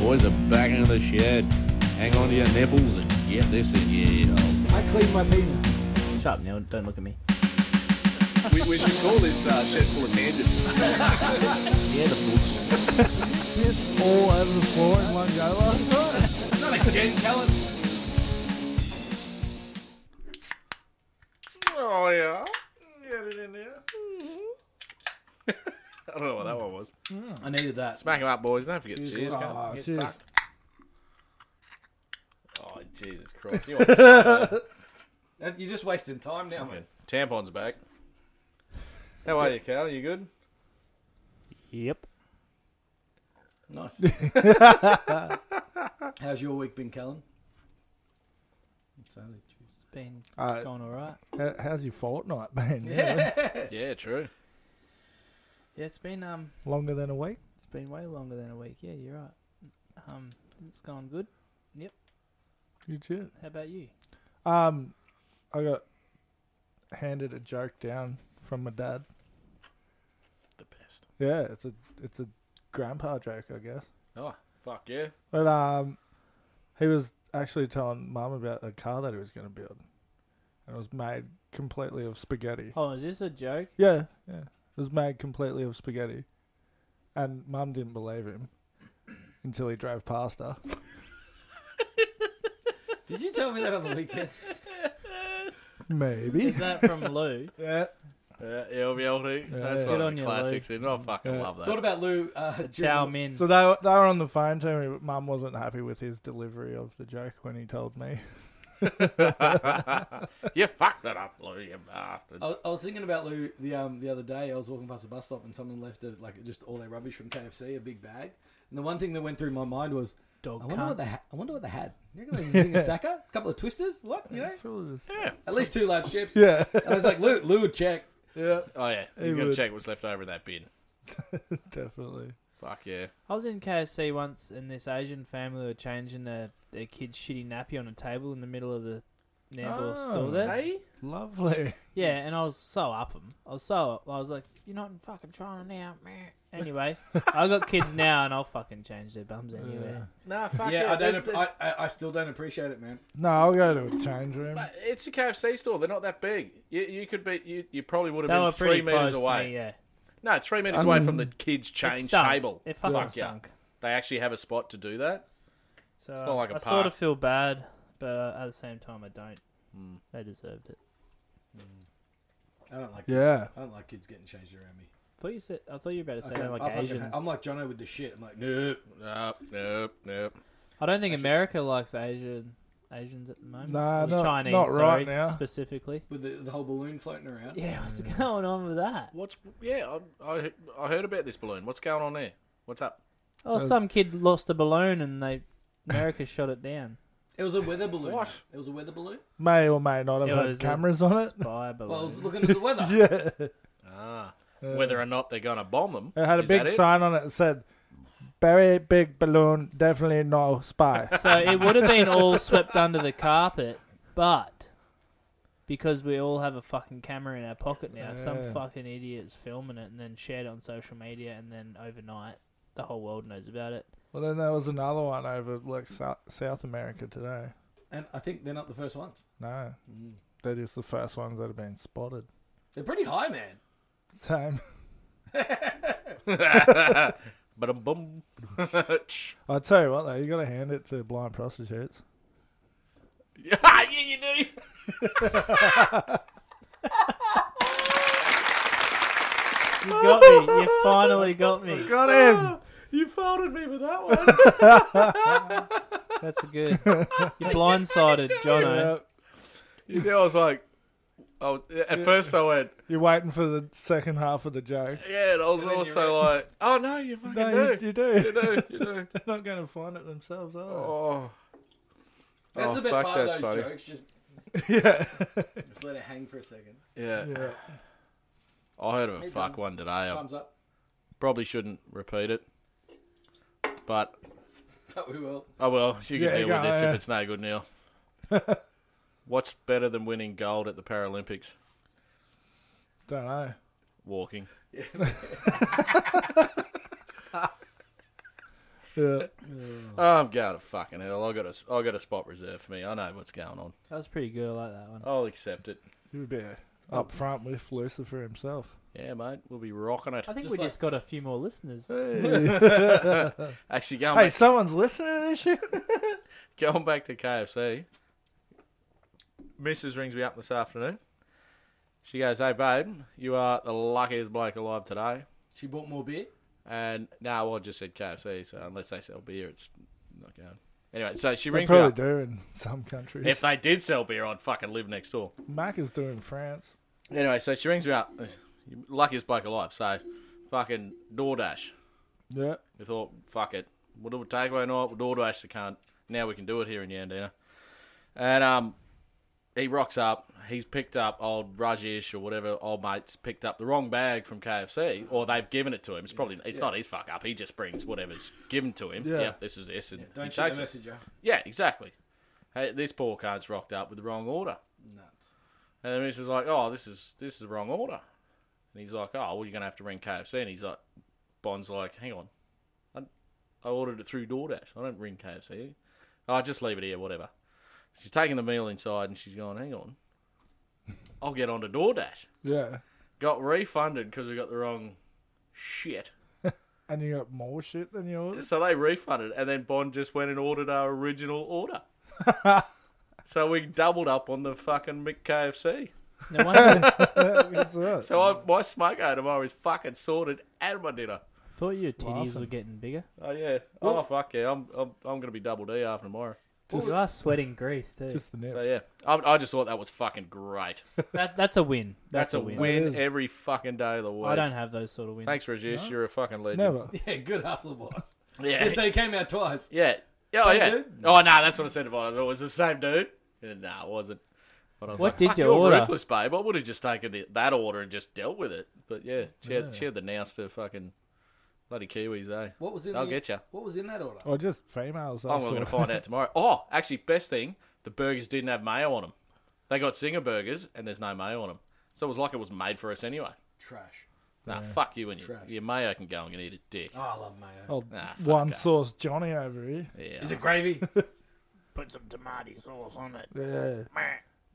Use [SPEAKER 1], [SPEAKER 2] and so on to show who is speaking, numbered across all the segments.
[SPEAKER 1] boys are back into the shed. Hang on to your nipples and get this in your earholes.
[SPEAKER 2] I clean my penis.
[SPEAKER 3] Shut up, Neil. Don't look at me.
[SPEAKER 4] We, we should call this uh, shed full of tangents.
[SPEAKER 3] Yeah, the bullshit.
[SPEAKER 2] Piss all over the floor in one go last night.
[SPEAKER 4] Not again, Callan.
[SPEAKER 1] Oh yeah, get it in there. Mm-hmm. I don't know what that one was.
[SPEAKER 3] I needed that.
[SPEAKER 1] Smack him up, boys. Don't forget cheers.
[SPEAKER 2] Ah,
[SPEAKER 1] cunt. Get
[SPEAKER 2] cheers.
[SPEAKER 1] fucked. Oh Jesus Christ! You want to-
[SPEAKER 4] You're just wasting time now, man.
[SPEAKER 1] Tampons back. How are you, Cal? You good?
[SPEAKER 3] Yep.
[SPEAKER 4] Nice.
[SPEAKER 2] How's your week been, Callan?
[SPEAKER 3] It's been
[SPEAKER 2] Uh,
[SPEAKER 3] going all right.
[SPEAKER 2] How- How's your fortnight been?
[SPEAKER 1] Yeah, true.
[SPEAKER 3] Yeah, it's been um,
[SPEAKER 2] Longer than a week?
[SPEAKER 3] it's been way longer than a week. Yeah, you're right. Um, it's going good.
[SPEAKER 2] You too.
[SPEAKER 3] How about you?
[SPEAKER 2] Um, I got handed a joke down from my dad.
[SPEAKER 1] The best.
[SPEAKER 2] Yeah, it's a it's a grandpa joke, I guess.
[SPEAKER 1] Oh fuck yeah!
[SPEAKER 2] But um, he was actually telling mum about the car that he was going to build, and it was made completely of spaghetti.
[SPEAKER 3] Oh, is this a joke?
[SPEAKER 2] Yeah, yeah, it was made completely of spaghetti, and mum didn't believe him until he drove past her.
[SPEAKER 4] Did you tell me that on the weekend?
[SPEAKER 2] Maybe.
[SPEAKER 3] Is that from Lou?
[SPEAKER 2] Yeah.
[SPEAKER 1] Yeah, LBLD. That's one
[SPEAKER 2] Yeah.
[SPEAKER 3] Good
[SPEAKER 1] of
[SPEAKER 3] on
[SPEAKER 1] the
[SPEAKER 3] you,
[SPEAKER 1] classics. And I fucking
[SPEAKER 2] Yeah.
[SPEAKER 1] love that.
[SPEAKER 4] Thought about Lou. Uh,
[SPEAKER 3] The
[SPEAKER 4] during-
[SPEAKER 3] Chow Min.
[SPEAKER 2] So they were, they were on the phone to me. but Mum wasn't happy with his delivery of the joke when he told me.
[SPEAKER 1] you fucked that up, Lou. You bastard.
[SPEAKER 4] I, was- I was thinking about Lou the um the other day. I was walking past a bus stop and someone left a, like just all their rubbish from KFC, a big bag. And the one thing that went through my mind was,
[SPEAKER 3] Dog
[SPEAKER 4] I wonder what
[SPEAKER 3] cunts.
[SPEAKER 4] they ha- I wonder what they had. You reckon they just using a stacker, a couple of twisters, what you know, Oh.
[SPEAKER 1] Yeah.
[SPEAKER 4] at least two large chips.
[SPEAKER 2] Yeah.
[SPEAKER 4] And I was like, Lou, Lou would check.
[SPEAKER 2] yeah.
[SPEAKER 1] Oh yeah.
[SPEAKER 2] He
[SPEAKER 1] You gotta
[SPEAKER 2] would.
[SPEAKER 1] check what's left over in that bin.
[SPEAKER 2] Definitely.
[SPEAKER 1] Fuck yeah.
[SPEAKER 3] I was in KFC once, and this Asian family were changing their, their kid's shitty nappy on a table in the middle of the Nambour
[SPEAKER 2] Oh,
[SPEAKER 3] store there.
[SPEAKER 1] Hey.
[SPEAKER 2] Lovely.
[SPEAKER 3] Yeah, and I was so up 'em. I was so up. I was like, you're not fucking trying it out, man. Anyway, I got kids now, and I'll fucking change their bums anywhere.
[SPEAKER 1] Nah, fuck
[SPEAKER 4] yeah, I
[SPEAKER 1] They-
[SPEAKER 4] don't.
[SPEAKER 1] they-
[SPEAKER 4] I, I, I still don't appreciate it, man.
[SPEAKER 2] No, I'll go to a change room.
[SPEAKER 1] Mate, It's a KFC store. They're not that big. You, you could be. You, you probably would
[SPEAKER 3] They were
[SPEAKER 1] have been three
[SPEAKER 3] pretty
[SPEAKER 1] meters
[SPEAKER 3] close to
[SPEAKER 1] away.
[SPEAKER 3] me, yeah.
[SPEAKER 1] No, three meters away from the kids'
[SPEAKER 3] it
[SPEAKER 1] change
[SPEAKER 3] stunk.
[SPEAKER 1] table.
[SPEAKER 3] It fucking
[SPEAKER 1] Fuck yeah.
[SPEAKER 3] stunk.
[SPEAKER 1] They actually have a spot to do that.
[SPEAKER 3] So
[SPEAKER 1] It's not like a
[SPEAKER 3] I sort
[SPEAKER 1] park.
[SPEAKER 3] of feel bad, but uh, at the same time, I don't.
[SPEAKER 1] Hmm.
[SPEAKER 3] They deserved it.
[SPEAKER 4] I don't like.
[SPEAKER 2] Yeah.
[SPEAKER 4] Kids. I don't like kids getting changed around me.
[SPEAKER 3] I thought you said. I thought you were about to say
[SPEAKER 4] Okay,
[SPEAKER 3] they were
[SPEAKER 4] I
[SPEAKER 3] like
[SPEAKER 4] fucking-
[SPEAKER 3] Asians.
[SPEAKER 4] I'm like Jono with the shit. I'm like, nope.
[SPEAKER 1] Nope, nope, nope.
[SPEAKER 3] I don't think America likes Asian Asians at the moment.
[SPEAKER 2] Nah,
[SPEAKER 3] Or
[SPEAKER 2] not-
[SPEAKER 3] Chinese,
[SPEAKER 2] not
[SPEAKER 3] sorry,
[SPEAKER 2] right now.
[SPEAKER 3] specifically.
[SPEAKER 4] With the, the whole balloon floating around.
[SPEAKER 3] Yeah, what's going on with that?
[SPEAKER 1] What's yeah? I, I I heard about this balloon. What's going on there? What's up?
[SPEAKER 3] Oh, some kid lost a balloon and they America shot it down.
[SPEAKER 4] It was a weather balloon.
[SPEAKER 1] What?
[SPEAKER 4] mate. It was a weather balloon.
[SPEAKER 2] May or may not have
[SPEAKER 3] It
[SPEAKER 2] had
[SPEAKER 3] was a
[SPEAKER 2] cameras on it.
[SPEAKER 3] Spy balloon.
[SPEAKER 4] Well, I was looking at the weather.
[SPEAKER 2] Yeah.
[SPEAKER 1] Ah, whether or not they're gonna bomb them.
[SPEAKER 2] It had a
[SPEAKER 1] Is that
[SPEAKER 2] big
[SPEAKER 1] it?
[SPEAKER 2] sign on it that said, very big balloon, definitely no spy.
[SPEAKER 3] So it would have been all swept under the carpet, but because we all have a fucking camera in our pocket now,
[SPEAKER 2] Yeah.
[SPEAKER 3] some fucking idiot's filming it and then shared it on social media, and then overnight the whole world knows about it.
[SPEAKER 2] well, then there was another one over like South, South America today.
[SPEAKER 4] And I think they're not the first ones.
[SPEAKER 2] No. They're just the first ones that have been spotted.
[SPEAKER 4] They're pretty high, man.
[SPEAKER 2] Same.
[SPEAKER 1] But a boom. Ah,
[SPEAKER 2] I tell you what, though, you got to hand it to blind prostitutes.
[SPEAKER 1] Yeah, yeah, you do.
[SPEAKER 3] You got me. You finally got me.
[SPEAKER 2] Got him.
[SPEAKER 1] Ah, You folded me with that one.
[SPEAKER 3] That's good. You blindsided, Jono.
[SPEAKER 2] Yep.
[SPEAKER 1] you know, I was like, oh, at first I went,
[SPEAKER 2] You're waiting for the second half of the joke.
[SPEAKER 1] yeah, and I was
[SPEAKER 4] then you
[SPEAKER 1] also like, oh no, you fucking
[SPEAKER 2] No, you,
[SPEAKER 1] do.
[SPEAKER 2] you do.
[SPEAKER 1] You do, you do.
[SPEAKER 2] They're not going to find it themselves, are they?
[SPEAKER 1] Oh,
[SPEAKER 4] That's
[SPEAKER 1] Oh,
[SPEAKER 4] the best
[SPEAKER 1] fuck,
[SPEAKER 4] part of
[SPEAKER 1] that's
[SPEAKER 4] those
[SPEAKER 1] funny.
[SPEAKER 4] jokes. Just,
[SPEAKER 2] Yeah.
[SPEAKER 4] just let it hang for a second.
[SPEAKER 1] yeah.
[SPEAKER 2] yeah.
[SPEAKER 1] I heard of a
[SPEAKER 4] Hey,
[SPEAKER 1] fuck
[SPEAKER 4] Tom.
[SPEAKER 1] one today. I
[SPEAKER 4] Thumbs up.
[SPEAKER 1] probably shouldn't repeat it, but
[SPEAKER 4] But we will.
[SPEAKER 1] oh well. You can
[SPEAKER 2] Yeah,
[SPEAKER 1] deal
[SPEAKER 2] go,
[SPEAKER 1] with this
[SPEAKER 2] yeah.
[SPEAKER 1] if it's no good, Neil. What's better than winning gold at the Paralympics?
[SPEAKER 2] Don't know.
[SPEAKER 1] Walking.
[SPEAKER 2] Yeah.
[SPEAKER 1] I'm going to fucking hell. I got a, I got a spot reserved for me. I know what's going on.
[SPEAKER 3] That was pretty good. I like that one.
[SPEAKER 1] I'll accept it.
[SPEAKER 2] He would be uh, up front with Lucifer himself.
[SPEAKER 1] Yeah, mate. We'll be rocking it.
[SPEAKER 3] I think
[SPEAKER 4] Just
[SPEAKER 3] we
[SPEAKER 4] like-
[SPEAKER 3] just got a few more listeners.
[SPEAKER 1] Actually, going
[SPEAKER 2] Hey,
[SPEAKER 1] back,
[SPEAKER 2] someone's listening to this shit.
[SPEAKER 1] going back to KFC, Mrs. rings me up this afternoon. She goes, "Hey, babe, you are the luckiest bloke alive today."
[SPEAKER 4] She bought more beer.
[SPEAKER 1] And now I just said KFC, so unless they sell beer, it's not going. Anyway, so she
[SPEAKER 2] They
[SPEAKER 1] rings me
[SPEAKER 2] probably
[SPEAKER 1] up.
[SPEAKER 2] do in some countries.
[SPEAKER 1] If they did sell beer, I'd fucking live next door.
[SPEAKER 2] Mac is doing France.
[SPEAKER 1] Anyway, so she rings me up. "You Luckiest bloke alive. So, fucking DoorDash.
[SPEAKER 2] Yeah.
[SPEAKER 1] We thought, fuck it. We'll do a takeaway night. We'll DoorDash the cunt. Now we can do it here in Yandina. And um, he rocks up. He's picked up old Rajesh or whatever old mates picked up the wrong bag from KFC, or they've given it to him. It's probably it's not his fuck up. He just brings whatever's given to him.
[SPEAKER 2] Yeah.
[SPEAKER 1] Yeah, this is this, and
[SPEAKER 4] Don't
[SPEAKER 1] he
[SPEAKER 4] shoot
[SPEAKER 1] takes
[SPEAKER 4] the
[SPEAKER 1] it.
[SPEAKER 4] messenger.
[SPEAKER 1] Yeah, exactly. Hey, this poor cunt's rocked up with the wrong order.
[SPEAKER 4] Nuts.
[SPEAKER 1] And the missus is like, oh, this is this is the wrong order. And he's like, oh, well, you're gonna have to ring KFC. And he's like, Bond's like, hang on, I, I ordered it through DoorDash. I don't ring KFC. I "Oh, just leave it here, whatever. She's taking the meal inside, and she's going, hang on, I'll get onto DoorDash.
[SPEAKER 2] Yeah.
[SPEAKER 1] Got refunded because we got the wrong shit.
[SPEAKER 2] And you got more shit than yours.
[SPEAKER 1] So they refunded, and then Bond just went and ordered our original order. so we doubled up on the fucking McKFC.
[SPEAKER 3] No wonder I
[SPEAKER 2] That's right.
[SPEAKER 1] So I, my smoker tomorrow is fucking sorted and my dinner.
[SPEAKER 3] thought your titties
[SPEAKER 2] Laughing.
[SPEAKER 3] were getting bigger.
[SPEAKER 1] Oh yeah. Oh fuck yeah. I'm I'm, I'm gonna be double D after tomorrow.
[SPEAKER 3] you are sweating grease too.
[SPEAKER 2] Just the nips.
[SPEAKER 1] So yeah, I, I just thought that was fucking great.
[SPEAKER 3] That, that's a win. That's,
[SPEAKER 1] That's a
[SPEAKER 3] win.
[SPEAKER 2] It
[SPEAKER 1] win
[SPEAKER 2] is.
[SPEAKER 1] every fucking day of the week.
[SPEAKER 3] I don't have those sort of wins.
[SPEAKER 1] Thanks, Rajesh. You're a fucking legend.
[SPEAKER 2] Never.
[SPEAKER 4] Yeah, good hustle, boss.
[SPEAKER 1] Yeah.
[SPEAKER 4] Yeah, so he came out twice.
[SPEAKER 1] yeah. Yeah. Oh
[SPEAKER 4] Same
[SPEAKER 1] yeah.
[SPEAKER 4] dude?
[SPEAKER 1] Oh no, that's what I said about it. It was the same dude. Yeah, nah, it wasn't. But I was
[SPEAKER 3] What
[SPEAKER 1] like,
[SPEAKER 3] did
[SPEAKER 1] "Fuck,
[SPEAKER 3] you
[SPEAKER 1] you're
[SPEAKER 3] order?"
[SPEAKER 1] Ruthless, babe. I would have just taken the, that order and just dealt with it. But yeah, she had, she had the nous to fucking bloody Kiwis, eh?
[SPEAKER 4] What was in?
[SPEAKER 1] I'll
[SPEAKER 4] the,
[SPEAKER 1] get ya.
[SPEAKER 4] What was in that order?
[SPEAKER 2] Or just females.
[SPEAKER 1] I'm going to find out tomorrow. Oh, actually, best thing, the burgers didn't have mayo on them. They got Singer burgers, and there's no mayo on them. So it was like it was made for us anyway.
[SPEAKER 4] Trash.
[SPEAKER 1] Nah, fuck you and your,
[SPEAKER 4] Trash.
[SPEAKER 1] your mayo can go and get eat a dick.
[SPEAKER 4] Oh, I love mayo.
[SPEAKER 2] Oh,
[SPEAKER 1] Nah, fuck
[SPEAKER 2] one
[SPEAKER 1] that.
[SPEAKER 2] sauce Johnny over here.
[SPEAKER 1] Yeah.
[SPEAKER 4] Is it gravy?
[SPEAKER 3] Put some tomato sauce on it.
[SPEAKER 2] Yeah.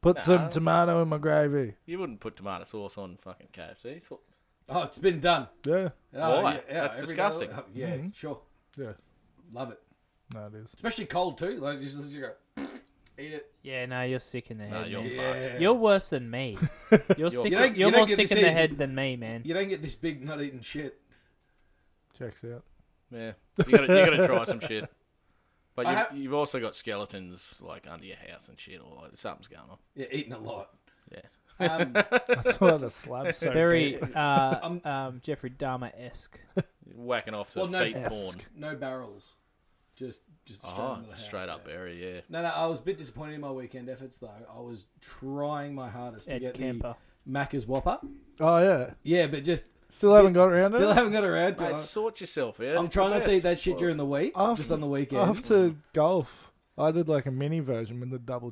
[SPEAKER 2] Put some tomato in my gravy.
[SPEAKER 1] You wouldn't put tomato sauce on fucking KFC. So-
[SPEAKER 4] oh, it's been done.
[SPEAKER 2] Yeah.
[SPEAKER 4] Oh,
[SPEAKER 1] Why? That's
[SPEAKER 4] every
[SPEAKER 1] disgusting.
[SPEAKER 4] day- oh, yeah, sure.
[SPEAKER 2] Mm-hmm. Yeah.
[SPEAKER 4] Love it.
[SPEAKER 2] No, it is.
[SPEAKER 4] Especially cold too. Like you just you go eat it.
[SPEAKER 3] Yeah, no, you're sick in the head.
[SPEAKER 1] you're
[SPEAKER 3] man.
[SPEAKER 1] fucked.
[SPEAKER 4] Yeah.
[SPEAKER 3] You're worse than me. You're sick.
[SPEAKER 1] You
[SPEAKER 4] don't-
[SPEAKER 3] you're
[SPEAKER 4] you don't
[SPEAKER 3] more
[SPEAKER 4] get to
[SPEAKER 3] sick in
[SPEAKER 4] see-
[SPEAKER 3] the head than me, man.
[SPEAKER 4] You don't get this big not eating shit.
[SPEAKER 2] Checks out.
[SPEAKER 1] Yeah. you got to you gotta try some shit. But
[SPEAKER 4] I
[SPEAKER 1] you,
[SPEAKER 4] have-
[SPEAKER 1] you've also got skeletons like under your house and shit, or like, something's going on.
[SPEAKER 4] Yeah, eating a lot.
[SPEAKER 1] Yeah.
[SPEAKER 4] Um,
[SPEAKER 2] That's why the slab's so deep.
[SPEAKER 3] Very uh,
[SPEAKER 4] I'm-
[SPEAKER 3] um, Jeffrey Dahmer esque.
[SPEAKER 1] Whacking off to
[SPEAKER 4] Well, no-
[SPEAKER 1] feet porn.
[SPEAKER 4] no barrels. Just just straight,
[SPEAKER 1] Oh,
[SPEAKER 4] into the house,
[SPEAKER 1] straight up
[SPEAKER 4] yeah.
[SPEAKER 1] area, yeah.
[SPEAKER 4] No, no, I was a bit disappointed in my weekend efforts though. I was trying my hardest to
[SPEAKER 3] Ed
[SPEAKER 4] get
[SPEAKER 3] Kemper.
[SPEAKER 4] the Macca's Whopper.
[SPEAKER 2] Oh, yeah.
[SPEAKER 4] Yeah, but just
[SPEAKER 2] Still haven't got around
[SPEAKER 4] still
[SPEAKER 2] it?
[SPEAKER 4] haven't got around to
[SPEAKER 1] Mate,
[SPEAKER 4] it.
[SPEAKER 1] sort yourself, yeah.
[SPEAKER 4] I'm
[SPEAKER 1] It's
[SPEAKER 4] trying
[SPEAKER 1] the
[SPEAKER 4] not to
[SPEAKER 1] best.
[SPEAKER 4] eat that shit during the week,
[SPEAKER 2] I've-
[SPEAKER 4] just on the weekend.
[SPEAKER 2] After golf, I did like a mini version with the double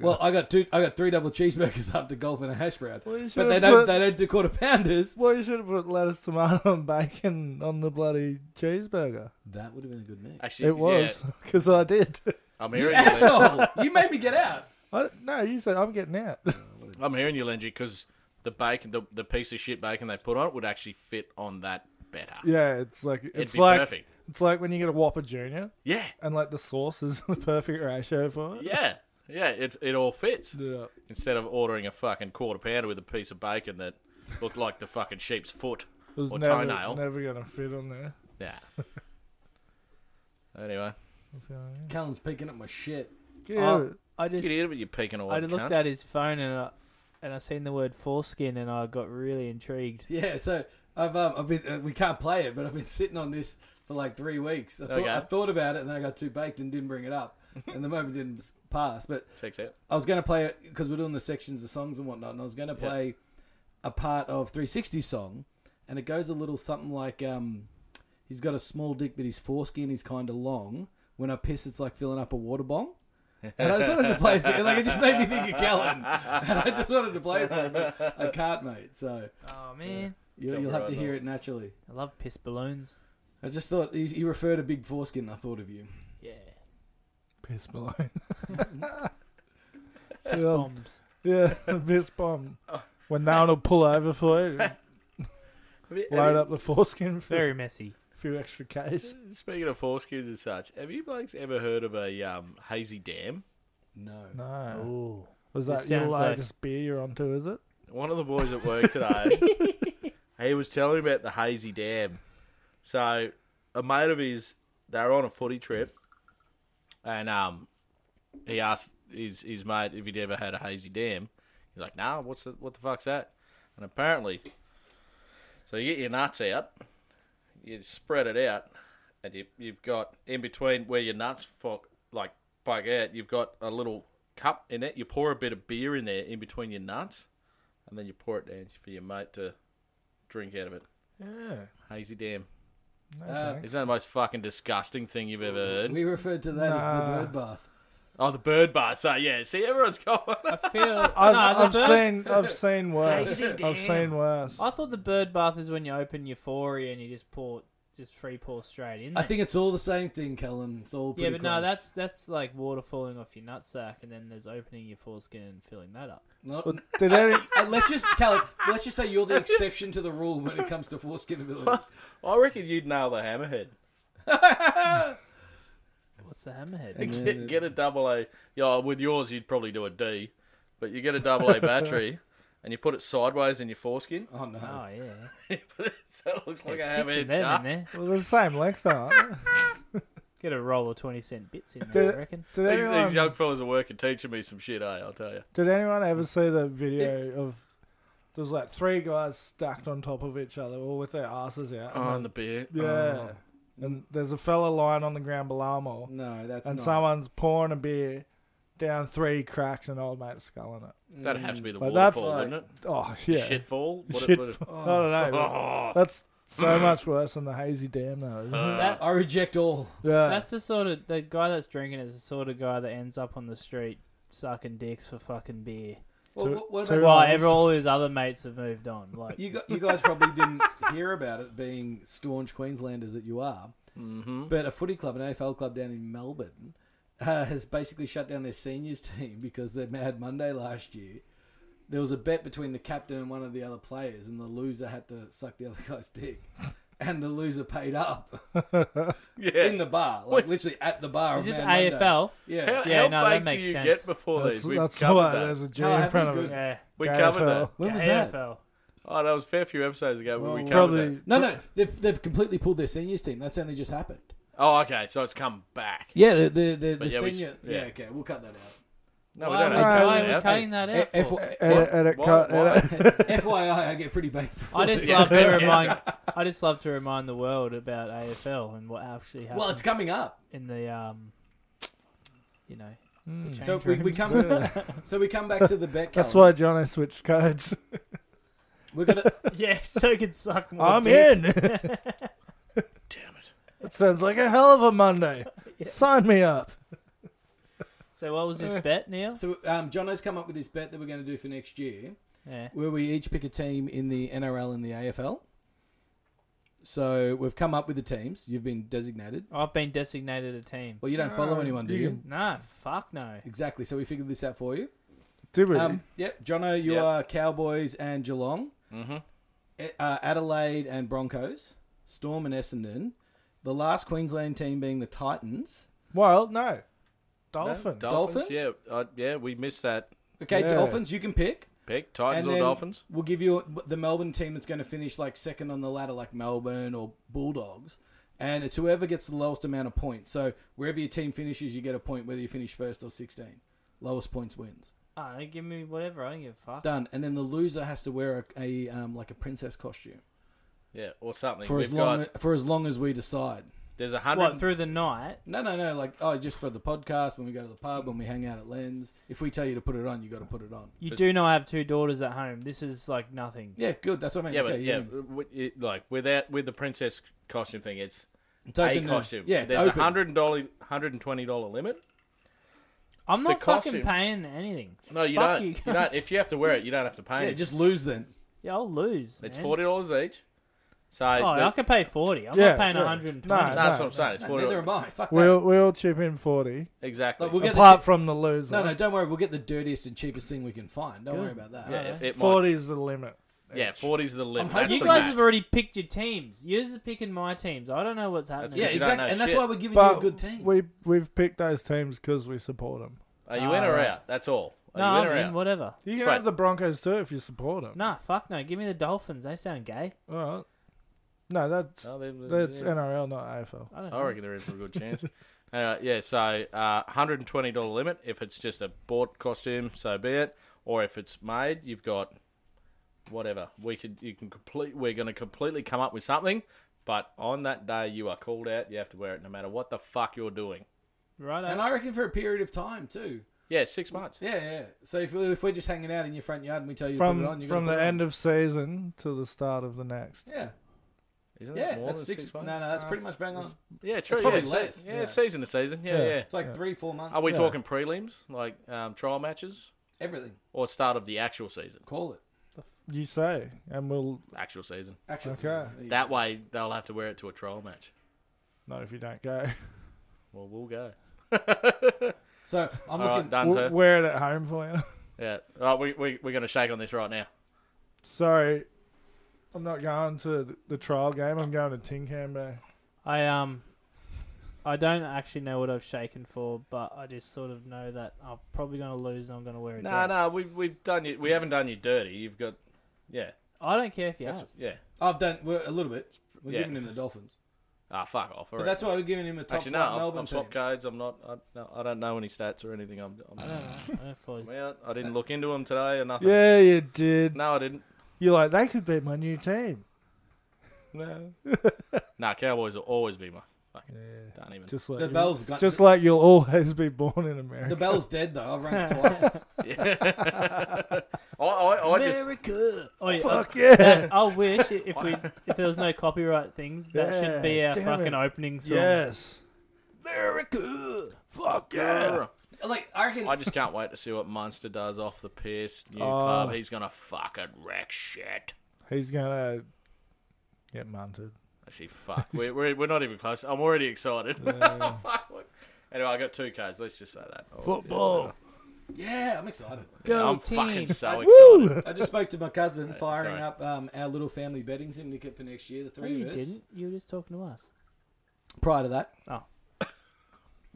[SPEAKER 4] Well, I got two. I got three double cheeseburgers after golf and a hash brown.
[SPEAKER 2] Well, you
[SPEAKER 4] but
[SPEAKER 2] should've
[SPEAKER 4] they don't.
[SPEAKER 2] put-
[SPEAKER 4] They don't do quarter pounders.
[SPEAKER 2] well, you should have put lettuce, tomato, and bacon on the bloody cheeseburger.
[SPEAKER 4] That would have been a good meal.
[SPEAKER 1] Actually,
[SPEAKER 2] It was,
[SPEAKER 1] Yeah,
[SPEAKER 2] because I did.
[SPEAKER 1] I'm hearing you, Len-
[SPEAKER 4] Asshole! you made me get out.
[SPEAKER 2] I, no, you said I'm getting out.
[SPEAKER 1] I'm hearing you, Lenji, because the bacon, the, the piece of shit bacon they put on it would actually fit on that better.
[SPEAKER 2] yeah, it's like it's
[SPEAKER 1] be
[SPEAKER 2] like
[SPEAKER 1] perfect.
[SPEAKER 2] it's like when you get a Whopper Junior
[SPEAKER 1] Yeah,
[SPEAKER 2] and like the sauce is the perfect ratio for it.
[SPEAKER 1] yeah, yeah. It it all fits.
[SPEAKER 2] Yeah.
[SPEAKER 1] Instead of ordering a fucking quarter pounder with a piece of bacon that looked like the fucking sheep's foot
[SPEAKER 2] It was
[SPEAKER 1] or
[SPEAKER 2] never, it
[SPEAKER 1] toenail.
[SPEAKER 2] was never gonna fit on there.
[SPEAKER 1] Yeah. anyway,
[SPEAKER 2] What's going on?
[SPEAKER 4] Callan's peeking at my shit.
[SPEAKER 2] Get
[SPEAKER 3] Oh,
[SPEAKER 2] it.
[SPEAKER 3] I
[SPEAKER 1] you
[SPEAKER 3] just
[SPEAKER 1] can eat it, but you're peeking away.
[SPEAKER 3] I looked at his phone and I, and I seen the word foreskin and I got really intrigued.
[SPEAKER 4] Yeah. So I've um, I've been. Uh, we can't play it, but I've been sitting on this for like three weeks. I thought,
[SPEAKER 1] Okay.
[SPEAKER 4] I thought about it, and then I got too baked and didn't bring it up, and the moment didn't s- pass. But
[SPEAKER 1] Checks out.
[SPEAKER 4] I was going to play it because we're doing the sections of songs and whatnot, and I was going to
[SPEAKER 1] Yeah.
[SPEAKER 4] play a part of 360 song, and it goes a little something like, um, "He's got a small dick, but his foreskin is kind of long. When I piss, it's like filling up a water bomb." And I just wanted to play it, for- like it just made me think of Callan, and I just wanted to play it for him, but I can't, mate. So
[SPEAKER 3] Oh man,
[SPEAKER 4] you,
[SPEAKER 1] Don't
[SPEAKER 4] you'll have to
[SPEAKER 1] worry,
[SPEAKER 4] hear
[SPEAKER 1] Noel.
[SPEAKER 4] it naturally.
[SPEAKER 3] I love piss balloons.
[SPEAKER 4] I just thought you, you referred to big foreskin. and I thought of you.
[SPEAKER 2] Piss Malone.
[SPEAKER 3] Piss
[SPEAKER 2] Yeah.
[SPEAKER 3] bombs.
[SPEAKER 2] yeah, piss bomb. When no one will pull over for you,
[SPEAKER 1] Have you- have
[SPEAKER 2] load
[SPEAKER 1] you-
[SPEAKER 2] up the foreskin for
[SPEAKER 3] Very messy.
[SPEAKER 2] a few extra Ks.
[SPEAKER 1] Speaking of foreskins and such, have you blokes ever heard of a um, hazy dam?
[SPEAKER 4] No.
[SPEAKER 3] Uh,
[SPEAKER 2] No.
[SPEAKER 3] Ooh.
[SPEAKER 2] Was
[SPEAKER 3] This
[SPEAKER 2] that your
[SPEAKER 3] sounds like-
[SPEAKER 2] latest beer you're onto, is it?
[SPEAKER 1] One of the boys at work today, he was telling me about the hazy dam. So a mate of his, they were on a footy trip, and um, he asked his his mate if he'd ever had a hazy dam. He's like, "Nah, what's the, what the fuck's that?" And apparently, so you get your nuts out, you spread it out, and you, you've got in between where your nuts fuck like bug out, you've got a little cup in it. You pour a bit of beer in there in between your nuts, and then you pour it down for your mate to drink out of it.
[SPEAKER 2] Yeah.
[SPEAKER 1] Hazy dam.
[SPEAKER 2] No,
[SPEAKER 4] Uh,
[SPEAKER 2] thanks.
[SPEAKER 1] Isn't that the most fucking disgusting thing you've ever heard?
[SPEAKER 4] We referred to that
[SPEAKER 2] Nah.
[SPEAKER 4] as the bird bath.
[SPEAKER 1] Oh, the bird bar. So yeah, see, everyone's got one.
[SPEAKER 3] I feel.
[SPEAKER 2] I've,
[SPEAKER 3] no, the
[SPEAKER 2] I've
[SPEAKER 3] bird-
[SPEAKER 2] seen I've seen worse.
[SPEAKER 1] Lazy
[SPEAKER 2] I've seen worse.
[SPEAKER 3] I thought the bird bath is when you open Euphoria and you just pour, just free pour straight in.
[SPEAKER 4] I
[SPEAKER 3] There.
[SPEAKER 4] think it's all the same thing, Kellen. It's all
[SPEAKER 3] Yeah,
[SPEAKER 4] pretty
[SPEAKER 3] but no,
[SPEAKER 4] close.
[SPEAKER 3] that's that's like water falling off your nutsack, and then there's opening your foreskin and filling that up.
[SPEAKER 4] Not,
[SPEAKER 2] But Did any
[SPEAKER 4] and uh, let's just Kellen, let's just say you're the exception to the rule when it comes to foreskin ability.
[SPEAKER 1] I reckon you'd nail the hammerhead.
[SPEAKER 3] What's the hammerhead?
[SPEAKER 4] And then
[SPEAKER 1] Get, get a double A. Yeah, with yours you'd probably do a D, but you get a double A battery, and you put it sideways in your foreskin.
[SPEAKER 4] Oh no.
[SPEAKER 3] Oh yeah,
[SPEAKER 1] so it looks like
[SPEAKER 3] Get
[SPEAKER 1] a
[SPEAKER 3] six of
[SPEAKER 1] hammerhead
[SPEAKER 3] them
[SPEAKER 1] shark.
[SPEAKER 3] in there.
[SPEAKER 2] well, they're the same length, aren't they?
[SPEAKER 3] Get a roll of twenty cent bits in there. I reckon.
[SPEAKER 2] Did
[SPEAKER 1] These, these young
[SPEAKER 2] anyone
[SPEAKER 1] fellas are working, teaching me some shit, eh? I'll tell you.
[SPEAKER 2] Did anyone ever see the video of there's like three guys stacked on top of each other, all with their asses out. and
[SPEAKER 1] Oh,
[SPEAKER 2] then-
[SPEAKER 1] and the beer.
[SPEAKER 2] Uh-huh.
[SPEAKER 1] Oh.
[SPEAKER 4] Uh,
[SPEAKER 2] Yeah. And there's a fella lying on the ground below them all,
[SPEAKER 4] No, Mm, that's
[SPEAKER 2] and
[SPEAKER 4] not.
[SPEAKER 2] someone's pouring a beer down three cracks, and old mate's sculling it.
[SPEAKER 1] That'd have to be the
[SPEAKER 2] But that's
[SPEAKER 1] waterfall,
[SPEAKER 2] like-
[SPEAKER 1] wouldn't
[SPEAKER 2] Oh
[SPEAKER 1] it?
[SPEAKER 2] yeah,
[SPEAKER 1] Shitfall. What
[SPEAKER 2] Shit
[SPEAKER 1] It, what it,
[SPEAKER 2] I don't know. but
[SPEAKER 1] oh,
[SPEAKER 2] That's so much worse than the hazy dam, though. isn't it?
[SPEAKER 1] Uh,
[SPEAKER 3] That,
[SPEAKER 4] I reject all.
[SPEAKER 2] yeah,
[SPEAKER 3] that's the sort of the guy that's drinking is the sort of guy that ends up on the street sucking dicks for fucking beer.
[SPEAKER 4] Well,
[SPEAKER 2] Two-
[SPEAKER 4] what, what
[SPEAKER 2] two
[SPEAKER 4] about,
[SPEAKER 3] While
[SPEAKER 2] Nice.
[SPEAKER 3] ever all his other mates have moved on. Like
[SPEAKER 4] you, gu- you guys probably didn't hear about it being staunch Queenslanders that you are,
[SPEAKER 1] mhm.
[SPEAKER 4] but a footy club, an AFL club down in Melbourne, uh, has basically shut down their seniors team because their Mad Monday last year. There was a bet between the captain and one of the other players, and the loser had to suck the other guy's dick. And the loser paid up
[SPEAKER 1] Yeah.
[SPEAKER 4] in the bar, like literally at the bar.
[SPEAKER 3] it's
[SPEAKER 4] of
[SPEAKER 3] just
[SPEAKER 4] Mad Monday.
[SPEAKER 3] AFL.
[SPEAKER 4] Yeah.
[SPEAKER 1] How,
[SPEAKER 3] Yeah,
[SPEAKER 1] how
[SPEAKER 3] no, that
[SPEAKER 1] baked
[SPEAKER 3] makes
[SPEAKER 1] do you
[SPEAKER 3] sense.
[SPEAKER 1] get before
[SPEAKER 2] that's,
[SPEAKER 1] these? We
[SPEAKER 2] that's
[SPEAKER 1] covered
[SPEAKER 2] why
[SPEAKER 1] that.
[SPEAKER 2] there's a G
[SPEAKER 4] Oh,
[SPEAKER 2] in
[SPEAKER 4] haven't
[SPEAKER 2] front of
[SPEAKER 4] you
[SPEAKER 2] it.
[SPEAKER 4] good-
[SPEAKER 3] Yeah.
[SPEAKER 1] We
[SPEAKER 2] Go
[SPEAKER 1] covered
[SPEAKER 2] for
[SPEAKER 1] that.
[SPEAKER 4] When was that?
[SPEAKER 3] AFL.
[SPEAKER 1] Oh, that was a fair few episodes ago when we covered
[SPEAKER 4] Well,
[SPEAKER 2] Probably
[SPEAKER 1] that.
[SPEAKER 4] No, no, they've, they've completely pulled their seniors team. That's only just happened.
[SPEAKER 1] Oh, okay, so it's come back.
[SPEAKER 4] Yeah, the the, the, the
[SPEAKER 1] But yeah, we-
[SPEAKER 4] senior. yeah.
[SPEAKER 1] yeah.
[SPEAKER 4] okay, we'll cut that out.
[SPEAKER 1] No, we
[SPEAKER 3] Why
[SPEAKER 1] don't
[SPEAKER 3] are
[SPEAKER 1] have to
[SPEAKER 2] we-
[SPEAKER 1] cut
[SPEAKER 3] why
[SPEAKER 1] it
[SPEAKER 3] are we
[SPEAKER 1] out.
[SPEAKER 3] cutting that out?
[SPEAKER 4] F-
[SPEAKER 3] for?
[SPEAKER 2] edit, edit,
[SPEAKER 1] Why-
[SPEAKER 2] cut,
[SPEAKER 1] why-
[SPEAKER 2] edit.
[SPEAKER 4] FYI, I get pretty baked. before
[SPEAKER 3] I just
[SPEAKER 4] this.
[SPEAKER 3] love to
[SPEAKER 1] Yeah.
[SPEAKER 3] remind. I just love to remind the world about AFL and what actually happened
[SPEAKER 4] Well, it's coming up.
[SPEAKER 3] in the um, you know, the change
[SPEAKER 4] So we, we
[SPEAKER 3] rooms.
[SPEAKER 4] come. so we come back to the bet.
[SPEAKER 2] Hmm. That's
[SPEAKER 4] Callum.
[SPEAKER 2] why Johnny switched codes.
[SPEAKER 4] we're gonna.
[SPEAKER 3] yeah, so it can suck more.
[SPEAKER 2] I'm
[SPEAKER 3] dick.
[SPEAKER 2] in. Damn it. That sounds like a hell of a Monday. Sign me up.
[SPEAKER 3] So what was this bet, Neil?
[SPEAKER 4] So um, Jono's come up with this bet that we're going to do for next year,
[SPEAKER 3] Yeah.
[SPEAKER 4] where we each pick a team in the NRL and the AFL. So we've come up with the teams. You've been designated.
[SPEAKER 3] I've been designated a team.
[SPEAKER 4] Well, you don't follow
[SPEAKER 2] Uh,
[SPEAKER 4] anyone, do
[SPEAKER 2] you
[SPEAKER 4] you?
[SPEAKER 2] can-
[SPEAKER 3] Nah, fuck no.
[SPEAKER 4] Exactly. So we figured this out for you.
[SPEAKER 2] Did we?
[SPEAKER 4] Um, yep, Jono, you
[SPEAKER 1] Yep.
[SPEAKER 4] are Cowboys and Geelong,
[SPEAKER 1] Mhm.
[SPEAKER 4] A- uh, Adelaide and Broncos, Storm and Essendon. The last Queensland team being the Titans.
[SPEAKER 2] well, no.
[SPEAKER 1] No,
[SPEAKER 2] Dolphins.
[SPEAKER 4] Dolphins?
[SPEAKER 1] Yeah, uh, yeah, we missed that.
[SPEAKER 4] Okay,
[SPEAKER 2] Yeah.
[SPEAKER 4] Dolphins, you can pick.
[SPEAKER 1] Pick Titans
[SPEAKER 4] and
[SPEAKER 1] or
[SPEAKER 4] then
[SPEAKER 1] Dolphins?
[SPEAKER 4] We'll give you the Melbourne team that's going to finish like second on the ladder, like Melbourne or Bulldogs. And it's whoever gets the lowest amount of points. So wherever your team finishes, you get a point, whether you finish first or 16. Lowest points wins.
[SPEAKER 3] Oh, they give me whatever. I don't give a fuck.
[SPEAKER 4] Done. And then the loser has to wear a, a um, like a princess costume
[SPEAKER 1] Yeah, or something.
[SPEAKER 4] for
[SPEAKER 1] We've
[SPEAKER 4] as long
[SPEAKER 1] got,
[SPEAKER 4] for as long as we decide.
[SPEAKER 1] there's a hundred.
[SPEAKER 3] What
[SPEAKER 1] and-
[SPEAKER 3] through the night?
[SPEAKER 4] No, no, no. Like, oh, just for the podcast, when we go to the pub, when we hang out at Lens. If we tell you to put it on, you got to put it on.
[SPEAKER 3] You
[SPEAKER 1] It's-
[SPEAKER 3] do not have two daughters at home. This is like nothing.
[SPEAKER 4] Yeah, good. That's what I mean.
[SPEAKER 1] Yeah,
[SPEAKER 4] okay,
[SPEAKER 1] but yeah,
[SPEAKER 4] you-
[SPEAKER 1] w- it, like without with the princess costume thing, it's
[SPEAKER 4] it's
[SPEAKER 1] a
[SPEAKER 4] now.
[SPEAKER 1] costume.
[SPEAKER 4] Yeah, it's
[SPEAKER 1] there's a
[SPEAKER 4] open.
[SPEAKER 1] hundred dollar, hundred and twenty dollar limit.
[SPEAKER 3] I'm
[SPEAKER 1] The
[SPEAKER 3] not fucking
[SPEAKER 1] costume-
[SPEAKER 3] paying anything.
[SPEAKER 1] No, you
[SPEAKER 3] Fuck
[SPEAKER 1] don't.
[SPEAKER 3] you
[SPEAKER 1] You, don't.
[SPEAKER 3] guys.
[SPEAKER 1] If you have to wear it, you don't have to pay.
[SPEAKER 4] Yeah, just lose then.
[SPEAKER 3] Yeah, I'll lose.
[SPEAKER 1] it's
[SPEAKER 3] man.
[SPEAKER 1] forty dollars each. So
[SPEAKER 3] Oh,
[SPEAKER 1] the-
[SPEAKER 3] I can pay forty. I'm
[SPEAKER 2] Yeah,
[SPEAKER 3] not paying
[SPEAKER 2] yeah.
[SPEAKER 3] one hundred and
[SPEAKER 2] No,
[SPEAKER 3] twenty.
[SPEAKER 1] no, that's
[SPEAKER 2] no,
[SPEAKER 1] what I'm saying. It's
[SPEAKER 4] No,
[SPEAKER 1] forty
[SPEAKER 4] neither
[SPEAKER 1] dollars.
[SPEAKER 4] am I. Fuck
[SPEAKER 2] We'll we'll chip in forty.
[SPEAKER 1] exactly.
[SPEAKER 4] Like, we'll get the
[SPEAKER 2] Apart
[SPEAKER 4] chi-
[SPEAKER 2] from the loser,
[SPEAKER 4] that. No, no, don't worry. We'll get the dirtiest and cheapest thing we can find. Don't worry about that.
[SPEAKER 1] yeah, it, it might.
[SPEAKER 2] forty is the limit.
[SPEAKER 1] Yeah, forty's the
[SPEAKER 4] I'm
[SPEAKER 1] limit.
[SPEAKER 4] hoping-
[SPEAKER 1] That's
[SPEAKER 4] You
[SPEAKER 1] the
[SPEAKER 3] You
[SPEAKER 1] max.
[SPEAKER 3] guys have already picked your teams. Yours are picking my teams. I don't know what's happening.
[SPEAKER 4] Yeah,
[SPEAKER 1] You don't
[SPEAKER 4] exactly.
[SPEAKER 1] know
[SPEAKER 4] And that's
[SPEAKER 1] shit.
[SPEAKER 4] why we're giving you
[SPEAKER 2] But
[SPEAKER 4] a good team.
[SPEAKER 2] we we've picked those teams because we support them.
[SPEAKER 1] Are you in or
[SPEAKER 3] Alright.
[SPEAKER 1] out? That's all. Are
[SPEAKER 3] No,
[SPEAKER 1] you in or
[SPEAKER 3] I'm in.
[SPEAKER 1] out?
[SPEAKER 3] Whatever.
[SPEAKER 2] You can
[SPEAKER 1] Right.
[SPEAKER 2] have the Broncos too if you support them.
[SPEAKER 3] Nah, fuck no. Give me the Dolphins. They sound gay.
[SPEAKER 2] All right. No, that's
[SPEAKER 1] No, they- they-
[SPEAKER 2] that's
[SPEAKER 1] yeah.
[SPEAKER 2] NRL, not AFL.
[SPEAKER 3] I don't
[SPEAKER 1] I
[SPEAKER 3] know.
[SPEAKER 1] reckon there is a good chance. Uh, yeah, so uh, hundred and twenty dollar limit if it's just a bought costume, so be it. Or if it's made, you've got whatever. We could you can complete. We're going to completely come up with something, but on that day you are called out. You have to wear it no matter what the fuck you're doing.
[SPEAKER 3] Right.
[SPEAKER 4] and I reckon for a period of time too.
[SPEAKER 1] Yeah, six months.
[SPEAKER 4] Yeah, yeah. So if, we, if we're just hanging out in your front yard and we tell you to put it on,
[SPEAKER 2] From
[SPEAKER 4] you're
[SPEAKER 2] from the end of season to the start of the next.
[SPEAKER 4] Yeah,
[SPEAKER 1] Isn't it
[SPEAKER 4] yeah.
[SPEAKER 1] more
[SPEAKER 4] That's
[SPEAKER 1] than
[SPEAKER 4] six. no,
[SPEAKER 1] months?
[SPEAKER 4] no, that's
[SPEAKER 2] Uh,
[SPEAKER 4] pretty much bang on.
[SPEAKER 1] Yeah, true.
[SPEAKER 4] probably
[SPEAKER 1] yeah,
[SPEAKER 4] less.
[SPEAKER 1] Se- yeah,
[SPEAKER 4] Yeah.
[SPEAKER 1] season to season. Yeah,
[SPEAKER 2] Yeah.
[SPEAKER 1] yeah.
[SPEAKER 4] It's like three, four months.
[SPEAKER 1] Are we
[SPEAKER 2] Yeah.
[SPEAKER 1] talking prelims, like um, trial matches,
[SPEAKER 4] everything?
[SPEAKER 1] or start of the actual season?
[SPEAKER 4] Call it
[SPEAKER 2] You say, and we'll
[SPEAKER 1] Actual season.
[SPEAKER 4] actual.
[SPEAKER 2] Okay.
[SPEAKER 4] season. There you
[SPEAKER 1] That
[SPEAKER 4] go.
[SPEAKER 1] way they'll have to wear it to a trial match.
[SPEAKER 2] not if you don't go.
[SPEAKER 1] Well, we'll go.
[SPEAKER 4] So I'm
[SPEAKER 1] All right,
[SPEAKER 4] looking.
[SPEAKER 1] done,
[SPEAKER 2] We'll
[SPEAKER 1] sir.
[SPEAKER 2] wear it at home for you.
[SPEAKER 1] Yeah. All right, we, we, we're going to shake on this right now.
[SPEAKER 2] Sorry, I'm not going to the- the trial game.
[SPEAKER 1] Ah.
[SPEAKER 2] I'm going to eh? Tin Can Bay.
[SPEAKER 3] I um, I don't actually know what I've shaken for, but I just sort of know that I'm probably gonna lose. and I'm gonna wear a
[SPEAKER 1] No,
[SPEAKER 3] dress.
[SPEAKER 1] no, we've we've done you. We haven't done you dirty. You've got, yeah,
[SPEAKER 3] I don't care if you
[SPEAKER 1] that's-
[SPEAKER 3] have.
[SPEAKER 1] yeah.
[SPEAKER 4] I've done we're, a little bit. We're
[SPEAKER 1] Yeah.
[SPEAKER 4] giving him the Dolphins,
[SPEAKER 1] Ah, fuck off. all
[SPEAKER 4] but
[SPEAKER 1] right.
[SPEAKER 4] that's why we're giving him a top
[SPEAKER 1] Actually,
[SPEAKER 4] flight
[SPEAKER 1] no. I'm,
[SPEAKER 4] Melbourne
[SPEAKER 1] I'm
[SPEAKER 4] team.
[SPEAKER 1] swap codes. I'm not. I, no, I don't know any stats or anything. I'm. I'm,
[SPEAKER 3] I don't know. I don't follow.
[SPEAKER 1] I'm out. I didn't look into them today or nothing.
[SPEAKER 2] Yeah, you did.
[SPEAKER 1] No, I didn't.
[SPEAKER 2] You're like they could be my new team. No,
[SPEAKER 1] Nah, Cowboys will always be my. Fucking,
[SPEAKER 2] Yeah.
[SPEAKER 1] Don't even.
[SPEAKER 2] just like
[SPEAKER 4] The Bell's got
[SPEAKER 2] just like you'll always be born in
[SPEAKER 4] the
[SPEAKER 2] America.
[SPEAKER 4] Bell's dead though. I've run it twice.
[SPEAKER 1] Yeah. I, I, I just.
[SPEAKER 3] America. Oh, yeah,
[SPEAKER 2] Oh, Fuck yeah,
[SPEAKER 3] I, I wish i- if we if there was no copyright things, that should be
[SPEAKER 2] Yeah,
[SPEAKER 3] our
[SPEAKER 2] damn
[SPEAKER 3] fucking
[SPEAKER 2] it.
[SPEAKER 3] opening song.
[SPEAKER 2] yes.
[SPEAKER 4] America.
[SPEAKER 2] Fuck yeah.
[SPEAKER 4] Like I reckon.
[SPEAKER 1] I just can't wait to see what Munster does off the piss. New
[SPEAKER 2] Oh.
[SPEAKER 1] pub. He's gonna fucking wreck shit.
[SPEAKER 2] He's gonna get munted.
[SPEAKER 1] Actually, fuck. We're, we're, we're not even close. I'm already excited. Fuck, look. anyway, I got two Ks. Let's just say that. Oh,
[SPEAKER 2] Football.
[SPEAKER 4] yeah, I'm excited.
[SPEAKER 1] yeah,
[SPEAKER 3] Go
[SPEAKER 1] I'm
[SPEAKER 3] team.
[SPEAKER 1] fucking so
[SPEAKER 2] Woo!
[SPEAKER 1] excited.
[SPEAKER 4] I just spoke to my cousin, firing
[SPEAKER 1] sorry.
[SPEAKER 4] up um, our little family betting syndicate for next year. The
[SPEAKER 3] No,
[SPEAKER 4] three
[SPEAKER 3] you
[SPEAKER 4] of us.
[SPEAKER 3] didn't. You were just talking to us.
[SPEAKER 4] Prior to that,
[SPEAKER 3] Oh,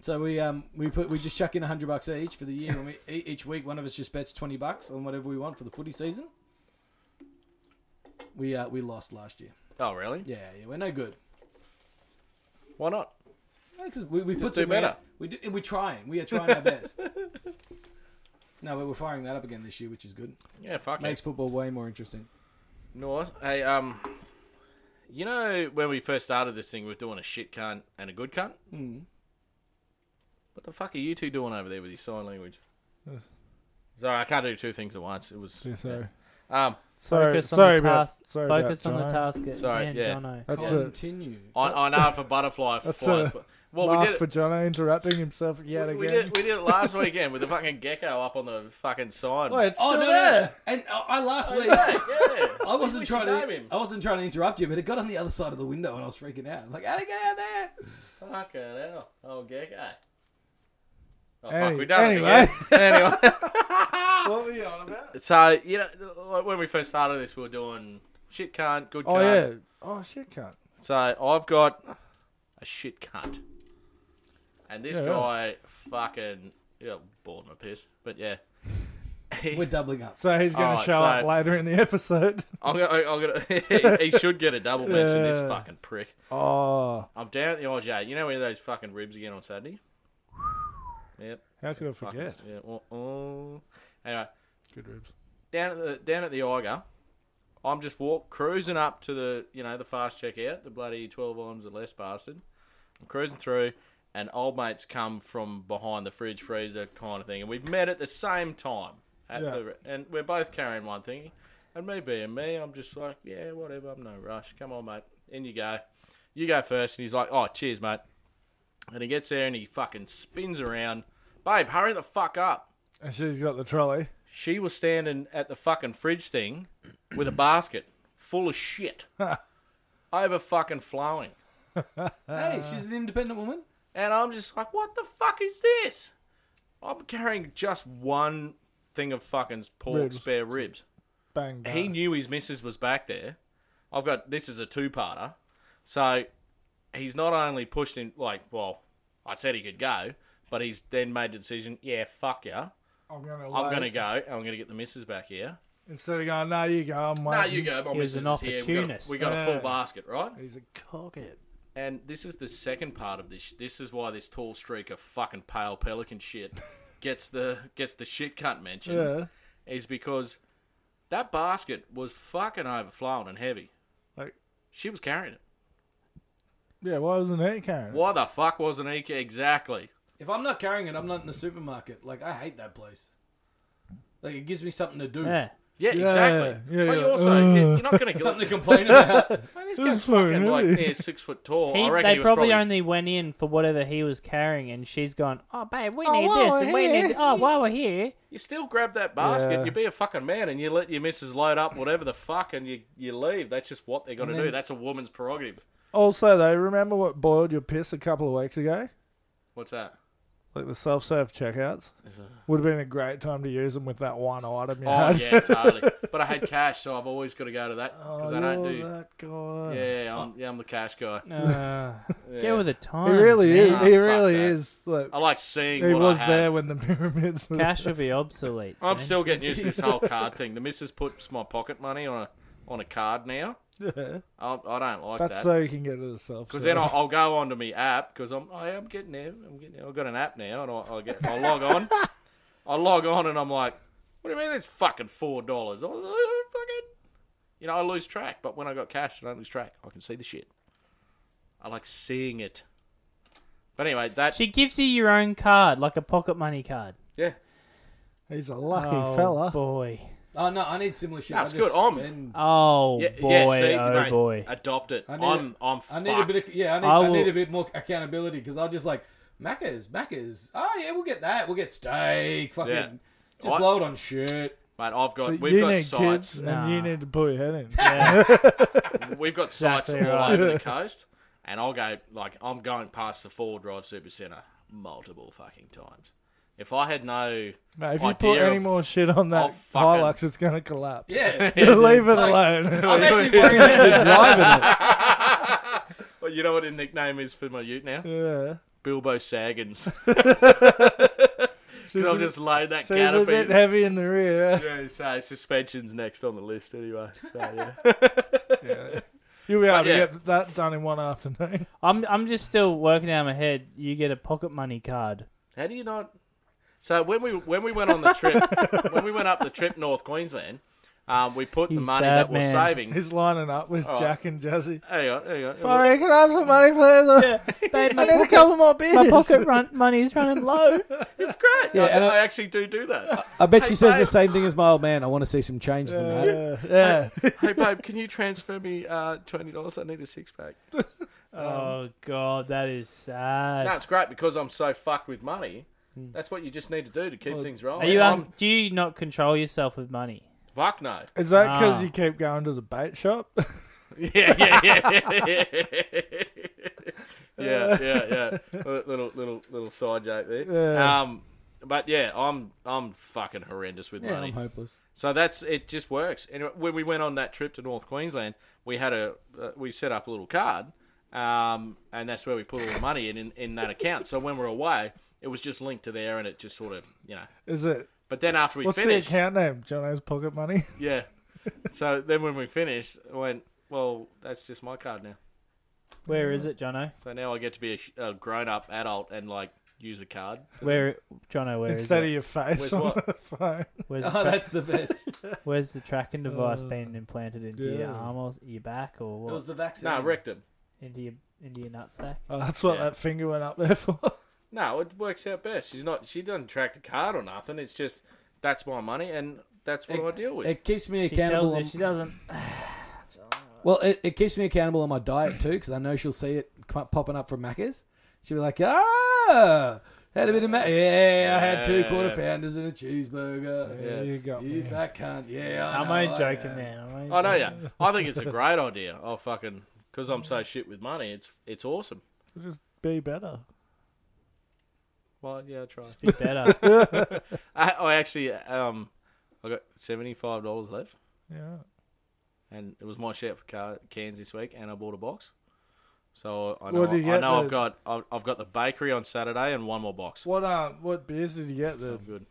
[SPEAKER 4] So we um we put we just chuck in hundred bucks each for the year, and we e- each week one of us just bets twenty bucks on whatever we want for the footy season. We uh we lost last year.
[SPEAKER 1] Oh, really?
[SPEAKER 4] Yeah, yeah, we're no good.
[SPEAKER 1] Why not?
[SPEAKER 4] Yeah, 'cause we, we put
[SPEAKER 1] do
[SPEAKER 4] some
[SPEAKER 1] better.
[SPEAKER 4] out. We do, we're trying. We are trying our best. No, but we're firing that up again this year, which is good.
[SPEAKER 1] Yeah, fuck
[SPEAKER 4] Makes
[SPEAKER 1] it.
[SPEAKER 4] football way more interesting.
[SPEAKER 1] Nice. Hey, um, you know when we first started this thing, we were doing a shit cunt and a good cunt. Mm. What the fuck are you two doing over there with your sign language?
[SPEAKER 2] Yes.
[SPEAKER 1] Sorry, I can't do two things at once. It was
[SPEAKER 2] Yeah, sorry.
[SPEAKER 1] um.
[SPEAKER 2] Sorry,
[SPEAKER 3] focus
[SPEAKER 2] sorry
[SPEAKER 3] on the
[SPEAKER 2] about,
[SPEAKER 3] task.
[SPEAKER 2] sorry
[SPEAKER 3] focus
[SPEAKER 2] about
[SPEAKER 3] on the
[SPEAKER 2] Jono.
[SPEAKER 3] task. At
[SPEAKER 1] Sorry,
[SPEAKER 3] hand,
[SPEAKER 1] yeah.
[SPEAKER 3] Jono.
[SPEAKER 2] That's a
[SPEAKER 4] Continue.
[SPEAKER 1] I, I know for butterfly
[SPEAKER 2] That's
[SPEAKER 1] flies,
[SPEAKER 2] a
[SPEAKER 1] but well, we
[SPEAKER 2] mark
[SPEAKER 1] did it.
[SPEAKER 2] for Jono interrupting himself yet
[SPEAKER 1] we,
[SPEAKER 2] again.
[SPEAKER 1] we did, we did it last weekend with the fucking gecko up on the fucking sign.
[SPEAKER 2] Oh, it's still
[SPEAKER 4] oh no,
[SPEAKER 2] there.
[SPEAKER 4] no, and I, I last week.
[SPEAKER 1] yeah, yeah.
[SPEAKER 4] I wasn't trying
[SPEAKER 1] name
[SPEAKER 4] to. Oh.
[SPEAKER 1] him.
[SPEAKER 4] I wasn't trying to interrupt you, but it got on the other side of the window, and I was freaking out. I'm like, how to get out there?
[SPEAKER 1] Fucking hell. Oh, gecko. Oh,
[SPEAKER 2] Any-
[SPEAKER 1] fuck, we done
[SPEAKER 2] anyway.
[SPEAKER 1] it again. anyway.
[SPEAKER 2] What were you on about?
[SPEAKER 1] So, you know, like when we first started this, we were doing shit cunt, good
[SPEAKER 2] Oh
[SPEAKER 1] cunt.
[SPEAKER 2] yeah. Oh shit, cunt.
[SPEAKER 1] So, I've got a shit cunt. And this
[SPEAKER 2] Yeah,
[SPEAKER 1] guy fucking. Yeah, bored my piss. But yeah. He-
[SPEAKER 4] We're doubling up.
[SPEAKER 2] So he's going
[SPEAKER 1] Alright,
[SPEAKER 2] to show up
[SPEAKER 1] so-
[SPEAKER 2] later in the episode.
[SPEAKER 1] I'm gonna, I'm gonna, he should get a double mention,
[SPEAKER 2] Yeah.
[SPEAKER 1] this fucking prick.
[SPEAKER 2] Oh,
[SPEAKER 1] I'm down at the IJ. You know where those fucking ribs again on Saturday? Yep.
[SPEAKER 2] how could I
[SPEAKER 1] Fucking-
[SPEAKER 2] forget?
[SPEAKER 1] Yeah. Oh, oh. Anyway,
[SPEAKER 2] Good ribs.
[SPEAKER 1] down at the down at the Iger, I'm just walk cruising up to the you know the fast checkout, the bloody twelve arms or less bastard. I'm cruising through, and old mates come from behind the fridge freezer kind of thing, and we've met at the same time. At
[SPEAKER 2] Yeah.
[SPEAKER 1] the, and we're both carrying one thing, and me being me, I'm just like, yeah, whatever. I'm no rush. Come on, mate. In you go. You go first, and he's like, oh, cheers, mate. And he gets there and he fucking spins around. Babe, hurry the fuck up
[SPEAKER 2] And she's got the trolley.
[SPEAKER 1] she was standing at the fucking fridge thing with a basket full of shit. over fucking flowing.
[SPEAKER 4] Hey, she's an independent woman.
[SPEAKER 1] And I'm just like, what the fuck is this? I'm carrying just one thing of fucking pork
[SPEAKER 2] Ribs.
[SPEAKER 1] spare ribs.
[SPEAKER 2] Bang bang.
[SPEAKER 1] He knew his missus was back there. I've got this is a two parter. So he's not only pushed him like, well, I said he could go, but he's then made the decision, yeah, fuck yeah.
[SPEAKER 2] I'm gonna.
[SPEAKER 1] I'm
[SPEAKER 2] wait.
[SPEAKER 1] gonna go and I'm gonna get the missus back here.
[SPEAKER 2] Instead of going, no, you go. I'm
[SPEAKER 1] No,
[SPEAKER 2] waiting."
[SPEAKER 1] you go, my
[SPEAKER 3] He was
[SPEAKER 1] missus
[SPEAKER 3] an
[SPEAKER 1] is here. We got,
[SPEAKER 3] opportunist.
[SPEAKER 1] a, we got a
[SPEAKER 2] Yeah.
[SPEAKER 1] full basket, right?
[SPEAKER 2] He's a cockhead.
[SPEAKER 1] And this is the second part of this. This is why this tall streak of fucking pale pelican shit gets the gets the shit cunt mentioned.
[SPEAKER 2] Yeah.
[SPEAKER 1] Is because that basket was fucking overflowing and heavy.
[SPEAKER 2] Like,
[SPEAKER 1] She was carrying it.
[SPEAKER 2] yeah. Why wasn't he carrying? it?
[SPEAKER 1] Why the fuck wasn't he ca- exactly?
[SPEAKER 4] If I'm not carrying it, I'm not in the supermarket. Like I hate that place. Like it gives me something to do.
[SPEAKER 3] Yeah.
[SPEAKER 1] Yeah,
[SPEAKER 2] Yeah,
[SPEAKER 1] exactly.
[SPEAKER 2] yeah,
[SPEAKER 1] but
[SPEAKER 2] yeah.
[SPEAKER 1] you also you're you're not gonna get
[SPEAKER 4] Something to complain about.
[SPEAKER 1] Man, this
[SPEAKER 2] This
[SPEAKER 1] guy's
[SPEAKER 2] is fucking
[SPEAKER 1] fucking like
[SPEAKER 2] heavy.
[SPEAKER 1] near six foot tall.
[SPEAKER 3] He,
[SPEAKER 1] I reckon
[SPEAKER 3] they
[SPEAKER 1] he was
[SPEAKER 3] probably,
[SPEAKER 1] probably
[SPEAKER 3] only went in for whatever he was carrying, and she's gone, "Oh, babe, we
[SPEAKER 2] Oh,
[SPEAKER 3] need
[SPEAKER 2] while
[SPEAKER 3] this,
[SPEAKER 2] we're
[SPEAKER 3] and we
[SPEAKER 2] here."
[SPEAKER 3] need oh, while we're here."
[SPEAKER 1] You still grab that basket,
[SPEAKER 2] Yeah.
[SPEAKER 1] you be a fucking man, and you let your missus load up whatever the fuck, and you, you leave. That's just what they're going to
[SPEAKER 4] And then-
[SPEAKER 1] do. That's a woman's prerogative.
[SPEAKER 2] Also, though, remember what boiled your piss a couple of weeks ago?
[SPEAKER 1] What's that?
[SPEAKER 2] Like the self-serve checkouts. Would have been a great time to use them with that one item you
[SPEAKER 1] Oh,
[SPEAKER 2] had.
[SPEAKER 1] yeah, totally. But I had cash, so I've always got to go to that
[SPEAKER 2] Oh,
[SPEAKER 1] because I don't
[SPEAKER 2] you're
[SPEAKER 1] do.
[SPEAKER 2] that guy.
[SPEAKER 1] Yeah, I'm, yeah, I'm the cash guy.
[SPEAKER 3] Uh,
[SPEAKER 1] Yeah.
[SPEAKER 3] Get with the
[SPEAKER 2] He
[SPEAKER 3] times.
[SPEAKER 2] really
[SPEAKER 3] man.
[SPEAKER 2] is. He
[SPEAKER 1] fuck
[SPEAKER 2] really
[SPEAKER 1] that.
[SPEAKER 2] is. Like,
[SPEAKER 1] I like seeing
[SPEAKER 2] he
[SPEAKER 1] what
[SPEAKER 2] was
[SPEAKER 1] I have.
[SPEAKER 2] there when the pyramids were.
[SPEAKER 3] Cash will be obsolete.
[SPEAKER 1] I'm
[SPEAKER 3] soon.
[SPEAKER 1] still getting used to this whole card thing. The missus puts my pocket money on a on a card now.
[SPEAKER 2] Yeah.
[SPEAKER 1] I, I don't like
[SPEAKER 2] That's
[SPEAKER 1] that.
[SPEAKER 2] so you can get to the self.
[SPEAKER 1] Because then I'll, I'll go onto my app because I'm I am getting there. I'm getting there. I've got an app now and I'll, I'll get I'll log on. I log on and I'm like, what do you mean it's fucking four dollars? "Oh, Fucking, you know, I lose track. But when I got cash, I don't lose track. I can see the shit. I like seeing it. But anyway, that
[SPEAKER 3] She gives you your own card, like a pocket money card.
[SPEAKER 1] yeah,
[SPEAKER 2] He's a lucky
[SPEAKER 3] oh,
[SPEAKER 2] fella.
[SPEAKER 3] boy.
[SPEAKER 4] oh no, I need similar shit.
[SPEAKER 1] No,
[SPEAKER 4] I
[SPEAKER 1] it's
[SPEAKER 4] just
[SPEAKER 1] good. I'm-
[SPEAKER 4] spend-
[SPEAKER 3] Oh
[SPEAKER 1] yeah,
[SPEAKER 3] boy.
[SPEAKER 1] yeah. See,
[SPEAKER 3] oh
[SPEAKER 1] mate,
[SPEAKER 3] boy.
[SPEAKER 1] adopt it.
[SPEAKER 4] I need
[SPEAKER 1] I'm I'm
[SPEAKER 4] I
[SPEAKER 1] fucked.
[SPEAKER 4] need a bit of yeah. I need,
[SPEAKER 3] I
[SPEAKER 4] I
[SPEAKER 3] will-
[SPEAKER 4] need a bit more accountability because I just like Macca's, Macca's. Oh yeah, we'll get that. We'll get steak. Fucking
[SPEAKER 1] Yeah.
[SPEAKER 4] just
[SPEAKER 1] I-
[SPEAKER 4] blow it on shit.
[SPEAKER 1] Mate, I've got
[SPEAKER 2] So
[SPEAKER 1] we've
[SPEAKER 2] you
[SPEAKER 1] got
[SPEAKER 2] need
[SPEAKER 1] sites.
[SPEAKER 2] kids, and you
[SPEAKER 3] Nah.
[SPEAKER 2] need to put your head in.
[SPEAKER 3] Yeah.
[SPEAKER 1] We've got sites
[SPEAKER 3] Exactly
[SPEAKER 1] all
[SPEAKER 3] right.
[SPEAKER 1] over the coast, and I'll go like I'm going past the Ford Drive Supercenter multiple fucking times. If I had no,
[SPEAKER 2] Mate, if you
[SPEAKER 1] Idea
[SPEAKER 2] put any
[SPEAKER 1] of-
[SPEAKER 2] more shit on that
[SPEAKER 1] Oh, fucking-
[SPEAKER 2] Hilux, it's going to collapse.
[SPEAKER 4] Yeah,
[SPEAKER 2] Leave it
[SPEAKER 4] Like-
[SPEAKER 2] alone.
[SPEAKER 4] I'm actually worried about you driving it.
[SPEAKER 1] well, you know what the nickname is for my Ute now,
[SPEAKER 2] yeah.
[SPEAKER 1] Bilbo Saggins.
[SPEAKER 2] She's,
[SPEAKER 1] I'll
[SPEAKER 2] a-
[SPEAKER 1] just load that
[SPEAKER 2] she's a
[SPEAKER 1] canopy.
[SPEAKER 2] bit heavy in the rear.
[SPEAKER 1] Yeah, so suspension's next on the list anyway. So, yeah.
[SPEAKER 2] You'll be able to
[SPEAKER 1] yeah.
[SPEAKER 2] get that done in one afternoon.
[SPEAKER 3] I'm I'm just still working out in my head. You get a pocket money card.
[SPEAKER 1] How do you not? So when we when we went on the trip, when we went up the trip North Queensland, um, we put the
[SPEAKER 3] You
[SPEAKER 1] money
[SPEAKER 3] sad
[SPEAKER 1] that we're
[SPEAKER 3] man.
[SPEAKER 1] saving.
[SPEAKER 2] He's lining up with
[SPEAKER 1] All right.
[SPEAKER 2] Jack and Jazzy.
[SPEAKER 1] Hang on, hang on.
[SPEAKER 2] Barry, can I have some money, please?
[SPEAKER 3] Babe,
[SPEAKER 2] I
[SPEAKER 3] my,
[SPEAKER 2] need a
[SPEAKER 3] pocket,
[SPEAKER 2] couple more
[SPEAKER 3] my
[SPEAKER 2] beers.
[SPEAKER 3] pocket run, money's running low.
[SPEAKER 1] It's great.
[SPEAKER 4] Yeah,
[SPEAKER 1] I,
[SPEAKER 4] and
[SPEAKER 1] I
[SPEAKER 4] I-
[SPEAKER 1] actually do do that.
[SPEAKER 4] I bet
[SPEAKER 1] Hey,
[SPEAKER 4] she says
[SPEAKER 1] babe.
[SPEAKER 4] the same thing as my old man. I want to see some change from that.
[SPEAKER 2] Yeah, Uh, yeah.
[SPEAKER 1] hey babe, can you transfer me uh, twenty dollars? I need a six pack.
[SPEAKER 4] Um,
[SPEAKER 3] Oh god, that is sad.
[SPEAKER 1] No, it's great because I'm so fucked with money. That's what you just need to do to keep things rolling.
[SPEAKER 3] Are you um,
[SPEAKER 1] I'm,
[SPEAKER 3] un- do you not control yourself with money?
[SPEAKER 1] fuck no.
[SPEAKER 2] Is that because
[SPEAKER 3] Ah.
[SPEAKER 2] you keep going to the bait shop?
[SPEAKER 1] Yeah, yeah, yeah, yeah, yeah, yeah. Little, little, little side joke there.
[SPEAKER 2] Yeah.
[SPEAKER 1] Um, but yeah, I'm, I'm fucking horrendous with
[SPEAKER 4] Yeah,
[SPEAKER 1] money.
[SPEAKER 4] I'm hopeless.
[SPEAKER 1] So that's it. Just works. And when we went on that trip to North Queensland, we had a uh, we set up a little card, um, and that's where we put all the money in, in in that account. So when we're away, it was just linked to there, and it just sort of you know.
[SPEAKER 2] Is it?
[SPEAKER 1] But then after we
[SPEAKER 2] What's
[SPEAKER 1] finished,
[SPEAKER 2] the account name? Jono's Pocket Money?
[SPEAKER 1] yeah. So then when we finished, I went well. That's just my card now.
[SPEAKER 3] Where is it, Jono?
[SPEAKER 1] So now I get to be a sh- a, grown up adult and like use a card.
[SPEAKER 3] Where, Jono? Where is
[SPEAKER 2] Instead of
[SPEAKER 3] it?
[SPEAKER 2] your face
[SPEAKER 1] Where's
[SPEAKER 2] on
[SPEAKER 1] what?
[SPEAKER 2] the phone.
[SPEAKER 3] Where's, the
[SPEAKER 4] Oh,
[SPEAKER 3] tra-
[SPEAKER 4] that's the best. It
[SPEAKER 3] where's the tracking device being implanted into your
[SPEAKER 2] yeah.
[SPEAKER 3] arm or your back or what?
[SPEAKER 4] was the vaccine.
[SPEAKER 1] No, rectum.
[SPEAKER 3] into your into your nutsack?
[SPEAKER 2] Oh, that's what
[SPEAKER 1] Yeah.
[SPEAKER 2] that finger went up there for.
[SPEAKER 1] No, it works out best. She's not. She doesn't track the card or nothing. It's just that's my money and that's what I deal with.
[SPEAKER 4] It keeps me
[SPEAKER 3] She
[SPEAKER 4] accountable.
[SPEAKER 3] tells you
[SPEAKER 4] On,
[SPEAKER 3] she doesn't.
[SPEAKER 4] well, it, it keeps me accountable on my diet too because I know she'll see it come up- popping up from Macca's. She'll be like, ah, had a bit of Mac. Yeah, I had two
[SPEAKER 1] Yeah.
[SPEAKER 4] quarter pounders and a cheeseburger. Yeah.
[SPEAKER 2] You got
[SPEAKER 4] You
[SPEAKER 2] me.
[SPEAKER 4] fat cunt. Yeah, I
[SPEAKER 3] I'm
[SPEAKER 4] know,
[SPEAKER 3] only
[SPEAKER 4] I
[SPEAKER 3] joking,
[SPEAKER 4] am.
[SPEAKER 3] man. I'm only
[SPEAKER 1] I know yeah. I think it's a great idea. I'll fucking because I'm so shit with money. It's it's awesome.
[SPEAKER 2] Just be better.
[SPEAKER 1] Well, yeah, I try.
[SPEAKER 3] It's a bit better.
[SPEAKER 1] I, I actually um, I got seventy five dollars left,
[SPEAKER 2] Yeah.
[SPEAKER 1] and it was my shout for car, cans this week, and I bought a box. So I know
[SPEAKER 2] What did you
[SPEAKER 1] I,
[SPEAKER 2] get
[SPEAKER 1] know I've
[SPEAKER 2] the-
[SPEAKER 1] got I've, I've got the bakery on Saturday and one more box.
[SPEAKER 2] What um what beers did you get
[SPEAKER 1] So
[SPEAKER 2] that
[SPEAKER 1] I'm good.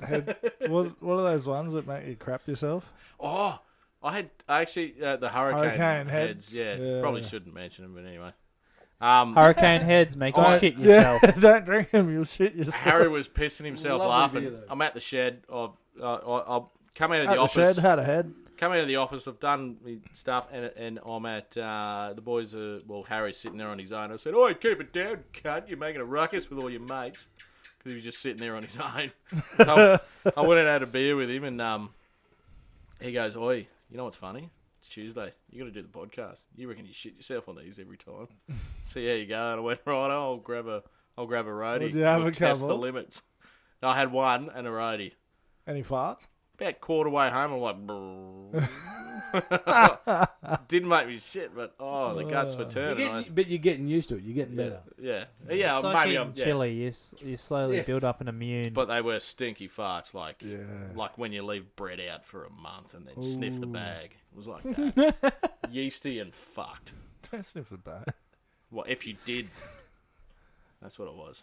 [SPEAKER 2] had what what are those ones that make you crap yourself?
[SPEAKER 1] Oh, I had I actually uh, the hurricane,
[SPEAKER 2] Hurricane
[SPEAKER 1] heads.
[SPEAKER 2] heads.
[SPEAKER 1] Yeah,
[SPEAKER 2] Yeah.
[SPEAKER 1] probably shouldn't mention them, but anyway. Um,
[SPEAKER 3] Hurricane heads make you
[SPEAKER 2] Don't-
[SPEAKER 3] shit
[SPEAKER 2] yeah,
[SPEAKER 3] yourself.
[SPEAKER 2] don't drink them, you'll shit yourself.
[SPEAKER 1] Harry was pissing himself
[SPEAKER 4] Lovely
[SPEAKER 1] laughing.
[SPEAKER 4] beer, though.
[SPEAKER 1] I'm at the shed. I've, uh, I- I've come out of
[SPEAKER 2] At
[SPEAKER 1] the
[SPEAKER 2] the
[SPEAKER 1] office.
[SPEAKER 2] shed had a head.
[SPEAKER 1] Come out of the office. I've done me stuff, and and I'm at uh, the boys. Are, well, Harry's sitting there on his own. I said, "Oi, keep it down, cunt! You're making a ruckus with all your mates." Because he was just sitting there on his own. So I went and had a beer with him, and um, he goes, "Oi, you know what's funny? It's Tuesday. You got to do the podcast. You reckon you shit yourself on these every time?" so yeah, you go. And I went, "Right, I'll grab a, I'll grab a roadie.
[SPEAKER 2] Well, do you have
[SPEAKER 1] We'll
[SPEAKER 2] a
[SPEAKER 1] test the
[SPEAKER 2] couple?
[SPEAKER 1] limits." No, I had one and a roadie
[SPEAKER 2] Any farts?
[SPEAKER 1] about quarter way home, I'm like, "Brrr." didn't make me shit, but oh, the guts
[SPEAKER 2] Uh,
[SPEAKER 1] were
[SPEAKER 4] You're
[SPEAKER 1] turning. I,
[SPEAKER 4] getting, but you're getting used to it. You're getting better.
[SPEAKER 1] yeah, yeah,
[SPEAKER 3] It's like
[SPEAKER 1] maybe
[SPEAKER 3] eating
[SPEAKER 1] I'm yeah.
[SPEAKER 3] chili. You, s- you slowly
[SPEAKER 4] Yes.
[SPEAKER 3] build up an immune.
[SPEAKER 1] but they were stinky farts, like
[SPEAKER 2] Yeah.
[SPEAKER 1] like when you leave bread out for a month and then sniff the bag. It was like that. yeasty and fucked.
[SPEAKER 2] Don't sniff the bat.
[SPEAKER 1] Well, if you did, that's what it was.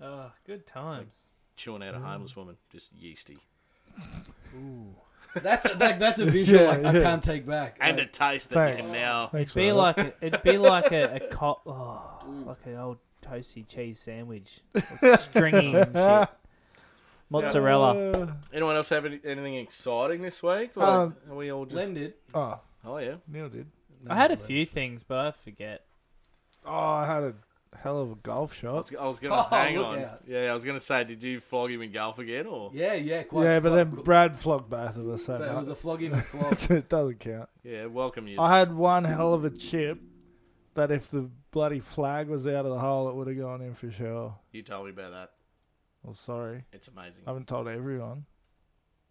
[SPEAKER 3] oh, good times.
[SPEAKER 1] Chewing
[SPEAKER 2] Mm.
[SPEAKER 1] out a homeless woman, just yeasty,
[SPEAKER 4] That's a, that, that's a visual
[SPEAKER 2] Yeah,
[SPEAKER 4] like, I
[SPEAKER 2] yeah.
[SPEAKER 4] can't take back.
[SPEAKER 1] and a
[SPEAKER 4] Like,
[SPEAKER 1] taste that you
[SPEAKER 2] Thanks.
[SPEAKER 1] can now.
[SPEAKER 2] Thanks for
[SPEAKER 3] Be
[SPEAKER 2] that.
[SPEAKER 3] like a, it'd be like a, a cop, oh, like an old toasty cheese sandwich, It's stringy and shit, mozzarella.
[SPEAKER 2] Uh,
[SPEAKER 1] Anyone else have any, anything exciting this week? Like,
[SPEAKER 2] Um,
[SPEAKER 1] are we all just?
[SPEAKER 4] Len did.
[SPEAKER 2] oh,
[SPEAKER 1] oh yeah.
[SPEAKER 2] Neil did.
[SPEAKER 3] I had a few things, but I forget.
[SPEAKER 2] Oh, I had a hell of a golf
[SPEAKER 1] I
[SPEAKER 2] shot.
[SPEAKER 1] was, I was gonna
[SPEAKER 4] Oh,
[SPEAKER 1] hang
[SPEAKER 4] look
[SPEAKER 1] on.
[SPEAKER 4] out.
[SPEAKER 1] Yeah, I was gonna say, did you flog him in golf again, or
[SPEAKER 4] Yeah, yeah, quite.
[SPEAKER 2] Yeah, but
[SPEAKER 4] quite
[SPEAKER 2] then
[SPEAKER 4] cool.
[SPEAKER 2] Brad flogged both of us. So,
[SPEAKER 4] so it was a flogging and flog.
[SPEAKER 2] much. it doesn't count.
[SPEAKER 1] yeah, welcome you.
[SPEAKER 2] I had one hell of a chip that if the bloody flag was out of the hole, it would have gone in for sure.
[SPEAKER 1] you told me about that.
[SPEAKER 2] Well, sorry.
[SPEAKER 1] It's amazing.
[SPEAKER 2] I haven't told everyone.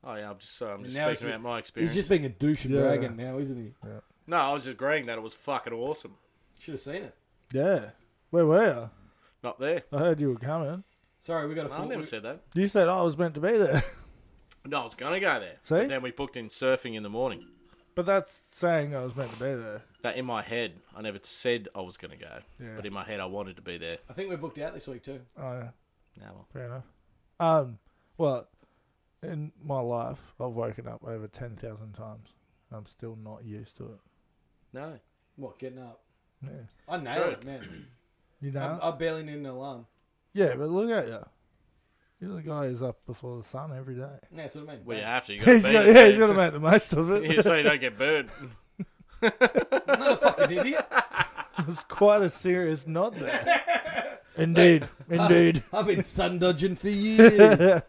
[SPEAKER 1] oh yeah, I'm just sorry. I'm
[SPEAKER 4] And
[SPEAKER 1] just
[SPEAKER 4] now
[SPEAKER 1] speaking
[SPEAKER 4] he's-
[SPEAKER 1] about my experience.
[SPEAKER 4] He's just being a douche and
[SPEAKER 2] Yeah.
[SPEAKER 4] bragging now, isn't he?
[SPEAKER 1] No, I was agreeing that it was fucking awesome.
[SPEAKER 4] Should have seen it.
[SPEAKER 2] Yeah. Where were
[SPEAKER 1] Not there.
[SPEAKER 2] you? I heard you were coming.
[SPEAKER 4] Sorry, we got a
[SPEAKER 1] No, I
[SPEAKER 4] full.
[SPEAKER 1] never
[SPEAKER 4] We,
[SPEAKER 1] said that.
[SPEAKER 2] You said "Oh, I was meant to be there.
[SPEAKER 1] No, I was gonna go there.
[SPEAKER 2] See?
[SPEAKER 1] But then we booked in surfing in the morning.
[SPEAKER 2] But that's saying I was meant to be there.
[SPEAKER 1] That in my head, I never said I was gonna go,
[SPEAKER 2] Yeah.
[SPEAKER 1] but in my head, I wanted to be there.
[SPEAKER 4] I think we're booked out this week too.
[SPEAKER 2] Oh, yeah,
[SPEAKER 1] No, well,
[SPEAKER 2] fair enough. Um, well, in my life, I've woken up over 10,000 times. I'm still not used to it.
[SPEAKER 1] no.
[SPEAKER 4] What getting up?
[SPEAKER 2] Yeah.
[SPEAKER 4] I nailed it, man.
[SPEAKER 2] You know?
[SPEAKER 4] I, I barely need an alarm.
[SPEAKER 2] yeah, but look at you. You're the guy who's up before the sun every day.
[SPEAKER 4] Yeah, that's what I mean.
[SPEAKER 1] Well, you
[SPEAKER 4] Bang.
[SPEAKER 1] have to. You gotta
[SPEAKER 2] He's
[SPEAKER 1] beat
[SPEAKER 2] got,
[SPEAKER 1] it,
[SPEAKER 2] yeah,
[SPEAKER 1] so-
[SPEAKER 2] he's got to make the most of it.
[SPEAKER 1] Yeah, so you don't get burned.
[SPEAKER 4] I'm not a fucking idiot.
[SPEAKER 2] It's quite a serious nod there. Indeed, indeed.
[SPEAKER 4] I've been sun dodging for years.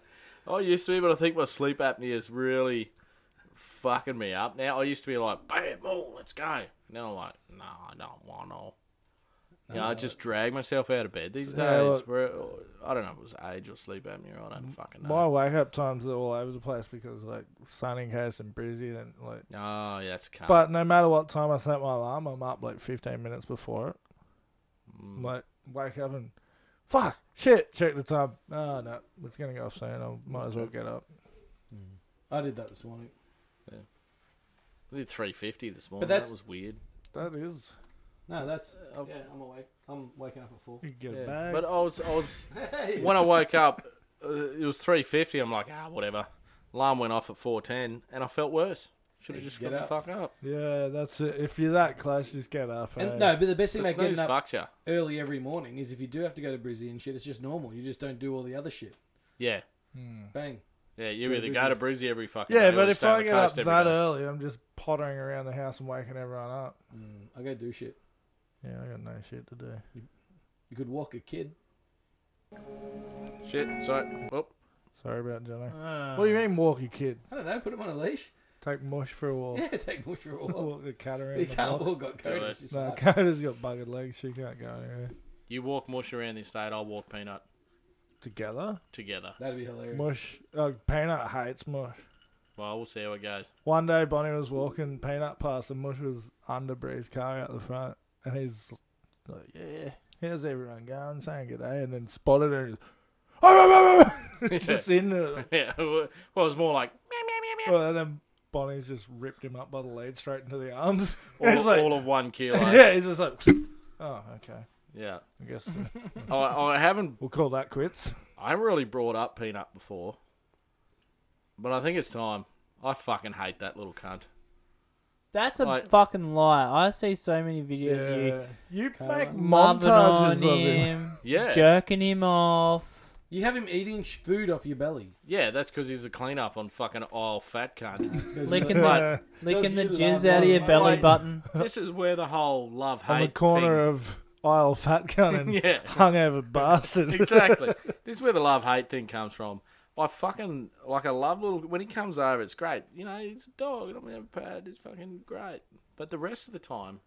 [SPEAKER 1] I used to be, but I think my sleep apnea is really fucking me up now. I used to be like, bam, oh, let's go. Now I'm like, no, I don't want to. You know, I just drag myself out of bed these days.
[SPEAKER 2] Yeah, look-
[SPEAKER 1] Bro. I don't know if it was age or sleep apnea. I don't fucking know.
[SPEAKER 2] My wake up times are all over the place because like sun encased and breezy and like.
[SPEAKER 1] Oh, yeah, that's a cunt.
[SPEAKER 2] But no matter what time I set my alarm, I'm up like 15 minutes before it.
[SPEAKER 1] Mm.
[SPEAKER 2] I'm like wake up and fuck shit. Check the time. Oh no, it's gonna go off soon. I might as well get up.
[SPEAKER 4] I did that this morning.
[SPEAKER 1] I did 350 this morning.
[SPEAKER 4] that's-
[SPEAKER 1] That was weird.
[SPEAKER 2] That is.
[SPEAKER 4] No, that's
[SPEAKER 1] Uh,
[SPEAKER 4] yeah. I'm awake. I'm waking up at four.
[SPEAKER 2] You can get
[SPEAKER 1] Yeah.
[SPEAKER 2] it back.
[SPEAKER 1] But uh, I was, I was,
[SPEAKER 4] Hey,
[SPEAKER 1] when I woke up, uh, it was 350. I'm like, ah, whatever. Alarm went off at 410, and I felt worse. Should have just
[SPEAKER 4] Get
[SPEAKER 1] got the
[SPEAKER 4] up.
[SPEAKER 1] fuck up.
[SPEAKER 2] yeah, that's it. If you're that close, just get up. eh?
[SPEAKER 4] And no, but the best
[SPEAKER 1] The
[SPEAKER 4] thing about getting
[SPEAKER 1] snooze
[SPEAKER 4] up
[SPEAKER 1] fucks you.
[SPEAKER 4] early every morning is if you do have to go to Brizzy and shit, it's just normal. You just don't do all the other shit.
[SPEAKER 1] Yeah.
[SPEAKER 2] Hmm.
[SPEAKER 4] Bang.
[SPEAKER 1] Yeah, you
[SPEAKER 4] Go to
[SPEAKER 1] either go to Brizzy every fucking
[SPEAKER 2] Yeah,
[SPEAKER 1] day.
[SPEAKER 2] but
[SPEAKER 1] or
[SPEAKER 2] if
[SPEAKER 1] stay on
[SPEAKER 2] I
[SPEAKER 1] the
[SPEAKER 2] get up
[SPEAKER 1] coast every
[SPEAKER 2] that
[SPEAKER 1] day.
[SPEAKER 2] early, I'm just pottering around the house and waking everyone up.
[SPEAKER 4] Mm, I go do shit.
[SPEAKER 2] Yeah, I got no shit to do.
[SPEAKER 4] You could walk a kid.
[SPEAKER 1] Shit, sorry. Well,
[SPEAKER 2] Sorry about Jono.
[SPEAKER 3] Uh,
[SPEAKER 2] What do you mean, walk your kid?
[SPEAKER 4] I don't know. Put him on a leash.
[SPEAKER 2] Take Mush for a walk.
[SPEAKER 4] Yeah, take Bush for a walk.
[SPEAKER 2] walk the cat around.
[SPEAKER 4] He
[SPEAKER 2] the
[SPEAKER 4] can't
[SPEAKER 2] block.
[SPEAKER 4] walk. Got
[SPEAKER 1] Do it.
[SPEAKER 4] COVID. It's just
[SPEAKER 2] No,
[SPEAKER 4] fucked.
[SPEAKER 2] Coda's got buggered legs. She can't go anywhere.
[SPEAKER 1] you walk Mush around the state, I'll walk Peanut
[SPEAKER 2] Together?
[SPEAKER 1] together.
[SPEAKER 4] That'd be hilarious.
[SPEAKER 2] Mush. Oh, Peanut uh, hates Mush.
[SPEAKER 1] Well, we'll see how it goes.
[SPEAKER 2] One day Bonnie was walking peanut past and Mush was under Bree's car out the front and he's like, Yeah, how's everyone going? Saying good day and then spotted her and oh, oh, oh, just in it.
[SPEAKER 1] Yeah. Well, it was more like meow, meow, meow, meow.
[SPEAKER 2] Well, and then Bonnie's just ripped him up by the lead straight into the arms.
[SPEAKER 1] All,
[SPEAKER 2] It's like-
[SPEAKER 1] all of one kilo. yeah.
[SPEAKER 2] yeah, he's just like Oh, okay. I guess uh,
[SPEAKER 1] I, I haven't.
[SPEAKER 2] we'll call that quits.
[SPEAKER 1] I haven't really brought up peanut before, but I think it's time. I fucking hate that little cunt.
[SPEAKER 3] That's a
[SPEAKER 1] Like-
[SPEAKER 3] fucking lie. I see so many videos of you
[SPEAKER 2] Yeah. You make
[SPEAKER 3] loving on
[SPEAKER 2] montages of him.
[SPEAKER 1] Yeah.
[SPEAKER 3] jerking him off.
[SPEAKER 4] You have him eating sh- food off your belly.
[SPEAKER 1] Yeah, that's because he's a cleanup on fucking aisle fat cunt.
[SPEAKER 4] It's 'cause
[SPEAKER 3] Licking
[SPEAKER 4] you-
[SPEAKER 3] the,
[SPEAKER 4] because
[SPEAKER 3] licking the
[SPEAKER 4] you love
[SPEAKER 3] jizz out of your
[SPEAKER 4] him.
[SPEAKER 3] belly
[SPEAKER 1] Like-
[SPEAKER 3] button.
[SPEAKER 1] this is where the whole love hate
[SPEAKER 2] on the corner of Isle Fat Gun and
[SPEAKER 1] Yeah.
[SPEAKER 2] hungover bastard.
[SPEAKER 1] exactly. This is where the love hate thing comes from. I fucking like I love little when he comes over. It's great. You know, he's a dog. I don't mean, I'm proud. It's fucking great. But the rest of the time,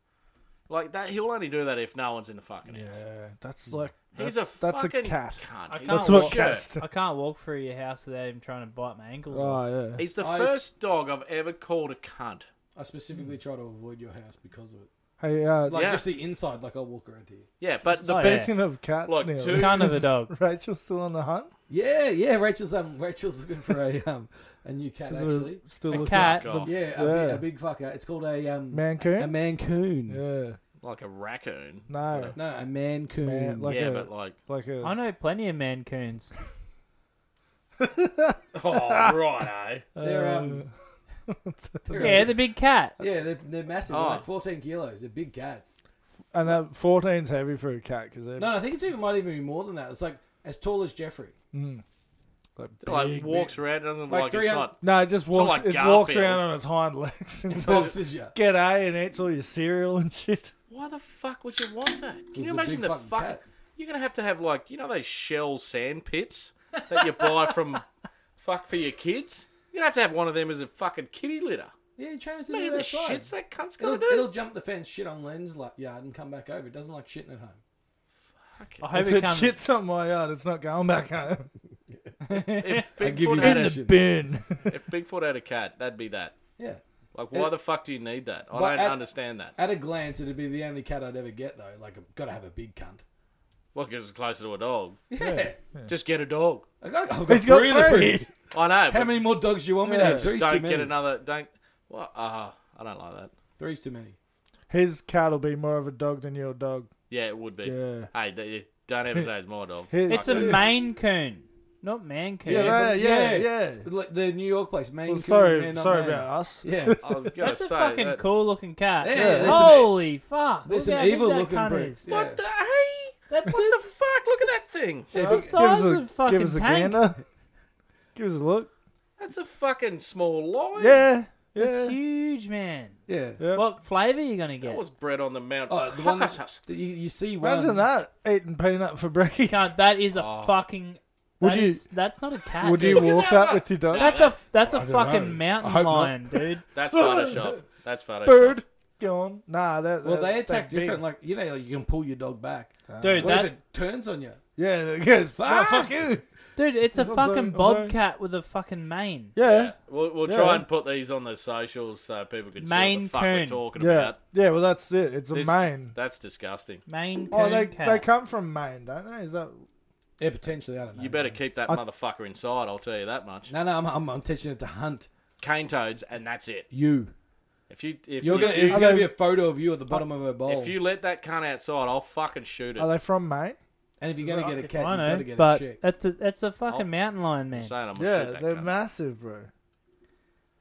[SPEAKER 1] like that, he'll only do that if no one's in the fucking house.
[SPEAKER 2] Yeah, that's like
[SPEAKER 1] He's
[SPEAKER 2] that's,
[SPEAKER 1] a
[SPEAKER 2] that's a
[SPEAKER 1] fucking
[SPEAKER 2] cat.
[SPEAKER 1] cunt.
[SPEAKER 3] I
[SPEAKER 1] He's
[SPEAKER 3] can't
[SPEAKER 2] That's
[SPEAKER 1] a
[SPEAKER 2] what
[SPEAKER 3] walk-
[SPEAKER 1] jerk.
[SPEAKER 2] cats do.
[SPEAKER 3] I can't walk through your house without him trying to bite my ankles. off.
[SPEAKER 2] Oh yeah.
[SPEAKER 1] He's the
[SPEAKER 4] I s-
[SPEAKER 1] first dog I've ever called a cunt.
[SPEAKER 4] I specifically try to avoid your house because of it.
[SPEAKER 2] Hey, uh,
[SPEAKER 4] Like
[SPEAKER 1] Yeah.
[SPEAKER 4] just the inside. Like I'll walk around here.
[SPEAKER 1] Yeah, but the
[SPEAKER 3] Oh,
[SPEAKER 1] best.
[SPEAKER 2] speaking of cats,
[SPEAKER 1] Look,
[SPEAKER 2] Neil,
[SPEAKER 1] two-
[SPEAKER 2] is
[SPEAKER 3] Kind of the dog.
[SPEAKER 2] Rachel still on the hunt?
[SPEAKER 4] Yeah, yeah. Rachel's um, Rachel's looking for a um, a new cat
[SPEAKER 2] Is
[SPEAKER 4] actually.
[SPEAKER 2] there
[SPEAKER 3] A
[SPEAKER 2] still looking-
[SPEAKER 3] cat.
[SPEAKER 1] Fuck off.
[SPEAKER 4] Yeah, a,
[SPEAKER 2] Yeah.
[SPEAKER 4] Big, a big fucker. It's called a um,
[SPEAKER 2] Mancoon?
[SPEAKER 4] A mancoon.
[SPEAKER 2] Yeah,
[SPEAKER 1] like a raccoon.
[SPEAKER 2] no,
[SPEAKER 4] No, a mancoon.
[SPEAKER 2] Man- like
[SPEAKER 1] yeah,
[SPEAKER 2] a-
[SPEAKER 1] but like,
[SPEAKER 2] like a
[SPEAKER 3] I know plenty of mancoons.
[SPEAKER 1] oh right, eh?
[SPEAKER 2] uh,
[SPEAKER 4] they're um, they're,
[SPEAKER 3] Yeah, the big cat.
[SPEAKER 4] yeah, they're, they're massive.
[SPEAKER 1] Oh.
[SPEAKER 4] They're like fourteen kilos. They're big cats.
[SPEAKER 2] and that 14's heavy for a cat because they're
[SPEAKER 4] No, no, I think it's even might even be more than that. It's like as tall as Jeffrey.
[SPEAKER 2] mm, like,
[SPEAKER 1] Like
[SPEAKER 2] big,
[SPEAKER 1] walks around, doesn't
[SPEAKER 4] Like
[SPEAKER 1] like, it's
[SPEAKER 4] 300
[SPEAKER 1] not.
[SPEAKER 2] No, it just walks.
[SPEAKER 1] like
[SPEAKER 2] it walks
[SPEAKER 1] Garfield.
[SPEAKER 2] around on its hind legs and says,
[SPEAKER 4] Boxes you.
[SPEAKER 2] "Get a" and eats all your cereal and shit.
[SPEAKER 1] Why the fuck would you want that? Can
[SPEAKER 4] He's
[SPEAKER 1] you
[SPEAKER 4] a
[SPEAKER 1] imagine
[SPEAKER 4] big
[SPEAKER 1] the
[SPEAKER 4] fucking
[SPEAKER 1] fuck?
[SPEAKER 4] cat.
[SPEAKER 1] You're gonna have to have like you know those shell sand pits that you buy from fuck for your kids. You're gonna have to have one of them as a fucking kitty litter.
[SPEAKER 4] Yeah, you train it to do
[SPEAKER 1] Imagine
[SPEAKER 4] that
[SPEAKER 1] the
[SPEAKER 4] outside.
[SPEAKER 1] shits that cunt's gonna
[SPEAKER 4] It'll, it'll
[SPEAKER 1] do.
[SPEAKER 4] jump the fence, shit on lens la- yard, and come back over. It doesn't like shitting at home.
[SPEAKER 3] I hope
[SPEAKER 2] If
[SPEAKER 3] it
[SPEAKER 2] it
[SPEAKER 3] comes.
[SPEAKER 2] shits on my yard, it's not going back home.
[SPEAKER 1] If
[SPEAKER 4] give you
[SPEAKER 1] Bigfoot, had
[SPEAKER 4] that
[SPEAKER 1] a,
[SPEAKER 4] shit.
[SPEAKER 2] Bin.
[SPEAKER 1] if Bigfoot had a cat, that'd be that.
[SPEAKER 4] Yeah.
[SPEAKER 1] Like, why
[SPEAKER 4] It-
[SPEAKER 1] the fuck do you need that? I
[SPEAKER 4] But
[SPEAKER 1] don't
[SPEAKER 4] at-
[SPEAKER 1] understand that.
[SPEAKER 4] At a glance, it'd be the only cat I'd ever get though. Like, I've got to have a big cunt.
[SPEAKER 1] Look, it's closer to a dog.
[SPEAKER 4] Yeah.
[SPEAKER 1] Just get a dog.
[SPEAKER 4] I got, I've got
[SPEAKER 2] He's got
[SPEAKER 4] three of the
[SPEAKER 2] three.
[SPEAKER 4] breeds.
[SPEAKER 1] I know.
[SPEAKER 4] How
[SPEAKER 1] but
[SPEAKER 4] many more dogs do you want me to
[SPEAKER 2] Yeah.
[SPEAKER 4] have?
[SPEAKER 2] Just
[SPEAKER 4] Three's
[SPEAKER 1] Don't
[SPEAKER 4] too
[SPEAKER 1] get
[SPEAKER 4] many.
[SPEAKER 1] another. Don't. What? Uh, I don't like that.
[SPEAKER 4] Three's too many.
[SPEAKER 2] His cat will be more of a dog than your dog.
[SPEAKER 1] Yeah, it would be.
[SPEAKER 2] Yeah.
[SPEAKER 1] Hey, d- don't ever say it's my dog.
[SPEAKER 2] His,
[SPEAKER 3] It's a Maine coon, not man coon.
[SPEAKER 2] yeah, yeah, yeah,
[SPEAKER 4] Yeah.
[SPEAKER 2] yeah.
[SPEAKER 4] Like the New York place, Maine.
[SPEAKER 2] Well,
[SPEAKER 4] Coon,
[SPEAKER 2] sorry,
[SPEAKER 4] Man, not
[SPEAKER 2] sorry
[SPEAKER 4] Man.
[SPEAKER 2] about us.
[SPEAKER 4] Yeah,
[SPEAKER 1] I was gonna
[SPEAKER 3] That's a
[SPEAKER 1] say
[SPEAKER 3] fucking
[SPEAKER 1] that-
[SPEAKER 3] cool looking cat.
[SPEAKER 4] Yeah, there's some-
[SPEAKER 3] Holy fuck!
[SPEAKER 4] there's
[SPEAKER 3] Look
[SPEAKER 4] some
[SPEAKER 3] how big
[SPEAKER 4] evil
[SPEAKER 3] that
[SPEAKER 4] looking
[SPEAKER 3] cunt
[SPEAKER 4] bricks.
[SPEAKER 3] is.
[SPEAKER 4] Yeah.
[SPEAKER 1] What the hey?
[SPEAKER 3] That
[SPEAKER 1] What the fuck? Look at that thing.
[SPEAKER 2] Give
[SPEAKER 3] the
[SPEAKER 2] us-
[SPEAKER 3] size
[SPEAKER 2] give us a,
[SPEAKER 3] of fucking
[SPEAKER 2] Give us a
[SPEAKER 3] tank.
[SPEAKER 2] gander. Give us a look.
[SPEAKER 1] That's a fucking small lion.
[SPEAKER 2] Yeah, yeah.
[SPEAKER 3] It's huge, man.
[SPEAKER 4] Yeah.
[SPEAKER 2] yeah.
[SPEAKER 3] What flavour are you gonna
[SPEAKER 1] That
[SPEAKER 3] get?
[SPEAKER 1] was bred on the Mount
[SPEAKER 4] Oh, the one that
[SPEAKER 1] Caucasus.
[SPEAKER 4] that you, you see. One,
[SPEAKER 2] Imagine that eating peanut for breakfast.
[SPEAKER 3] Cunt, that is a
[SPEAKER 1] Oh.
[SPEAKER 3] fucking.
[SPEAKER 2] Would
[SPEAKER 3] that
[SPEAKER 2] you-
[SPEAKER 3] is- that's not a cat.
[SPEAKER 2] Would you
[SPEAKER 3] dude.
[SPEAKER 2] walk
[SPEAKER 1] that
[SPEAKER 2] out with your dog?
[SPEAKER 3] That's a that's a
[SPEAKER 2] I don't
[SPEAKER 3] fucking
[SPEAKER 2] know.
[SPEAKER 4] I
[SPEAKER 3] mountain
[SPEAKER 4] hope not.
[SPEAKER 3] lion, dude.
[SPEAKER 1] That's Photoshop. That's Photoshop.
[SPEAKER 2] Bird gone. Nah, that.
[SPEAKER 4] Well,
[SPEAKER 2] that-
[SPEAKER 4] they attack
[SPEAKER 2] that big.
[SPEAKER 4] different. Like you know, like you can pull your dog back.
[SPEAKER 3] Dude,
[SPEAKER 4] what
[SPEAKER 3] that
[SPEAKER 4] if it turns on you?
[SPEAKER 2] Yeah, it goes.
[SPEAKER 4] Fuck!
[SPEAKER 2] Fuck, fuck you.
[SPEAKER 3] dude, it's a
[SPEAKER 2] I'm
[SPEAKER 3] fucking
[SPEAKER 2] sorry, I'm sorry.
[SPEAKER 3] bobcat with a fucking mane.
[SPEAKER 2] Yeah,
[SPEAKER 1] We'll, we'll
[SPEAKER 2] Yeah.
[SPEAKER 1] try and put these on the socials so people can see what the
[SPEAKER 3] Maine
[SPEAKER 1] fuck we're
[SPEAKER 3] coon.
[SPEAKER 1] talking
[SPEAKER 2] yeah,
[SPEAKER 1] about.
[SPEAKER 2] yeah. Well, that's it. It's a
[SPEAKER 1] This-
[SPEAKER 2] Maine.
[SPEAKER 1] That's disgusting.
[SPEAKER 3] Maine coon
[SPEAKER 2] Oh, they
[SPEAKER 3] cat.
[SPEAKER 2] they come from Maine, don't they? Is that
[SPEAKER 4] Yeah, potentially. I don't know.
[SPEAKER 1] You better keep that
[SPEAKER 2] I-
[SPEAKER 1] motherfucker inside. I'll tell you that much.
[SPEAKER 4] No, no, I'm, I'm, I'm teaching it to hunt
[SPEAKER 1] Cane toads, and that's it.
[SPEAKER 4] you.
[SPEAKER 1] If you if
[SPEAKER 4] You're
[SPEAKER 1] you,
[SPEAKER 4] gonna. It's
[SPEAKER 2] Are
[SPEAKER 4] gonna
[SPEAKER 2] they-
[SPEAKER 4] be a photo of you at the bottom of her bowl.
[SPEAKER 1] if you let that cunt outside, I'll fucking shoot it.
[SPEAKER 2] Are they from Maine?
[SPEAKER 4] and if you're gonna get a cat,
[SPEAKER 3] I
[SPEAKER 4] you
[SPEAKER 3] know,
[SPEAKER 4] gotta get a
[SPEAKER 3] but
[SPEAKER 4] chick.
[SPEAKER 3] that's a that's a fucking
[SPEAKER 1] Oh.
[SPEAKER 3] mountain lion,
[SPEAKER 1] I'm
[SPEAKER 3] man.
[SPEAKER 1] saying I'm gonna shoot
[SPEAKER 2] Yeah,
[SPEAKER 1] that
[SPEAKER 2] they're
[SPEAKER 1] cunt.
[SPEAKER 2] massive, bro.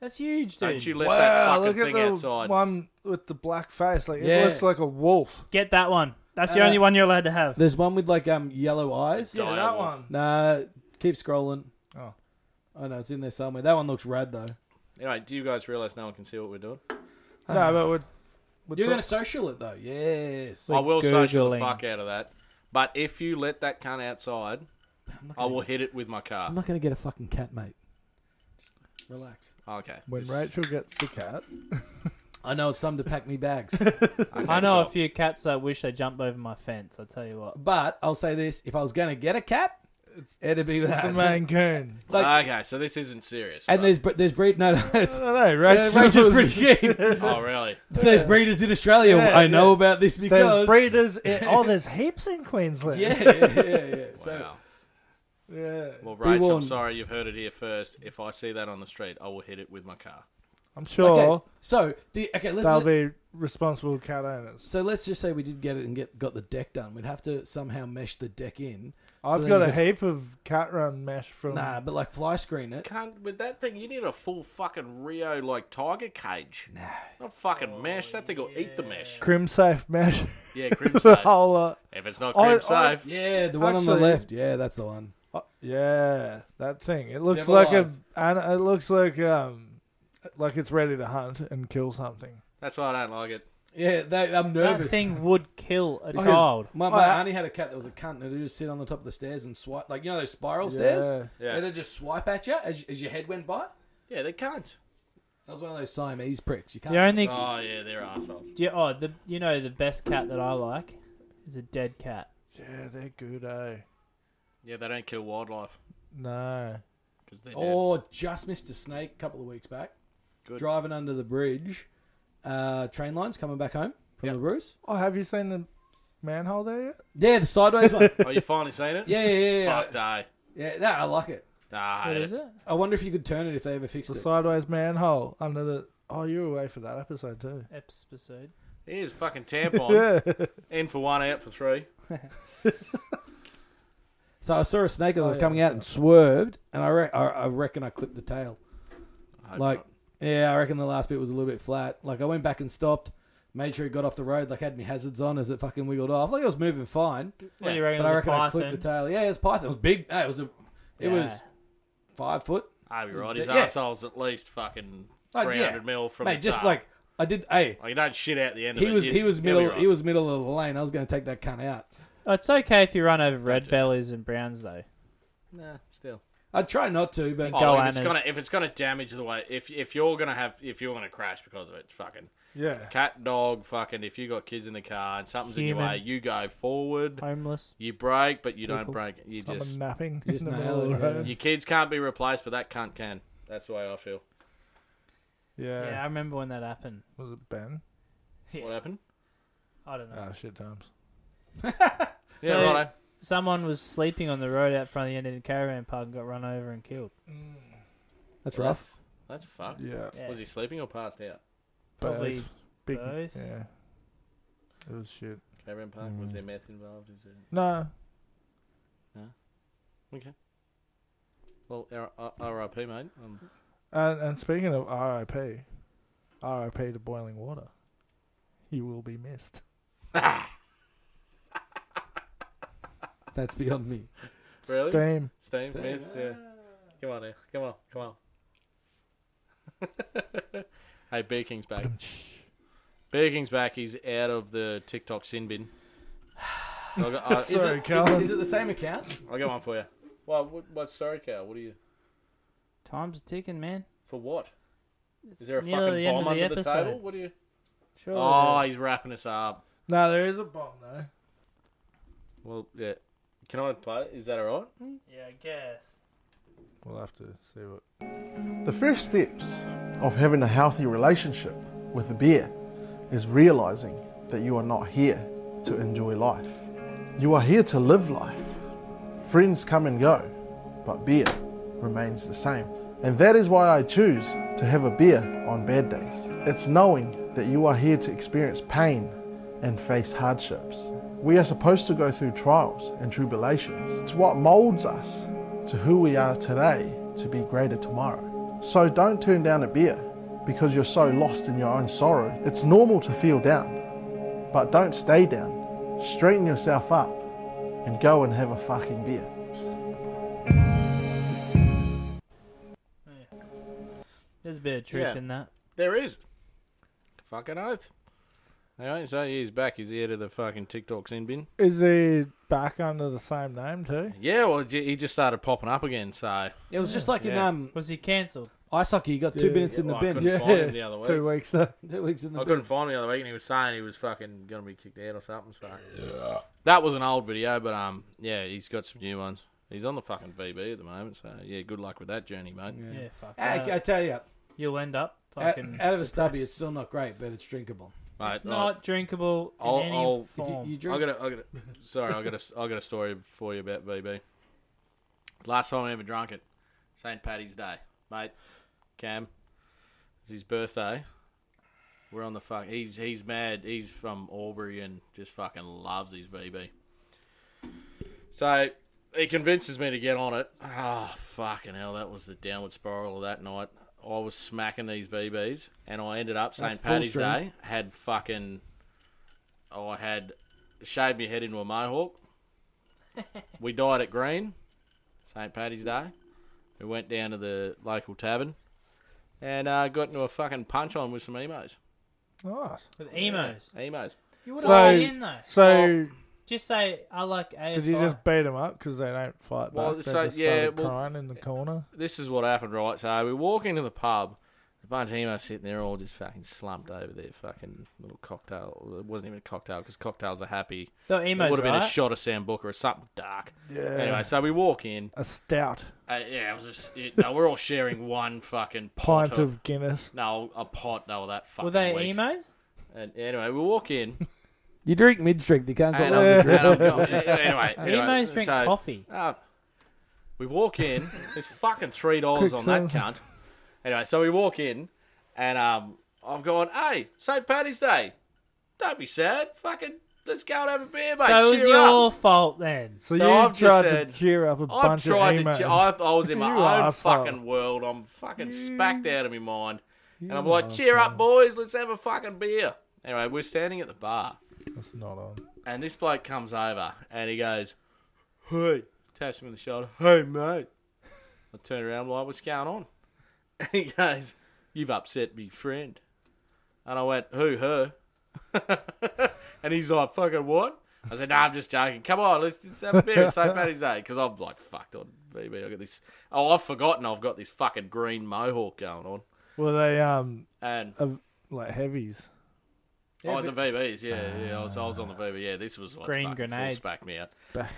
[SPEAKER 3] That's huge, dude.
[SPEAKER 1] Don't you let that fucking
[SPEAKER 2] look at
[SPEAKER 1] thing
[SPEAKER 2] the
[SPEAKER 1] outside.
[SPEAKER 2] one with the black face. Like
[SPEAKER 4] Yeah.
[SPEAKER 2] it looks like a wolf.
[SPEAKER 3] Get that one. That's the
[SPEAKER 4] Uh,
[SPEAKER 3] only one you're allowed to have.
[SPEAKER 4] There's one with like um yellow eyes.
[SPEAKER 1] Yeah. Dire
[SPEAKER 2] Yeah, that
[SPEAKER 1] wolf.
[SPEAKER 2] one.
[SPEAKER 4] Nah, keep scrolling.
[SPEAKER 2] Oh.
[SPEAKER 4] I know it's in there somewhere. That one looks rad though.
[SPEAKER 1] Anyway, do you guys realise no one can see what we're doing?
[SPEAKER 2] No, but we're,
[SPEAKER 4] You're
[SPEAKER 2] we're talk-
[SPEAKER 4] gonna social it though. Yes.
[SPEAKER 1] I will social the
[SPEAKER 3] Googling.
[SPEAKER 1] fuck out of that. But if you let that cunt outside, I will hit it with my car.
[SPEAKER 4] I'm not gonna get a fucking cat, mate. Just relax.
[SPEAKER 1] Okay.
[SPEAKER 2] when
[SPEAKER 1] This-
[SPEAKER 2] Rachel gets the cat.
[SPEAKER 4] I know it's time to pack me bags,
[SPEAKER 1] okay,
[SPEAKER 3] I know a
[SPEAKER 1] cool.
[SPEAKER 3] few cats that wish they jumped over my fence. I tell you what.
[SPEAKER 4] but I'll say this: if I was gonna get a cat,
[SPEAKER 2] It's,
[SPEAKER 4] It'd be
[SPEAKER 2] it's
[SPEAKER 4] that.
[SPEAKER 2] a mancoon.
[SPEAKER 4] Like-
[SPEAKER 1] okay, so this isn't serious.
[SPEAKER 4] And
[SPEAKER 1] right?
[SPEAKER 4] there's bre- there's breed. No, no,
[SPEAKER 2] I
[SPEAKER 4] it's,
[SPEAKER 2] don't know.
[SPEAKER 4] yeah,
[SPEAKER 2] Rachel's,
[SPEAKER 4] Rachel's pretty keen.
[SPEAKER 1] oh really?
[SPEAKER 4] There's breeders in Australia.
[SPEAKER 2] Yeah,
[SPEAKER 4] I know
[SPEAKER 2] yeah.
[SPEAKER 4] about this because
[SPEAKER 2] There's breeders. In, oh, there's heaps in Queensland.
[SPEAKER 4] Yeah, yeah, yeah. yeah. So
[SPEAKER 1] Wow.
[SPEAKER 2] Yeah.
[SPEAKER 1] Well, Rachel, I'm
[SPEAKER 4] warned.
[SPEAKER 1] sorry you've heard it here first. If I see that on the street, I will hit it with my car.
[SPEAKER 2] I'm sure
[SPEAKER 4] okay, so the okay. Let's,
[SPEAKER 2] they'll
[SPEAKER 4] let-
[SPEAKER 2] be responsible cat owners.
[SPEAKER 4] So let's just say we did get it and get got the deck done. We'd have to somehow mesh the deck in. So
[SPEAKER 2] I've
[SPEAKER 4] then
[SPEAKER 2] got
[SPEAKER 4] you
[SPEAKER 2] a
[SPEAKER 4] could-
[SPEAKER 2] heap of cat run mesh from.
[SPEAKER 4] Nah, but like fly screen it.
[SPEAKER 1] Can't with that thing. You need a full fucking Rio like tiger cage. Nah, not fucking mesh. That thing will eat the mesh.
[SPEAKER 2] Crim safe mesh.
[SPEAKER 1] Yeah, crimson.
[SPEAKER 2] the whole lot.
[SPEAKER 1] If it's not
[SPEAKER 2] I-
[SPEAKER 1] crib
[SPEAKER 2] I-
[SPEAKER 1] safe,
[SPEAKER 4] Oh. Yeah, the one on the
[SPEAKER 2] Actually-
[SPEAKER 4] left. Yeah, that's the one.
[SPEAKER 2] Oh, yeah, that thing. It looks
[SPEAKER 4] Devil
[SPEAKER 2] like a,
[SPEAKER 4] eyes.
[SPEAKER 2] and it looks like um, like it's ready to hunt and kill something.
[SPEAKER 1] that's why I don't like it.
[SPEAKER 4] Yeah, they, I'm
[SPEAKER 3] That
[SPEAKER 4] nervous.
[SPEAKER 3] thing would kill a
[SPEAKER 4] Because
[SPEAKER 3] child.
[SPEAKER 4] My,
[SPEAKER 2] Oh,
[SPEAKER 4] my
[SPEAKER 2] yeah.
[SPEAKER 4] auntie had a cat that was a cunt, and it'd just sit on the top of the stairs and swipe, like you know those spiral
[SPEAKER 2] Yeah.
[SPEAKER 4] stairs.
[SPEAKER 1] Yeah.
[SPEAKER 4] It'd just swipe at you as, as your head went by.
[SPEAKER 1] Yeah, they can't.
[SPEAKER 4] That was one of those Siamese pricks. You can't.
[SPEAKER 3] The only,
[SPEAKER 1] Oh yeah, they're assholes.
[SPEAKER 3] do you, oh, the you know the best cat that I like is a dead cat.
[SPEAKER 2] Yeah, they're good, eh?
[SPEAKER 1] Yeah, they don't kill wildlife
[SPEAKER 2] No.
[SPEAKER 1] because they're dead.
[SPEAKER 4] Or Oh, just missed a snake a couple of weeks back.
[SPEAKER 1] Good.
[SPEAKER 4] Driving under the bridge, uh, train lines coming back home from
[SPEAKER 1] Yep.
[SPEAKER 4] the Bruce.
[SPEAKER 2] Oh, have you seen the manhole there yet?
[SPEAKER 4] Yeah, the sideways one.
[SPEAKER 1] Oh, you finally seen it?
[SPEAKER 4] Yeah, yeah, yeah, yeah.
[SPEAKER 1] Fuck day.
[SPEAKER 4] Yeah, no, I like it.
[SPEAKER 1] Nah, I
[SPEAKER 3] What
[SPEAKER 1] hate
[SPEAKER 3] is
[SPEAKER 1] it.
[SPEAKER 3] it?
[SPEAKER 4] I wonder if you could turn it if they ever fixed
[SPEAKER 2] The
[SPEAKER 4] it.
[SPEAKER 2] sideways manhole under the. Oh, you were away for that episode too.
[SPEAKER 3] Episode.
[SPEAKER 1] Here's fucking tampon.
[SPEAKER 4] Hmm.
[SPEAKER 2] Yeah.
[SPEAKER 1] In for one, out for three.
[SPEAKER 4] so I saw a snake that was
[SPEAKER 2] Oh, yeah,
[SPEAKER 4] coming out and swerved, and I, re- I, I reckon I clipped the tail.
[SPEAKER 1] I hope
[SPEAKER 4] Like,
[SPEAKER 1] not.
[SPEAKER 4] yeah, I reckon the last bit was a little bit flat. Like, I went back and stopped, made sure it got off the road, like, had me hazards on as it fucking wiggled off. Like, it was moving fine,
[SPEAKER 3] What do you
[SPEAKER 1] Yeah.
[SPEAKER 3] reckon?
[SPEAKER 4] but I
[SPEAKER 3] it was a
[SPEAKER 4] reckon I clipped the
[SPEAKER 3] python?
[SPEAKER 4] tail. Yeah, it was python. It was big. No, it was a, it was five foot.
[SPEAKER 1] I'd be right. His
[SPEAKER 4] Yeah.
[SPEAKER 1] arsehole's at least fucking
[SPEAKER 4] Like,
[SPEAKER 1] 300
[SPEAKER 4] yeah.
[SPEAKER 1] mil from
[SPEAKER 4] Mate,
[SPEAKER 1] the
[SPEAKER 4] just
[SPEAKER 1] top.
[SPEAKER 4] like, I did, hey,
[SPEAKER 1] Like, you don't shit out the end
[SPEAKER 4] he
[SPEAKER 1] of it.
[SPEAKER 4] was,
[SPEAKER 1] You-
[SPEAKER 4] he was
[SPEAKER 1] you'll be
[SPEAKER 4] middle,
[SPEAKER 1] right.
[SPEAKER 4] he was middle of the lane. I was going to take that cunt out.
[SPEAKER 3] Oh, it's okay if you run over red
[SPEAKER 1] Gotcha.
[SPEAKER 3] bellies and browns though.
[SPEAKER 1] Nah, still.
[SPEAKER 4] I try not to, but
[SPEAKER 1] Oh,
[SPEAKER 3] Go
[SPEAKER 1] look, if, it's
[SPEAKER 3] Annas.
[SPEAKER 1] gonna, if it's gonna damage the way, if if you're gonna have, if you're gonna crash because of it, fucking
[SPEAKER 2] yeah.
[SPEAKER 1] cat, dog, fucking. If you got kids in the car and something's in your
[SPEAKER 3] Human.
[SPEAKER 1] way, you go forward.
[SPEAKER 3] Homeless.
[SPEAKER 1] You brake, but you don't
[SPEAKER 3] People.
[SPEAKER 1] brake. You
[SPEAKER 2] Someone
[SPEAKER 1] just
[SPEAKER 2] napping
[SPEAKER 4] Just
[SPEAKER 2] in the
[SPEAKER 4] nail
[SPEAKER 2] middle of the
[SPEAKER 4] it, yeah.
[SPEAKER 2] road.
[SPEAKER 1] your kids can't be replaced, but that cunt can. That's the way I feel.
[SPEAKER 2] Yeah.
[SPEAKER 3] Yeah. I remember when that happened.
[SPEAKER 2] Was it Ben?
[SPEAKER 1] What happened?
[SPEAKER 3] I don't know.
[SPEAKER 4] Uh,
[SPEAKER 2] Oh, shit times.
[SPEAKER 1] yeah,
[SPEAKER 3] So-
[SPEAKER 1] righto.
[SPEAKER 3] Someone was sleeping on the road out front of the end of the caravan park and got run over and killed.
[SPEAKER 4] that's
[SPEAKER 1] Well,
[SPEAKER 4] rough.
[SPEAKER 1] That's, that's fucked.
[SPEAKER 2] Yeah.
[SPEAKER 3] Yeah.
[SPEAKER 1] Was he sleeping or passed out?
[SPEAKER 3] Probably
[SPEAKER 2] Both. Big,
[SPEAKER 3] both.
[SPEAKER 2] Yeah. It was shit.
[SPEAKER 1] Caravan Park?
[SPEAKER 4] Mm.
[SPEAKER 1] Was there meth involved? Is it...
[SPEAKER 2] No.
[SPEAKER 1] Okay. Well, R- R- R.I.P. mate. Um,
[SPEAKER 2] And, and speaking of RIP, RIP to boiling water. You will be missed.
[SPEAKER 4] That's beyond me.
[SPEAKER 1] really?
[SPEAKER 2] Steam.
[SPEAKER 1] Steam,
[SPEAKER 4] Steam.
[SPEAKER 1] mist, yeah. Come on now. Come on. Come on. hey, Beer King's back. Beer King's back. He's out of the TikTok sin bin. So I, got, I,
[SPEAKER 2] Sorry,
[SPEAKER 4] is, it, is,
[SPEAKER 2] Callum.
[SPEAKER 4] it, is it the same account?
[SPEAKER 1] I got one for you. Well, what, what? Sorry, Cal. What are you
[SPEAKER 3] Time's ticking, man.
[SPEAKER 1] for? What
[SPEAKER 3] It's
[SPEAKER 1] is there a
[SPEAKER 3] nearly
[SPEAKER 1] fucking bomb
[SPEAKER 3] end
[SPEAKER 1] under
[SPEAKER 3] of
[SPEAKER 1] the, table? What are you?
[SPEAKER 3] Surely
[SPEAKER 1] Oh,
[SPEAKER 3] there-
[SPEAKER 1] he's wrapping us up.
[SPEAKER 2] No, there is a bomb though.
[SPEAKER 1] Well, yeah. Can I play? it? Is that alright?
[SPEAKER 3] yeah, I guess.
[SPEAKER 2] We'll have to see what.
[SPEAKER 5] The first steps of having a healthy relationship with the beer is realizing that you are not here to enjoy life. You are here to live life. Friends come and go, but beer remains the same. And that is why I choose to have a beer on bad days. It's knowing that you are here to experience pain and face hardships. We are supposed to go through trials and tribulations. It's what molds us to who we are today to be greater tomorrow. So don't turn down a beer because you're so lost in your own sorrow. It's normal to feel down, but don't stay down. Straighten yourself up and go and have a fucking beer.
[SPEAKER 3] There's a bit of truth
[SPEAKER 1] Yeah.
[SPEAKER 3] in that.
[SPEAKER 1] There is. Fucking oath. Anyway, so he's back. He's out of the fucking TikTok sin bin.
[SPEAKER 2] Is he back under the same name too?
[SPEAKER 1] Yeah, well, j- he just started popping up again, so.
[SPEAKER 4] It was just like in
[SPEAKER 1] Yeah.
[SPEAKER 4] um,
[SPEAKER 3] Was he cancelled?
[SPEAKER 4] ice hockey. You got two
[SPEAKER 2] Yeah,
[SPEAKER 4] minutes in the
[SPEAKER 1] well, I
[SPEAKER 4] bin.
[SPEAKER 1] couldn't find him the other week.
[SPEAKER 2] Two weeks though.
[SPEAKER 4] Two weeks in the
[SPEAKER 1] I
[SPEAKER 4] bin.
[SPEAKER 1] couldn't find him the other week, and he was saying he was fucking going to be kicked out or something, so. That was an old video, but, um, yeah, he's got some new ones. He's on the fucking VB at the moment, so yeah, good luck with that journey, mate.
[SPEAKER 4] Yeah.
[SPEAKER 3] Yeah, Uh, fuck. that.
[SPEAKER 4] I, I tell you,
[SPEAKER 3] You'll end up
[SPEAKER 4] out,
[SPEAKER 3] fucking.
[SPEAKER 4] out of a stubby,
[SPEAKER 3] depressed.
[SPEAKER 4] it's still not great, but it's drinkable.
[SPEAKER 1] Mate,
[SPEAKER 3] it's not drinkable in
[SPEAKER 1] I'll-
[SPEAKER 3] any
[SPEAKER 1] I'll- if
[SPEAKER 4] If you,
[SPEAKER 3] form.
[SPEAKER 4] you
[SPEAKER 1] I, I
[SPEAKER 4] drink,
[SPEAKER 1] got a, I got a, sorry, I got a, I got a story for you about VB. Last time I ever drank it, St. Patty's Day, mate. Cam, it's his birthday. We're on the fuck. He's he's mad. He's from Albury and just fucking loves his VB. So he convinces me to get on it. Ah, fucking hell, that was the downward spiral of that night. I was smacking these VBs, and I ended up
[SPEAKER 4] That's
[SPEAKER 1] St.
[SPEAKER 4] full
[SPEAKER 1] Patty's
[SPEAKER 4] strength.
[SPEAKER 1] Day had fucking. I had shaved my head into a mohawk. we died at Green, St. Patty's Day. We went down to the local tavern, and uh, got into a fucking punch on with some emos.
[SPEAKER 2] Nice.
[SPEAKER 3] With emos.
[SPEAKER 1] Yeah, emos.
[SPEAKER 3] You would have
[SPEAKER 2] So-
[SPEAKER 3] so, in though.
[SPEAKER 2] So
[SPEAKER 3] Just say I like AFI.
[SPEAKER 2] did you just beat them up because they don't fight
[SPEAKER 1] Well,
[SPEAKER 2] back? They
[SPEAKER 1] so-
[SPEAKER 2] just
[SPEAKER 1] yeah,
[SPEAKER 2] started
[SPEAKER 1] well- eh,
[SPEAKER 2] crying in the corner.
[SPEAKER 1] this is what happened, right? So we walk into the pub, a bunch of emos sitting there, all just fucking slumped over their fucking little cocktail. It wasn't even a cocktail because cocktails are happy.
[SPEAKER 3] the
[SPEAKER 1] It
[SPEAKER 3] emos,
[SPEAKER 1] would have been a
[SPEAKER 3] right?
[SPEAKER 1] shot of sambuca or something dark.
[SPEAKER 2] Yeah.
[SPEAKER 1] Anyway, so we walk in.
[SPEAKER 2] a stout
[SPEAKER 1] Uh, yeah, it was just it, no, we're all sharing one fucking pot
[SPEAKER 2] pint of Guinness.
[SPEAKER 1] no, a pot. They were that fucking.
[SPEAKER 3] Were they
[SPEAKER 1] weak.
[SPEAKER 3] emos?
[SPEAKER 1] And anyway, we walk in.
[SPEAKER 4] you drink mid drink. You can't go
[SPEAKER 1] And
[SPEAKER 4] wrong
[SPEAKER 1] I'm,
[SPEAKER 4] with
[SPEAKER 1] and
[SPEAKER 4] drink.
[SPEAKER 1] I'm, going- anyway, anyway,
[SPEAKER 3] emos drink
[SPEAKER 1] so-
[SPEAKER 3] coffee.
[SPEAKER 1] Ah, we walk in. There's fucking three dollars
[SPEAKER 2] Quick
[SPEAKER 1] on that
[SPEAKER 2] sell.
[SPEAKER 1] cunt. Anyway, so we walk in, and um, I'm going, "Hey, St. Patty's Day. Don't be sad. Fucking, let's go and have a beer, mate.
[SPEAKER 3] so it was
[SPEAKER 1] Cheer
[SPEAKER 3] your
[SPEAKER 1] up."
[SPEAKER 3] fault then.
[SPEAKER 2] So,
[SPEAKER 1] So
[SPEAKER 2] you
[SPEAKER 1] I've just
[SPEAKER 2] tried
[SPEAKER 1] said-
[SPEAKER 2] to cheer up a
[SPEAKER 1] I've
[SPEAKER 2] bunch of
[SPEAKER 1] tried
[SPEAKER 2] emos.
[SPEAKER 1] to. Che- I, I was in my
[SPEAKER 2] You
[SPEAKER 1] own
[SPEAKER 2] asshole.
[SPEAKER 1] fucking world. I'm fucking spacked out of my mind, and I'm
[SPEAKER 2] You
[SPEAKER 1] like, "Cheer up, boys. Let's have a fucking beer." Anyway, we're standing at the bar.
[SPEAKER 2] That's not on.
[SPEAKER 1] And this bloke comes over and he goes, Hey, taps me on the shoulder, Hey, mate. I turn around, I'm like, What's going on? And he goes, You've upset me, friend. And I went, Who, her? and he's like, Fucking what? I said, No, I'm just joking. Come on, let's just have a beer. It's St. Patty's Day. Because I'm like, Fucked on, VB. I got this. Oh, I've forgotten I've got this fucking green mohawk going on.
[SPEAKER 2] Were they um
[SPEAKER 1] And
[SPEAKER 2] of like heavies?
[SPEAKER 1] oh, the VBs, yeah, yeah. I was, I was on the VB. Yeah, this was what
[SPEAKER 3] Ah. Green
[SPEAKER 1] fucking
[SPEAKER 3] grenades.
[SPEAKER 1] full spacked me out.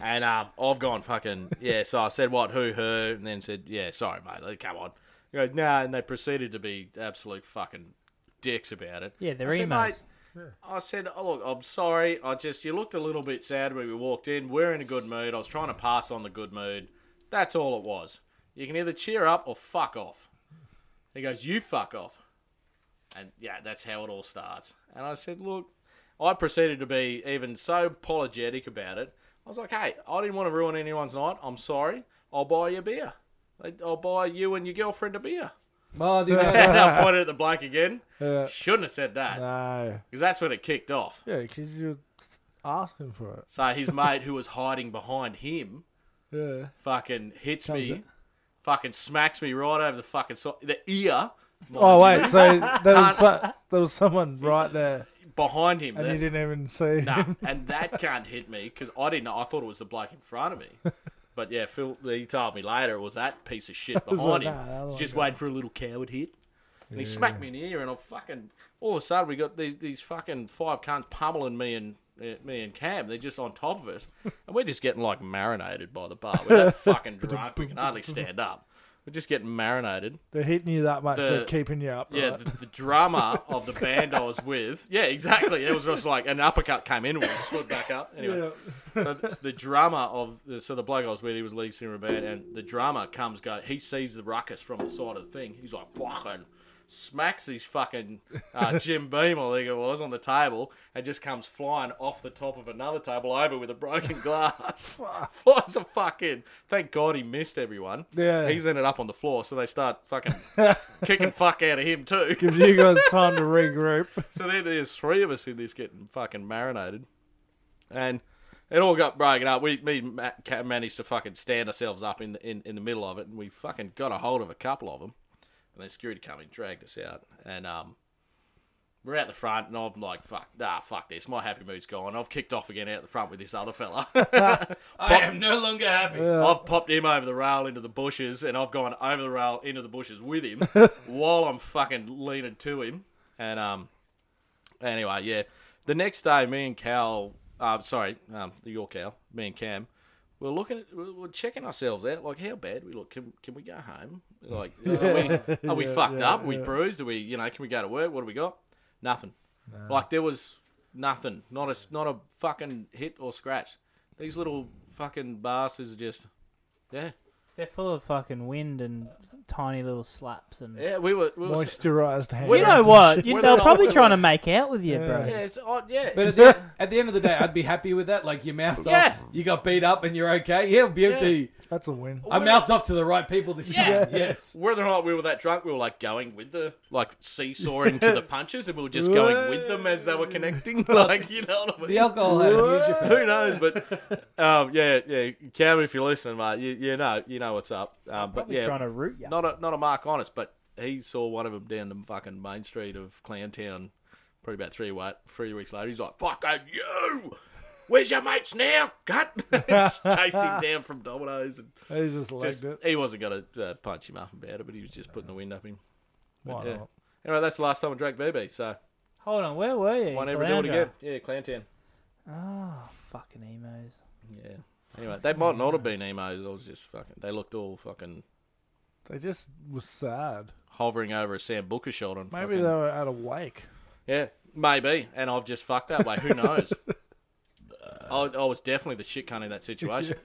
[SPEAKER 1] And um, I've gone fucking yeah. So I said what, who, her, and then said yeah, sorry mate, like, come on. He goes nah, and they proceeded to be absolute fucking dicks about it.
[SPEAKER 3] Yeah, they're
[SPEAKER 1] I said,
[SPEAKER 3] emos.
[SPEAKER 1] "Mate," I said, oh, look, I'm sorry. I just you looked a little bit sad when we walked in. We're in a good mood. I was trying to pass on the good mood. That's all it was. You can either cheer up or fuck off. He goes, you fuck off. And yeah, that's how it all starts. And I said, look, I proceeded to be even so apologetic about it. I was like, hey, I didn't want to ruin anyone's night. I'm sorry. I'll buy you a beer. Like, I'll buy you and your girlfriend a beer.
[SPEAKER 4] Oh, the amount
[SPEAKER 1] and I pointed at the bloke again.
[SPEAKER 2] Yeah.
[SPEAKER 1] Shouldn't have said that because
[SPEAKER 2] No.
[SPEAKER 1] that's when it kicked off.
[SPEAKER 2] Yeah, because you're asking for
[SPEAKER 1] So his mate, who was hiding behind him,
[SPEAKER 2] it. Yeah.
[SPEAKER 1] fucking hits
[SPEAKER 4] Comes
[SPEAKER 1] me,
[SPEAKER 4] it.
[SPEAKER 1] fucking smacks me right over the fucking so- the ear.
[SPEAKER 2] Oh wait, so there was so, there was someone right there,
[SPEAKER 1] behind him.
[SPEAKER 2] and
[SPEAKER 1] that-
[SPEAKER 2] you didn't even see.
[SPEAKER 1] Nah, and that can't hit me because I didn't know. I thought it was the bloke in front of me. But yeah, Phil, he told me later it was that piece of shit
[SPEAKER 2] was
[SPEAKER 1] behind him.
[SPEAKER 2] like, "Nah, that
[SPEAKER 1] He's
[SPEAKER 2] one
[SPEAKER 1] just waiting for a little coward hit. And he smacked me in the ear, and I fucking. All of a sudden, we got these, these fucking five cunts pummeling me and uh, me and Cam. They're just on top of us, and we're just getting like marinated by the bar. We're that fucking drunk. We can hardly stand up. We're just getting marinated.
[SPEAKER 2] They're hitting you that much,
[SPEAKER 1] The-
[SPEAKER 2] they're keeping you up.
[SPEAKER 1] Yeah, the, the drummer of the band I was with. Yeah, exactly. It was just like an uppercut came in, we stood back up. Anyway, so th- the drummer of the, so the bloke I was with, he was lead singer of a band, and the drummer comes go. He sees the ruckus from the side of the thing. He's like fucking smacks his fucking uh, Jim Beam, I think it was, on the table, and just comes flying off the top of another table over with a broken glass. Flies a fucking. Thank God he missed everyone.
[SPEAKER 2] Yeah.
[SPEAKER 1] he's ended up on the floor, so they start fucking kicking fuck out of him too.
[SPEAKER 2] Gives you guys time to regroup.
[SPEAKER 1] So there, there's three of us in this getting fucking marinated, and it all got broken up. We me and Matt ca- managed to fucking stand ourselves up in the, in in the middle of it, and we fucking got a hold of a couple of them, and then security come and dragged us out, and um. We're out the front, and I'm like, "Fuck, nah, fuck this. My happy mood's gone. I've kicked off again out the front with this other fella.
[SPEAKER 6] I am no longer happy.
[SPEAKER 1] I've popped him over the rail into the bushes, and I've gone over the rail into the bushes with him while I'm fucking leaning to him. And um, anyway, yeah. The next day, me and Cal, uh, sorry, um, your Cal, me and Cam, we're looking, at, we're we're checking ourselves out. Like, how bad we look? Can can we go home? Like, are we, are we
[SPEAKER 2] Yeah,
[SPEAKER 1] fucked
[SPEAKER 2] yeah,
[SPEAKER 1] up? Are we
[SPEAKER 2] yeah.
[SPEAKER 1] bruised? Are we, you know, can we go to work? What do we got? Nothing. Like there was nothing. Not a not a fucking hit or scratch. These little fucking bastards are just, yeah,
[SPEAKER 3] They're full of fucking wind and tiny little slaps and.
[SPEAKER 1] yeah. We were, we were
[SPEAKER 2] Moisturized hands.
[SPEAKER 3] You know
[SPEAKER 2] and
[SPEAKER 3] what?
[SPEAKER 2] shit.
[SPEAKER 3] You,
[SPEAKER 1] We're
[SPEAKER 3] they're
[SPEAKER 1] not-
[SPEAKER 3] probably trying to make out with you,
[SPEAKER 1] yeah,
[SPEAKER 3] bro.
[SPEAKER 1] it's odd, yeah.
[SPEAKER 4] But at the, at the end of the day, I'd be happy with that. Like you mouthed
[SPEAKER 1] Yeah.
[SPEAKER 4] off, you got beat up, and you're okay. Yeah, beauty.
[SPEAKER 2] That's a win.
[SPEAKER 1] Oh.
[SPEAKER 4] I mouthed off to the right people this time. Yes.
[SPEAKER 1] Whether or not we were that drunk, we were like going with the like seesawing to the punches, and we were just going with them as they were connecting. Like you know what I mean?
[SPEAKER 4] The alcohol had a huge effect.
[SPEAKER 1] Who knows? But um, yeah, yeah, Cam, if you're listening, mate, you, you know, you know what's up. Um, but
[SPEAKER 3] Probably
[SPEAKER 1] yeah,
[SPEAKER 3] trying to root you.
[SPEAKER 1] not a not a mark on us, but he saw one of them down the fucking main street of Clantown, probably about three wa three weeks later. He's like, "Fucking you, where's your mates now?" Cut, chased him down from Domino's and
[SPEAKER 2] He just legged
[SPEAKER 1] just,
[SPEAKER 2] it.
[SPEAKER 1] he wasn't gonna uh, punch him up about it, but he was just putting the wind up him.
[SPEAKER 2] Why
[SPEAKER 1] yeah.
[SPEAKER 2] not?
[SPEAKER 1] Anyway, that's the last time I drank VB, so
[SPEAKER 3] Hold on, where were you?
[SPEAKER 1] won't
[SPEAKER 3] in
[SPEAKER 1] ever do it
[SPEAKER 3] Caloundra?
[SPEAKER 1] again. Yeah, Clantown.
[SPEAKER 3] Oh, fucking emos.
[SPEAKER 1] Yeah. Anyway, they might not have been emos. I was just fucking. They looked all fucking
[SPEAKER 2] They just was sad.
[SPEAKER 1] hovering over a Sam Booker shoulder. And
[SPEAKER 2] Maybe
[SPEAKER 1] fucking-
[SPEAKER 2] they were at a wake.
[SPEAKER 1] Yeah, maybe. And I've just fucked that way. Who knows? I, I was definitely the shit cunt in that situation.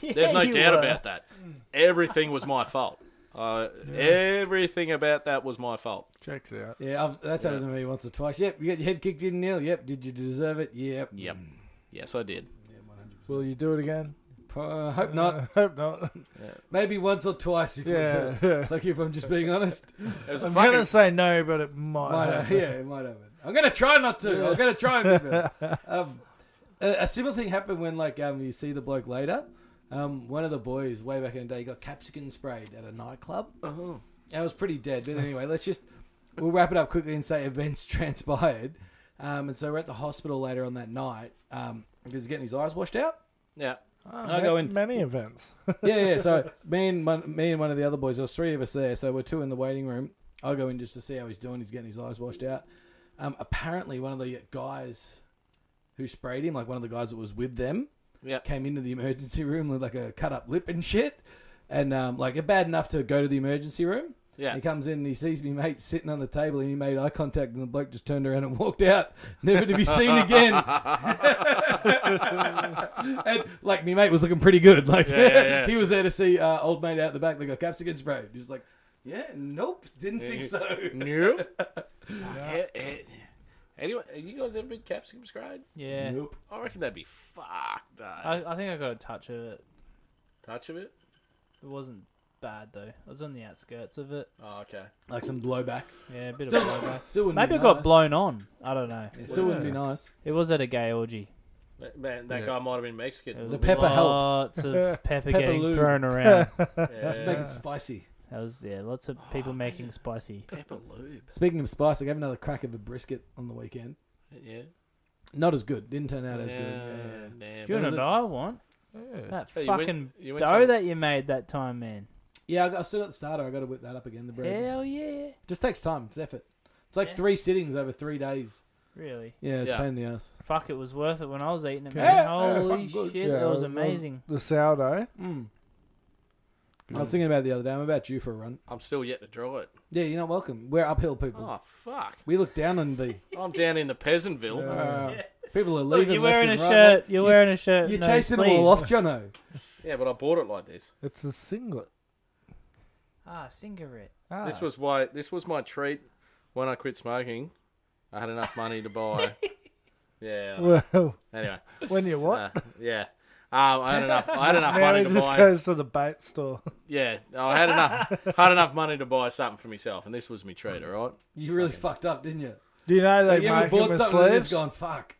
[SPEAKER 1] There's no
[SPEAKER 3] Yeah, you
[SPEAKER 1] doubt
[SPEAKER 3] were.
[SPEAKER 1] about that. Everything was my fault. Uh, Everything about that was my fault.
[SPEAKER 2] Checks out.
[SPEAKER 4] Yeah, I've, that's happened to me once or twice. Yep, you got your head kicked in, Neil. Yep, did you deserve it? Yep.
[SPEAKER 1] Yep.
[SPEAKER 2] Mm.
[SPEAKER 1] Yes, I did.
[SPEAKER 2] Will you do it again?
[SPEAKER 4] Uh, hope not.
[SPEAKER 2] I hope not.
[SPEAKER 4] Maybe once or twice if
[SPEAKER 2] Yeah,
[SPEAKER 4] we
[SPEAKER 2] yeah.
[SPEAKER 4] could. Like if I'm just being honest.
[SPEAKER 1] It was a
[SPEAKER 2] I'm
[SPEAKER 1] fucking-
[SPEAKER 2] gonna say no, but it might.
[SPEAKER 4] Might have-
[SPEAKER 2] happen.
[SPEAKER 4] yeah, it might happen. I'm gonna try not to. I'm gonna try and be better. Um, a, a similar thing happened when like um you see the bloke later. Um, one of the boys way back in the day got capsicum sprayed at a nightclub.
[SPEAKER 1] Oh.
[SPEAKER 4] And it was pretty dead. But anyway, let's just we'll wrap it up quickly and say events transpired. Um, and so we're at the hospital later on that night. Um, because he's getting his eyes washed out.
[SPEAKER 1] Yeah.
[SPEAKER 2] Ah,
[SPEAKER 4] And I
[SPEAKER 2] ma-
[SPEAKER 4] go in-
[SPEAKER 2] many events.
[SPEAKER 4] yeah, yeah. So me and one, me and one of the other boys, there was three of us there. So we're two in the waiting room. I go in just to see how he's doing. He's getting his eyes washed out. Um, apparently, one of the guys who sprayed him, like one of the guys that was with them,
[SPEAKER 1] Yep.
[SPEAKER 4] came into the emergency room with like a cut up lip and shit, and um, like it bad enough to go to the emergency room.
[SPEAKER 1] Yeah.
[SPEAKER 4] He comes in and he sees me, mate, sitting on the table, and he made eye contact, and the bloke just turned around and walked out, never to be seen again. and like, me mate was looking pretty good. Like,
[SPEAKER 1] Yeah, yeah, yeah.
[SPEAKER 4] he was there to see uh, old mate out the back. They got capsicum spray. He was like, yeah, nope, didn't think so.
[SPEAKER 1] Nope. Eh, eh. Anyway, have you guys ever been capsicum sprayed?
[SPEAKER 3] Yeah.
[SPEAKER 4] Nope.
[SPEAKER 1] I reckon that'd be fucked. Uh,
[SPEAKER 3] I, I think I got a touch of it.
[SPEAKER 1] touch of it?
[SPEAKER 3] It wasn't bad though. I was on the outskirts of it.
[SPEAKER 1] Oh, okay.
[SPEAKER 4] Like some blowback.
[SPEAKER 3] Yeah, a bit
[SPEAKER 4] Still,
[SPEAKER 3] of blowback.
[SPEAKER 4] still wouldn't
[SPEAKER 3] Maybe
[SPEAKER 4] be
[SPEAKER 3] I got
[SPEAKER 4] nice.
[SPEAKER 3] blown on. I don't know.
[SPEAKER 4] Yeah, still wouldn't be nice.
[SPEAKER 3] It was at a gay orgy.
[SPEAKER 1] That- Man, that guy might have been Mexican.
[SPEAKER 3] There was
[SPEAKER 4] The pepper helps.
[SPEAKER 3] lots of
[SPEAKER 4] Pepper
[SPEAKER 3] pepper, getting
[SPEAKER 4] lube.
[SPEAKER 3] thrown around.
[SPEAKER 4] Let's make it spicy.
[SPEAKER 3] That was yeah, lots of people making spicy.
[SPEAKER 1] Pepper lube.
[SPEAKER 4] Speaking of spice, I gave another crack of a brisket on the weekend.
[SPEAKER 1] Yeah.
[SPEAKER 4] Not as good. Didn't turn out as good.
[SPEAKER 1] Yeah,
[SPEAKER 4] Yeah.
[SPEAKER 1] man.
[SPEAKER 3] Do you know
[SPEAKER 4] was
[SPEAKER 3] what I want? That
[SPEAKER 1] Hey, you went-
[SPEAKER 3] fucking
[SPEAKER 1] you went
[SPEAKER 3] dough
[SPEAKER 1] to-
[SPEAKER 3] that you made that time, man.
[SPEAKER 4] Yeah, I, got, I still got the starter. I got to whip that up again. The bread
[SPEAKER 3] Hell yeah.
[SPEAKER 4] just takes time. It's effort. It's like
[SPEAKER 3] Yeah.
[SPEAKER 4] three sittings over three days.
[SPEAKER 3] Really?
[SPEAKER 4] Yeah, it's
[SPEAKER 1] Yeah.
[SPEAKER 4] a pain in the ass.
[SPEAKER 3] Fuck, it was worth it when I was eating it,
[SPEAKER 4] Yeah,
[SPEAKER 3] man.
[SPEAKER 4] yeah,
[SPEAKER 3] Holy
[SPEAKER 4] fucking good.
[SPEAKER 3] shit,
[SPEAKER 2] Yeah,
[SPEAKER 3] that was
[SPEAKER 2] it was-
[SPEAKER 3] amazing.
[SPEAKER 2] The sourdough.
[SPEAKER 4] Hmm. I was thinking about it the other day. I'm about due for a run.
[SPEAKER 1] I'm still yet to draw it.
[SPEAKER 4] Yeah, you're not welcome. We're uphill people.
[SPEAKER 1] Oh fuck!
[SPEAKER 4] We look down on the
[SPEAKER 1] I'm down in the Peasantville. Yeah,
[SPEAKER 4] uh, people are
[SPEAKER 3] Look,
[SPEAKER 4] leaving.
[SPEAKER 3] you're
[SPEAKER 4] left
[SPEAKER 3] wearing a
[SPEAKER 4] and right.
[SPEAKER 3] shirt. You're wearing a shirt.
[SPEAKER 4] You're
[SPEAKER 3] no
[SPEAKER 4] chasing them
[SPEAKER 3] sleeves.
[SPEAKER 4] all off, Jono.
[SPEAKER 1] but I bought it like this.
[SPEAKER 2] It's a singlet.
[SPEAKER 3] Ah, cigarette.
[SPEAKER 2] Ah,
[SPEAKER 1] This was why. This was my treat when I quit smoking. I had enough money to buy. yeah. I know.
[SPEAKER 2] well.
[SPEAKER 1] Anyway.
[SPEAKER 2] When you what?
[SPEAKER 1] uh, yeah. Um, I had enough. I had enough
[SPEAKER 2] now
[SPEAKER 1] money
[SPEAKER 2] he
[SPEAKER 1] to
[SPEAKER 2] just
[SPEAKER 1] buy.
[SPEAKER 2] goes to the bait store.
[SPEAKER 1] Yeah, Oh, I had enough. had enough money to buy something for myself, and this was my treat. All right.
[SPEAKER 4] You really fucked up, didn't you?
[SPEAKER 2] Do you know they
[SPEAKER 4] Like, you ever
[SPEAKER 2] make them
[SPEAKER 4] bought
[SPEAKER 2] as
[SPEAKER 4] something and
[SPEAKER 2] sleeves?
[SPEAKER 4] just gone fuck?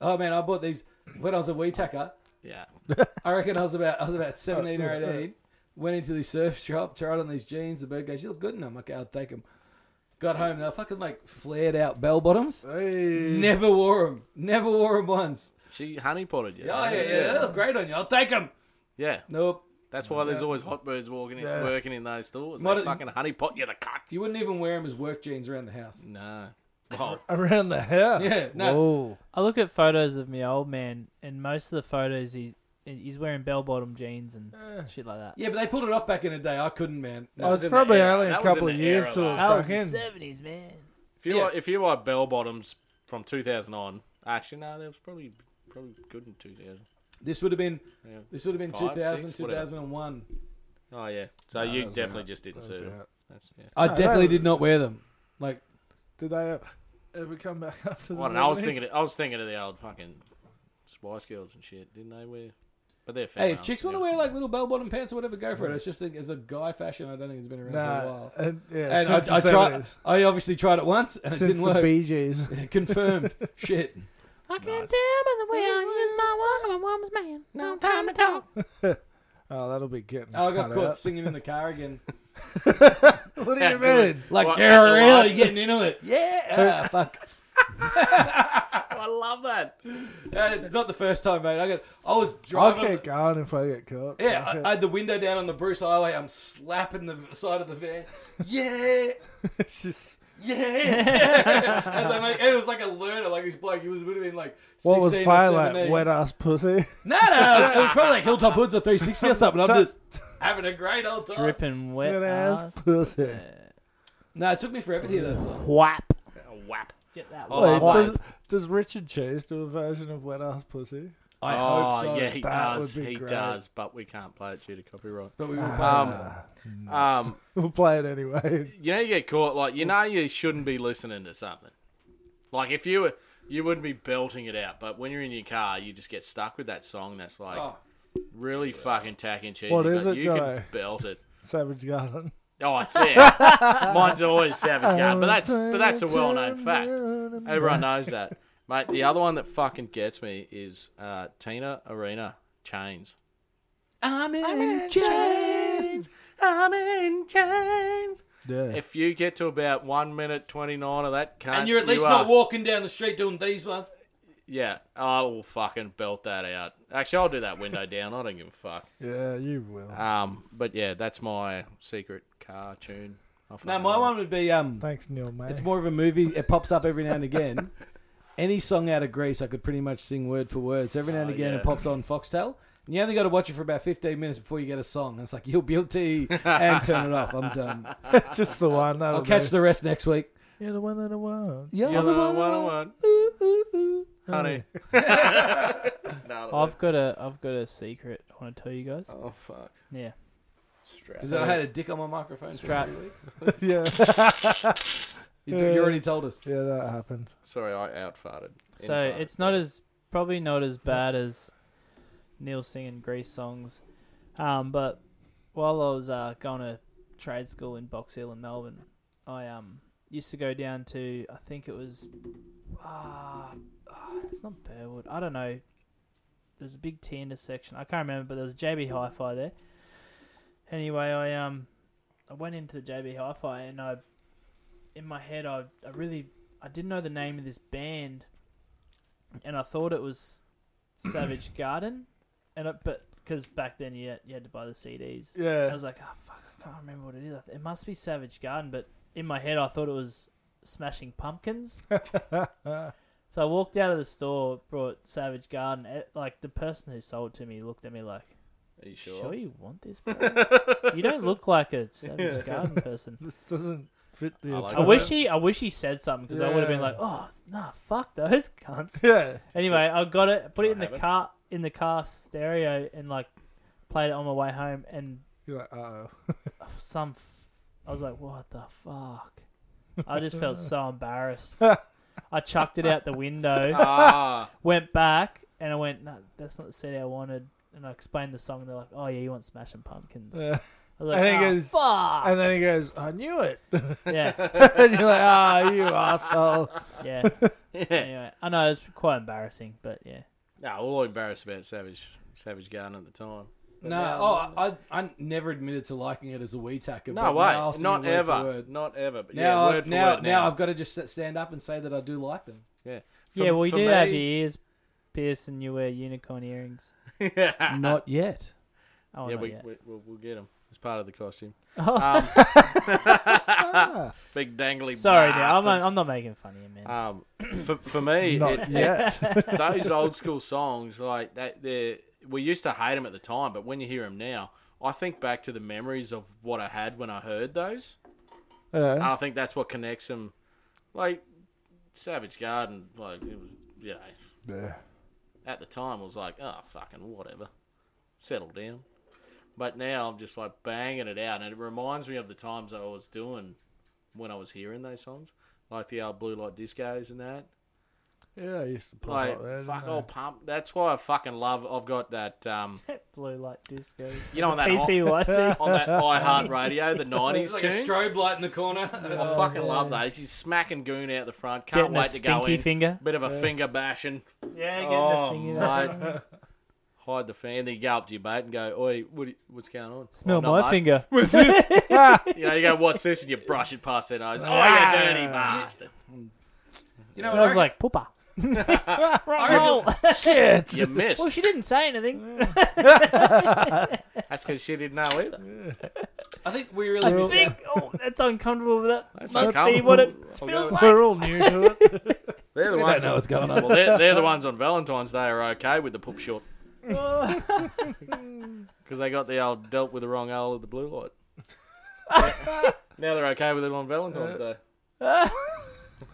[SPEAKER 4] Oh man, I bought these when I was a wee tucker.
[SPEAKER 1] Yeah.
[SPEAKER 4] I reckon I was about I was
[SPEAKER 2] Oh,
[SPEAKER 4] about seventeen or eighteen. Went into the surf shop, tried on these jeans. The bird goes, "You look good in them." Okay, I'll take them. Got home, they're fucking like flared out bell bottoms.
[SPEAKER 2] Hey.
[SPEAKER 4] Never wore them. Never wore them once.
[SPEAKER 1] She honey potted you.
[SPEAKER 4] Oh yeah, yeah, they look great on you. I'll take them.
[SPEAKER 1] Yeah.
[SPEAKER 4] Nope.
[SPEAKER 1] That's why there's always hot birds walking in, working in those stores. They
[SPEAKER 4] Modern-
[SPEAKER 1] fucking honey pot you the cunt.
[SPEAKER 4] You wouldn't even wear them as work jeans around the house.
[SPEAKER 1] No. Well,
[SPEAKER 2] Around the house.
[SPEAKER 4] Yeah, no.
[SPEAKER 2] Whoa.
[SPEAKER 3] I look at photos of my old man, and most of the photos he and he's wearing bell bottom jeans and
[SPEAKER 2] Eh.
[SPEAKER 3] shit like that.
[SPEAKER 4] Yeah, but they pulled it off back in the day. I couldn't, man.
[SPEAKER 2] I was
[SPEAKER 1] was in the
[SPEAKER 2] Oh, probably
[SPEAKER 1] era.
[SPEAKER 2] only a
[SPEAKER 1] That was
[SPEAKER 2] couple
[SPEAKER 1] in
[SPEAKER 2] of
[SPEAKER 1] the
[SPEAKER 2] years
[SPEAKER 1] era,
[SPEAKER 2] till it
[SPEAKER 1] though.
[SPEAKER 2] was
[SPEAKER 3] That was
[SPEAKER 2] back
[SPEAKER 3] the
[SPEAKER 2] in.
[SPEAKER 3] seventies, man.
[SPEAKER 1] If you
[SPEAKER 4] Yeah.
[SPEAKER 1] like, if you like bell bottoms from 2009, actually no, that was probably probably good in 2000.
[SPEAKER 4] This would have been
[SPEAKER 1] Yeah.
[SPEAKER 4] this would have been
[SPEAKER 1] Five,
[SPEAKER 4] 2000,
[SPEAKER 1] six, whatever.
[SPEAKER 4] 2001.
[SPEAKER 1] Oh yeah, so
[SPEAKER 2] No,
[SPEAKER 1] you
[SPEAKER 2] that was
[SPEAKER 1] definitely
[SPEAKER 2] out.
[SPEAKER 1] just didn't
[SPEAKER 2] That
[SPEAKER 1] see
[SPEAKER 2] was
[SPEAKER 1] them.
[SPEAKER 2] out.
[SPEAKER 1] That's, yeah.
[SPEAKER 4] I
[SPEAKER 2] No,
[SPEAKER 4] definitely
[SPEAKER 2] that-
[SPEAKER 4] did not wear them. Like
[SPEAKER 2] Did they ever come back after?
[SPEAKER 1] I
[SPEAKER 2] the
[SPEAKER 1] don't know. I was
[SPEAKER 2] 70s?
[SPEAKER 1] thinking. I was thinking of the old fucking Spice Girls and shit. Didn't they wear? But they're
[SPEAKER 4] Hey,
[SPEAKER 1] female.
[SPEAKER 4] if chicks want to
[SPEAKER 1] yeah.
[SPEAKER 4] wear like little bell bottom pants or whatever, go for it. It's just think as a guy fashion, I don't think it's been around for a
[SPEAKER 2] Nah,
[SPEAKER 4] while.
[SPEAKER 2] and, yeah,
[SPEAKER 4] And
[SPEAKER 2] since
[SPEAKER 4] I, I
[SPEAKER 2] the
[SPEAKER 4] tried.
[SPEAKER 2] 70s.
[SPEAKER 4] I obviously tried it once, and it
[SPEAKER 2] Since
[SPEAKER 4] didn't
[SPEAKER 2] the
[SPEAKER 4] work.
[SPEAKER 2] Bee Gees.
[SPEAKER 4] Confirmed. Shit.
[SPEAKER 7] I can't tell by the way I use my walk. I'm a woman's man. No time to talk.
[SPEAKER 2] Oh, that'll be getting.
[SPEAKER 4] Oh, I got
[SPEAKER 2] cut
[SPEAKER 4] caught
[SPEAKER 2] out.
[SPEAKER 4] singing in the car again.
[SPEAKER 2] What do
[SPEAKER 1] Yeah,
[SPEAKER 2] you
[SPEAKER 1] good.
[SPEAKER 2] mean?
[SPEAKER 4] Like
[SPEAKER 1] Well,
[SPEAKER 4] you're
[SPEAKER 1] at the
[SPEAKER 4] really
[SPEAKER 1] last-
[SPEAKER 4] getting into it. Yeah. Ah, fuck.
[SPEAKER 1] I love that.
[SPEAKER 4] Uh, it's not the first time, mate. I got. I was
[SPEAKER 2] I'll
[SPEAKER 4] driving.
[SPEAKER 2] keep going if I get caught.
[SPEAKER 4] Yeah,
[SPEAKER 2] Fuck it.
[SPEAKER 4] I, I had the window down on the Bruce Highway. I'm slapping the side of the van. Yeah,
[SPEAKER 2] it's just
[SPEAKER 4] yeah. As I make, it was like a learner, like this bloke. He was would have been like
[SPEAKER 2] what
[SPEAKER 4] 16
[SPEAKER 2] was uh,
[SPEAKER 4] or
[SPEAKER 2] playing like
[SPEAKER 4] 17.
[SPEAKER 2] wet ass pussy.
[SPEAKER 4] No, no, it was probably like Hilltop Hoods or 360 or something. I'm just having a great old time.
[SPEAKER 3] Dripping wet
[SPEAKER 2] Wet ass
[SPEAKER 3] ass.
[SPEAKER 2] pussy.
[SPEAKER 4] No, it took me forever to hear that song.
[SPEAKER 3] Whap.
[SPEAKER 1] A whap.
[SPEAKER 3] Get that.
[SPEAKER 1] Oh,
[SPEAKER 2] Wait,
[SPEAKER 1] whap.
[SPEAKER 2] does, does Richard Cheese do a version of wet ass pussy?
[SPEAKER 4] I
[SPEAKER 1] oh
[SPEAKER 4] hope so.
[SPEAKER 1] yeah, he
[SPEAKER 2] That
[SPEAKER 1] does.
[SPEAKER 2] would be
[SPEAKER 1] He
[SPEAKER 2] great.
[SPEAKER 1] does, but we can't play it due to copyright.
[SPEAKER 4] But
[SPEAKER 2] Ah.
[SPEAKER 4] we were
[SPEAKER 1] Um,
[SPEAKER 4] playing
[SPEAKER 2] mm.
[SPEAKER 1] um,
[SPEAKER 2] We'll play it anyway.
[SPEAKER 1] you know, you get caught. Like you know, you shouldn't be listening to something. Like if you were, you wouldn't be belting it out. But when you're in your car, you just get stuck with that song. That's like
[SPEAKER 4] Oh.
[SPEAKER 1] really fucking tacky and cheesy.
[SPEAKER 2] What is
[SPEAKER 1] but
[SPEAKER 2] it,
[SPEAKER 1] You can
[SPEAKER 2] Jono?
[SPEAKER 1] belt it.
[SPEAKER 2] Savage Garden.
[SPEAKER 1] Oh, it's there. Mine's always Savage Garden, but that's but that's a well-known fact. Everyone knows that, mate. The other one that fucking gets me is uh, Tina Arena Chains.
[SPEAKER 4] I'm in, chains.
[SPEAKER 1] I'm in chains.
[SPEAKER 2] Yeah.
[SPEAKER 1] If you get to about one minute twenty-nine of that, cunt,
[SPEAKER 4] And you're at least
[SPEAKER 1] you
[SPEAKER 4] not
[SPEAKER 1] are-
[SPEAKER 4] walking down the street doing these ones.
[SPEAKER 1] Yeah, I will fucking belt that out. Actually, I'll do that window down. I don't give a fuck.
[SPEAKER 2] yeah, you will.
[SPEAKER 4] Uh,
[SPEAKER 1] Um, but yeah, that's my secret car tune. I
[SPEAKER 4] No,
[SPEAKER 1] fucking
[SPEAKER 4] my
[SPEAKER 1] love
[SPEAKER 4] one
[SPEAKER 1] it.
[SPEAKER 4] would be um,
[SPEAKER 2] Thanks, Neil, mate.
[SPEAKER 4] It's more of a movie. It pops up every now and again. Any song out of Greece, I could pretty much sing word for word. So every now and
[SPEAKER 1] Oh,
[SPEAKER 4] again,
[SPEAKER 1] yeah.
[SPEAKER 4] it pops on Foxtel. And you only got to watch it for about 15 minutes before you get a song. And it's like, you're guilty and turn it off. I'm done.
[SPEAKER 2] just the one.
[SPEAKER 4] I'll catch the rest next week.
[SPEAKER 2] You're the one that I want.
[SPEAKER 4] You're,
[SPEAKER 1] You're
[SPEAKER 4] the
[SPEAKER 1] the
[SPEAKER 4] one
[SPEAKER 1] one I
[SPEAKER 4] I
[SPEAKER 1] want.
[SPEAKER 4] Ooh, ooh, ooh.
[SPEAKER 1] honey.
[SPEAKER 3] I've got a I've got a secret I want to tell you guys.
[SPEAKER 1] oh fuck.
[SPEAKER 3] Yeah.
[SPEAKER 1] Strap.
[SPEAKER 4] Is that I had a dick on my microphone? for
[SPEAKER 3] Strap.
[SPEAKER 4] a few weeks?
[SPEAKER 2] Yeah,
[SPEAKER 4] You, you already told us.
[SPEAKER 2] yeah, that happened.
[SPEAKER 1] Sorry, I outfarted.
[SPEAKER 3] So
[SPEAKER 1] Infarted.
[SPEAKER 3] it's not as probably not as bad as Neil singing Grease songs, um, but while I was uh, going to trade school in Box Hill in Melbourne, I um used to go down to I think it was ah ah, it's not Burwood I don't know there's a big tinder section I can't remember but there was JB Hi-Fi there. Anyway, I um I went into the JB Hi-Fi and I in my head I I really I didn't know the name of this band and I thought it was Savage Garden, and it, but because back then you had, you had to buy the CDs. I
[SPEAKER 2] Yeah,
[SPEAKER 3] was like, oh fuck, I can't remember what it is. I th- It must be Savage Garden, but in my head I thought it was Smashing Pumpkins. so I walked out of the store, brought Savage Garden. It, like the person who sold it to me looked at me like,
[SPEAKER 1] Are you
[SPEAKER 3] sure,
[SPEAKER 1] sure?
[SPEAKER 3] you want this? Bro? you don't look like a Savage Garden person.
[SPEAKER 2] this doesn't fit the.
[SPEAKER 1] I like
[SPEAKER 3] I
[SPEAKER 2] attire.
[SPEAKER 1] that.
[SPEAKER 3] wish he, I wish he said something because I would have been
[SPEAKER 2] Yeah.
[SPEAKER 3] like, oh nah, fuck those cunts.
[SPEAKER 2] Yeah,
[SPEAKER 3] Anyway, I got it, put it
[SPEAKER 1] I
[SPEAKER 3] in the
[SPEAKER 1] have it.
[SPEAKER 3] car in the car stereo, and like played it on my way home. And
[SPEAKER 2] you're like, oh,
[SPEAKER 3] some, I was like, "What the fuck?" I just felt so embarrassed. I chucked it out the window,
[SPEAKER 1] ah,
[SPEAKER 3] went back, and I went, "No, that's not the CD I wanted." And I explained the song, and they're like, "Oh yeah, you want Smashing Pumpkins?"
[SPEAKER 2] Yeah.
[SPEAKER 3] I was like,
[SPEAKER 2] And he
[SPEAKER 3] "Oh,
[SPEAKER 2] goes-
[SPEAKER 3] fuck!"
[SPEAKER 2] and then he goes, I knew it,
[SPEAKER 3] yeah,
[SPEAKER 2] and you're like, ah, you asshole.
[SPEAKER 3] yeah.
[SPEAKER 1] yeah.
[SPEAKER 3] Anyway, I know it's quite embarrassing, but yeah.
[SPEAKER 1] No, all embarrassed about Savage Savage Garden at the time.
[SPEAKER 4] No, oh, I, I, I never admitted to liking it as a wee tacker.
[SPEAKER 1] No
[SPEAKER 4] but
[SPEAKER 1] way,
[SPEAKER 4] now I'll sing
[SPEAKER 1] not
[SPEAKER 4] it word for
[SPEAKER 1] ever,
[SPEAKER 4] word.
[SPEAKER 1] not ever. But
[SPEAKER 4] Now,
[SPEAKER 1] yeah,
[SPEAKER 4] I-
[SPEAKER 1] word for
[SPEAKER 4] now,
[SPEAKER 1] word
[SPEAKER 4] now
[SPEAKER 1] now.
[SPEAKER 4] I've got to just stand up and say that I do like them.
[SPEAKER 1] yeah,
[SPEAKER 3] yeah, well, you do have your
[SPEAKER 1] me-
[SPEAKER 3] ears pierced, and you wear unicorn earrings.
[SPEAKER 1] yeah,
[SPEAKER 4] Not yet.
[SPEAKER 3] Oh,
[SPEAKER 1] yeah,
[SPEAKER 3] not
[SPEAKER 1] we,
[SPEAKER 3] yet.
[SPEAKER 1] we we'll, we'll get them. It's part of the costume. Um,
[SPEAKER 3] Oh,
[SPEAKER 1] big dangly.
[SPEAKER 3] Ah. sorry, now I'm,
[SPEAKER 1] bastards.
[SPEAKER 3] I'm not making fun of you, man.
[SPEAKER 1] Um, for, for me,
[SPEAKER 2] Not
[SPEAKER 1] it,
[SPEAKER 2] yet.
[SPEAKER 1] those old school songs, like that, they we used to hate them at the time, but when you hear them now, I think back to the memories of what I had when I heard those, and
[SPEAKER 2] yeah.
[SPEAKER 1] I think that's what connects them. Like Savage Garden, like it was, you know,
[SPEAKER 2] yeah.
[SPEAKER 1] at the time I was like, oh fucking whatever, settle down. But now I'm just like banging it out, and it reminds me of the times I was doing when I was hearing those songs, like the old blue light discos and that.
[SPEAKER 2] Yeah, I used to pop
[SPEAKER 1] Like
[SPEAKER 2] up there. didn't
[SPEAKER 1] fuck
[SPEAKER 2] I?
[SPEAKER 1] all pump. That's why I fucking love. I've got that. Um,
[SPEAKER 3] Blue light disco.
[SPEAKER 1] you know on that on,
[SPEAKER 3] PCYC.
[SPEAKER 1] on that iHeart Radio the nineties
[SPEAKER 4] He's like a
[SPEAKER 1] tunes.
[SPEAKER 4] strobe light in the corner.
[SPEAKER 1] I fucking love those. He's smacking goon out the front. Can't
[SPEAKER 3] Oh, Getting a
[SPEAKER 1] wait to go
[SPEAKER 3] stinky
[SPEAKER 1] in.
[SPEAKER 3] finger.
[SPEAKER 1] Bit of a finger bashing.
[SPEAKER 3] Yeah, getting a
[SPEAKER 1] Oh
[SPEAKER 3] finger.
[SPEAKER 1] mate. Hide the fan. Then you go up to your mate and go, "Oi, what do you- what's going on?
[SPEAKER 3] Smell
[SPEAKER 1] "Oh, not
[SPEAKER 3] my
[SPEAKER 1] much."
[SPEAKER 3] finger.
[SPEAKER 1] You know, you go, "What's this?" and you brush it past their nose. Oh,
[SPEAKER 3] Ah.
[SPEAKER 1] you dirty bastard!
[SPEAKER 4] You know what? I
[SPEAKER 3] Smells
[SPEAKER 4] reckon-
[SPEAKER 3] like pooper.
[SPEAKER 4] I reckon-
[SPEAKER 2] Shit!
[SPEAKER 1] You missed.
[SPEAKER 3] Well, she didn't say anything.
[SPEAKER 1] That's because she didn't know either.
[SPEAKER 4] I think we really missed out.
[SPEAKER 3] Think, oh, that's uncomfortable. with That
[SPEAKER 1] That's
[SPEAKER 3] must be
[SPEAKER 1] uncomfortable.
[SPEAKER 3] what it feels like.
[SPEAKER 2] We're all new to it.
[SPEAKER 1] They're the
[SPEAKER 2] we
[SPEAKER 1] ones.
[SPEAKER 2] don't know what's going on.
[SPEAKER 1] Well, they're, they're the ones on Valentine's Day are okay with the poop short because they got the old dealt with the wrong owl of the blue light. now they're okay with it on Valentine's Day.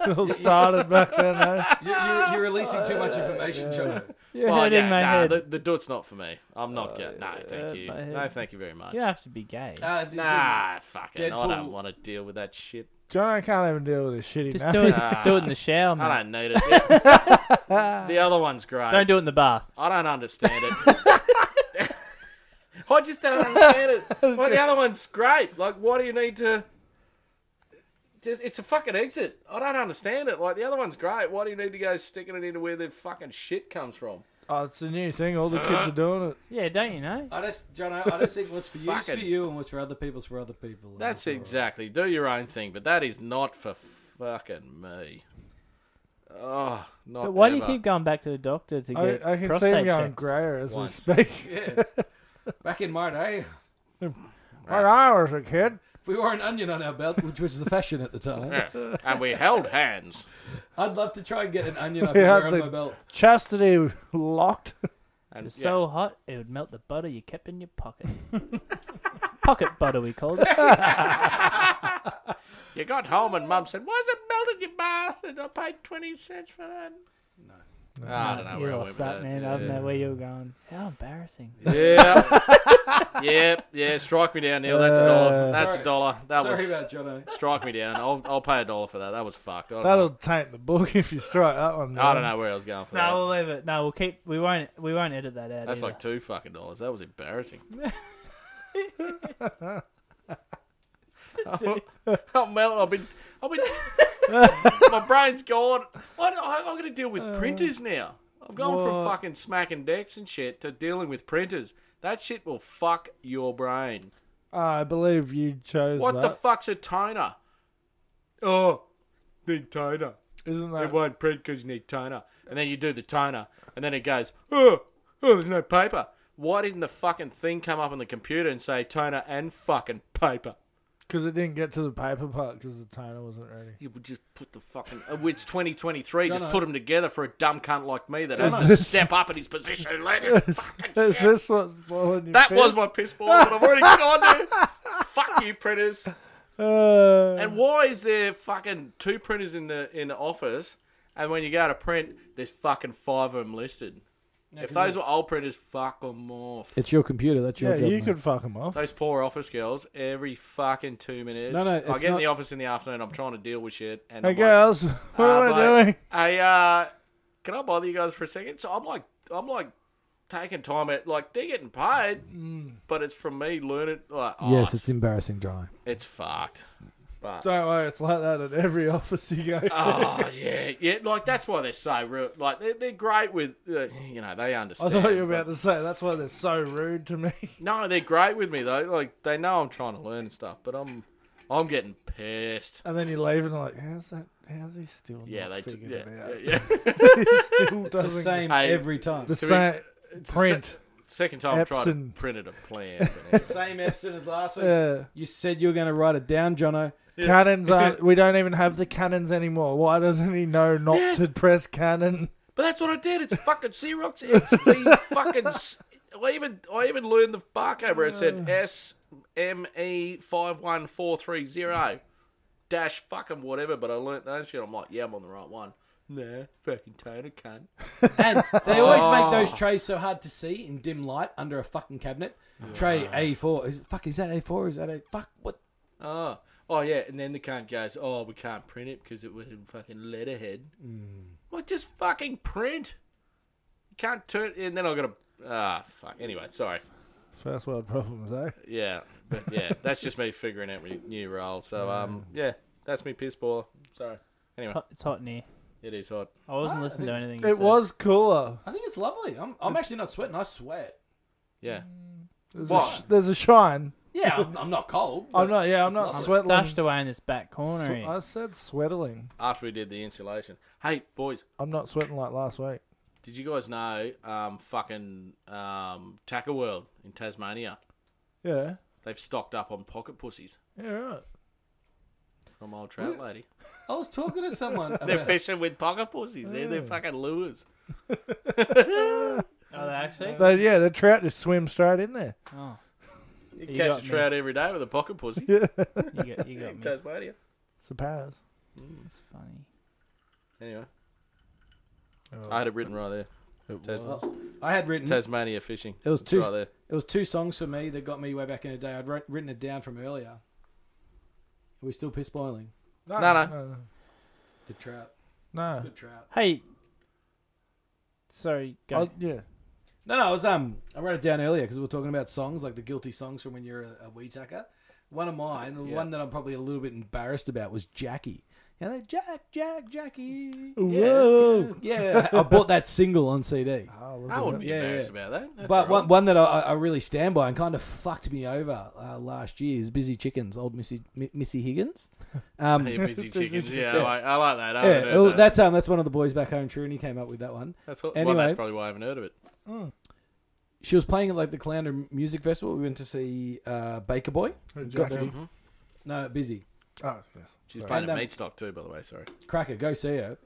[SPEAKER 2] it all started back then, eh?
[SPEAKER 4] You- You're, you're releasing too much information, John.
[SPEAKER 3] You're
[SPEAKER 1] Well,
[SPEAKER 3] hurting
[SPEAKER 1] yeah,
[SPEAKER 3] my
[SPEAKER 1] nah,
[SPEAKER 3] head. Oh,
[SPEAKER 1] The, the dut's not for me. I'm not gay. No,
[SPEAKER 3] yeah,
[SPEAKER 1] thank you.
[SPEAKER 3] my head.
[SPEAKER 1] No, thank you very much.
[SPEAKER 3] You don't have to be gay.
[SPEAKER 4] Uh, this is-
[SPEAKER 1] Nah, fuck it. I
[SPEAKER 4] Deadpool-
[SPEAKER 1] don't want to deal with that shit.
[SPEAKER 2] John, I can't even deal with this shitty
[SPEAKER 3] Just
[SPEAKER 2] nappy.
[SPEAKER 3] do it.
[SPEAKER 1] Nah.
[SPEAKER 3] do it in the shower, man.
[SPEAKER 1] I don't need it. the other one's great.
[SPEAKER 3] Don't do it in the bath.
[SPEAKER 1] I don't understand it. I just don't understand it. Well, the other one's great. Like, why do you need to? Just, it's a fucking exit. I don't understand it. Like, the other one's great. Why do you need to go sticking it into where the fucking shit comes from?
[SPEAKER 2] Oh, it's a new thing. All the kids are doing it.
[SPEAKER 3] Yeah, don't you know?
[SPEAKER 4] I just, John, I I just think what's for you is for
[SPEAKER 1] Fucking-
[SPEAKER 4] you, and what's for other people's for other people. and
[SPEAKER 1] That's
[SPEAKER 4] all right.
[SPEAKER 1] exactly. Do your own thing, but that is not for fucking me. Oh, not.
[SPEAKER 3] But why do you
[SPEAKER 1] ever.
[SPEAKER 3] keep going back to the doctor to
[SPEAKER 2] I,
[SPEAKER 3] get
[SPEAKER 2] I can see
[SPEAKER 3] prostate
[SPEAKER 2] him going
[SPEAKER 3] checked?
[SPEAKER 2] grayer as
[SPEAKER 1] Once.
[SPEAKER 2] we speak.
[SPEAKER 4] Back in my day,
[SPEAKER 2] When I was a kid,
[SPEAKER 4] we wore an onion on our belt, which was the fashion at the time.
[SPEAKER 1] Yeah. And we held hands.
[SPEAKER 4] I'd love to try and get an onion I
[SPEAKER 2] We
[SPEAKER 4] could wear
[SPEAKER 2] had
[SPEAKER 4] on
[SPEAKER 2] to-
[SPEAKER 4] my belt.
[SPEAKER 2] chastity locked.
[SPEAKER 1] And
[SPEAKER 3] It was
[SPEAKER 1] yeah.
[SPEAKER 3] so hot it would melt the butter you kept in your pocket. pocket butter, we called it.
[SPEAKER 1] you got home and Mum said, "Why's it melted, you bastard? I paid twenty cents for that." No, I don't know
[SPEAKER 3] you
[SPEAKER 1] where I went
[SPEAKER 3] lost
[SPEAKER 1] with
[SPEAKER 3] that,
[SPEAKER 1] that.
[SPEAKER 3] man. I don't know where you were going. How embarrassing.
[SPEAKER 1] Yeah, yeah, yeah. Strike me down, Neil. That's a dollar. That's
[SPEAKER 4] Sorry.
[SPEAKER 1] a dollar. That
[SPEAKER 4] Sorry
[SPEAKER 1] was
[SPEAKER 4] about John.
[SPEAKER 1] strike me down. I'll I'll pay a dollar for that. That was fucked. I don't,
[SPEAKER 2] That'll
[SPEAKER 1] know.
[SPEAKER 2] taint the book if you strike that one.
[SPEAKER 1] I
[SPEAKER 2] down.
[SPEAKER 1] don't know where I was going for
[SPEAKER 3] No,
[SPEAKER 1] that.
[SPEAKER 3] we'll leave it. No, we'll keep. We won't. We won't edit that out.
[SPEAKER 1] That's
[SPEAKER 3] either.
[SPEAKER 1] like two fucking dollars. That was embarrassing. I'm, I'm mel- Oh, I've been, I've been, my brain's gone. I, I, I'm going to deal with printers now. I've gone from
[SPEAKER 2] What?
[SPEAKER 1] fucking smacking decks and shit to dealing with printers. That shit will fuck your brain.
[SPEAKER 2] I believe you chose
[SPEAKER 1] What
[SPEAKER 2] that.
[SPEAKER 1] the fuck's a toner? Oh, need toner.
[SPEAKER 2] Isn't
[SPEAKER 1] It
[SPEAKER 2] that
[SPEAKER 1] won't print because you need toner. And then you do the toner, and then it goes, oh, oh, there's no paper. Why didn't the fucking thing come up on the computer and say toner and fucking paper?
[SPEAKER 2] because it didn't get to the paper part because the toner wasn't ready?
[SPEAKER 1] You would just put the fucking. uh, It's 2023. Just
[SPEAKER 4] Jono.
[SPEAKER 1] put them together for a dumb cunt like me that has to step up in his position. Later.
[SPEAKER 2] Is, is this what's boiling your
[SPEAKER 1] That was
[SPEAKER 2] piss?
[SPEAKER 1] my piss ball, but I've already gone to. Fuck you, printers.
[SPEAKER 2] Uh,
[SPEAKER 1] And why is there fucking two printers in the in the office? And when you go to print, there's fucking five of them listed. if those were old printers, fuck them off.
[SPEAKER 4] It's your computer. That's
[SPEAKER 2] yeah, you could fuck him off.
[SPEAKER 1] Those poor office girls, every fucking two minutes.
[SPEAKER 4] No, no,
[SPEAKER 1] I
[SPEAKER 4] it's
[SPEAKER 1] get in
[SPEAKER 4] not-
[SPEAKER 1] the office in the afternoon. I'm trying to deal with shit, and
[SPEAKER 2] Hey
[SPEAKER 1] I'm like,
[SPEAKER 2] girls, what
[SPEAKER 1] uh,
[SPEAKER 2] am I
[SPEAKER 1] bloke,
[SPEAKER 2] doing?
[SPEAKER 1] Hey, uh, can I bother you guys for a second? So I'm like, I'm like taking time at like they're getting paid,
[SPEAKER 2] Mm.
[SPEAKER 1] but it's from me learning. Like, oh, yes, it's,
[SPEAKER 4] embarrassing, John.
[SPEAKER 1] it's fucked. But
[SPEAKER 2] Don't worry, it's like that at every office you go to.
[SPEAKER 1] oh yeah, yeah, like that's why they're so real. Like they're, they're great with, uh, you know, they
[SPEAKER 2] I
[SPEAKER 1] understand.
[SPEAKER 2] thought you were about
[SPEAKER 1] but-
[SPEAKER 2] to say that's why they're so rude to me.
[SPEAKER 1] No, they're great with me though. Like they know I'm trying to learn and stuff, but I'm, I'm getting pissed.
[SPEAKER 2] And then you leave and they're like, how's that? How's he still
[SPEAKER 1] Yeah,
[SPEAKER 2] not
[SPEAKER 1] they t-
[SPEAKER 2] figured
[SPEAKER 1] yeah,
[SPEAKER 2] it out?
[SPEAKER 1] yeah.
[SPEAKER 2] he still
[SPEAKER 4] It's the
[SPEAKER 2] doesn't.
[SPEAKER 4] same
[SPEAKER 1] I-
[SPEAKER 4] every time.
[SPEAKER 2] The
[SPEAKER 1] To be-
[SPEAKER 2] same
[SPEAKER 1] it's the
[SPEAKER 2] print.
[SPEAKER 1] second time I tried to
[SPEAKER 2] Epson.
[SPEAKER 1] print it a plan. But
[SPEAKER 4] Same Epson as last week.
[SPEAKER 2] Yeah.
[SPEAKER 4] You said you were going to write it down, Jono.
[SPEAKER 2] Cannons aren't. We don't even have the cannons anymore. Why doesn't he know not
[SPEAKER 1] Yeah.
[SPEAKER 2] to press cannon?
[SPEAKER 1] But that's what I did. It's fucking Xerox XV fucking. s- I even I even learned the barcode where it said S M E five one four three zero dash fucking whatever. But I learnt that shit. I'm like, yeah, I'm on the right one. Nah, fucking toner cunt.
[SPEAKER 4] And they always make those trays so hard to see in dim light under a fucking cabinet. Tray A4. Is, fuck, is that A4? Is that A? Fuck, what?
[SPEAKER 1] Oh, oh yeah. And then the cunt goes, oh, we can't print it because it was in fucking letterhead. Well, just fucking print. You can't turn. And then I got to ah fuck. Anyway, sorry.
[SPEAKER 2] First world problems, eh?
[SPEAKER 1] Yeah, but yeah, that's just me figuring out my new role. So um, yeah, that's me piss boiler. Sorry.
[SPEAKER 3] It's
[SPEAKER 1] Anyway,
[SPEAKER 3] hot, it's hot in here.
[SPEAKER 1] it is hot.
[SPEAKER 3] I wasn't
[SPEAKER 4] Ah, I
[SPEAKER 3] listening to
[SPEAKER 4] think
[SPEAKER 3] anything. you
[SPEAKER 2] It
[SPEAKER 3] said.
[SPEAKER 2] was cooler.
[SPEAKER 4] I think it's lovely. I'm, I'm actually not sweating. I sweat.
[SPEAKER 1] Yeah.
[SPEAKER 2] There's,
[SPEAKER 1] What?
[SPEAKER 2] A, sh- there's a shine.
[SPEAKER 4] Yeah, I'm, I'm not cold.
[SPEAKER 2] I'm
[SPEAKER 4] but-
[SPEAKER 2] not. Yeah, I'm not
[SPEAKER 4] I'm
[SPEAKER 2] sweating.
[SPEAKER 3] stashed away in this back corner.
[SPEAKER 2] Sw-
[SPEAKER 3] here.
[SPEAKER 2] I said sweatling.
[SPEAKER 1] After we did the insulation, hey boys,
[SPEAKER 2] I'm not sweating like last week.
[SPEAKER 1] did you guys know um fucking um Tacker World in Tasmania?
[SPEAKER 2] Yeah.
[SPEAKER 1] They've stocked up on pocket pussies
[SPEAKER 2] Yeah. Right.
[SPEAKER 1] from old trout lady.
[SPEAKER 4] I was talking to someone.
[SPEAKER 1] They're
[SPEAKER 4] About,
[SPEAKER 1] fishing with pocket pussies. They're, they're fucking lures.
[SPEAKER 3] Oh, they actually?
[SPEAKER 2] But yeah, the trout just swim straight in there.
[SPEAKER 3] Oh,
[SPEAKER 1] You
[SPEAKER 3] You
[SPEAKER 1] catch
[SPEAKER 3] got
[SPEAKER 1] a
[SPEAKER 3] me.
[SPEAKER 1] trout every day with a pocket pussy.
[SPEAKER 3] you got, you got
[SPEAKER 1] in
[SPEAKER 3] me.
[SPEAKER 1] Tasmania.
[SPEAKER 2] It's the powers.
[SPEAKER 3] It's funny.
[SPEAKER 1] Anyway, I had it written right there. Tas-
[SPEAKER 4] I had written.
[SPEAKER 1] Tasmania fishing.
[SPEAKER 4] It was
[SPEAKER 1] It's
[SPEAKER 4] two-
[SPEAKER 1] right there.
[SPEAKER 4] It was two songs for me that got me way back in the day. I'd wrote- written it down from earlier. Are we still piss boiling?
[SPEAKER 1] No, no.
[SPEAKER 2] No.
[SPEAKER 4] The trout.
[SPEAKER 2] no.
[SPEAKER 4] Good trout.
[SPEAKER 3] Hey. Sorry, go.
[SPEAKER 2] I, yeah.
[SPEAKER 4] No, no, I was um, I wrote it down earlier because we were talking about songs like the guilty songs from when you're a, a weed sucker. One of mine, the one that I'm probably a little bit embarrassed about, was Jackie. Yeah, they Jack, Jack, Jackie.
[SPEAKER 2] Whoa. Ah,
[SPEAKER 4] Yeah, I bought that single on CD.
[SPEAKER 1] I wouldn't be
[SPEAKER 4] Yeah, yeah.
[SPEAKER 1] embarrassed about that. That's
[SPEAKER 4] but
[SPEAKER 1] all
[SPEAKER 4] one,
[SPEAKER 1] right.
[SPEAKER 4] one that I, I really stand by and kind of fucked me over uh, last year is Busy Chickens, old Missy Mi- Missy Higgins. Um,
[SPEAKER 1] Hey, busy chickens. Yeah, I like, I like that. I
[SPEAKER 4] yeah,
[SPEAKER 1] haven't heard
[SPEAKER 4] oh,
[SPEAKER 1] that.
[SPEAKER 4] that's um, that's one of the boys back home. True, and he came up with that one.
[SPEAKER 1] That's what, well,
[SPEAKER 4] anyway.
[SPEAKER 1] that's probably why I haven't heard of it.
[SPEAKER 2] Mm.
[SPEAKER 4] She was playing at like the Clounder Music Festival. We went to see uh, Baker Boy. Got there-
[SPEAKER 2] Jackie.
[SPEAKER 4] No, Busy.
[SPEAKER 2] Oh, yes.
[SPEAKER 1] She's playing
[SPEAKER 4] And,
[SPEAKER 1] at
[SPEAKER 4] um,
[SPEAKER 1] meat stock too, by the way. Sorry.
[SPEAKER 4] Cracker, go see her.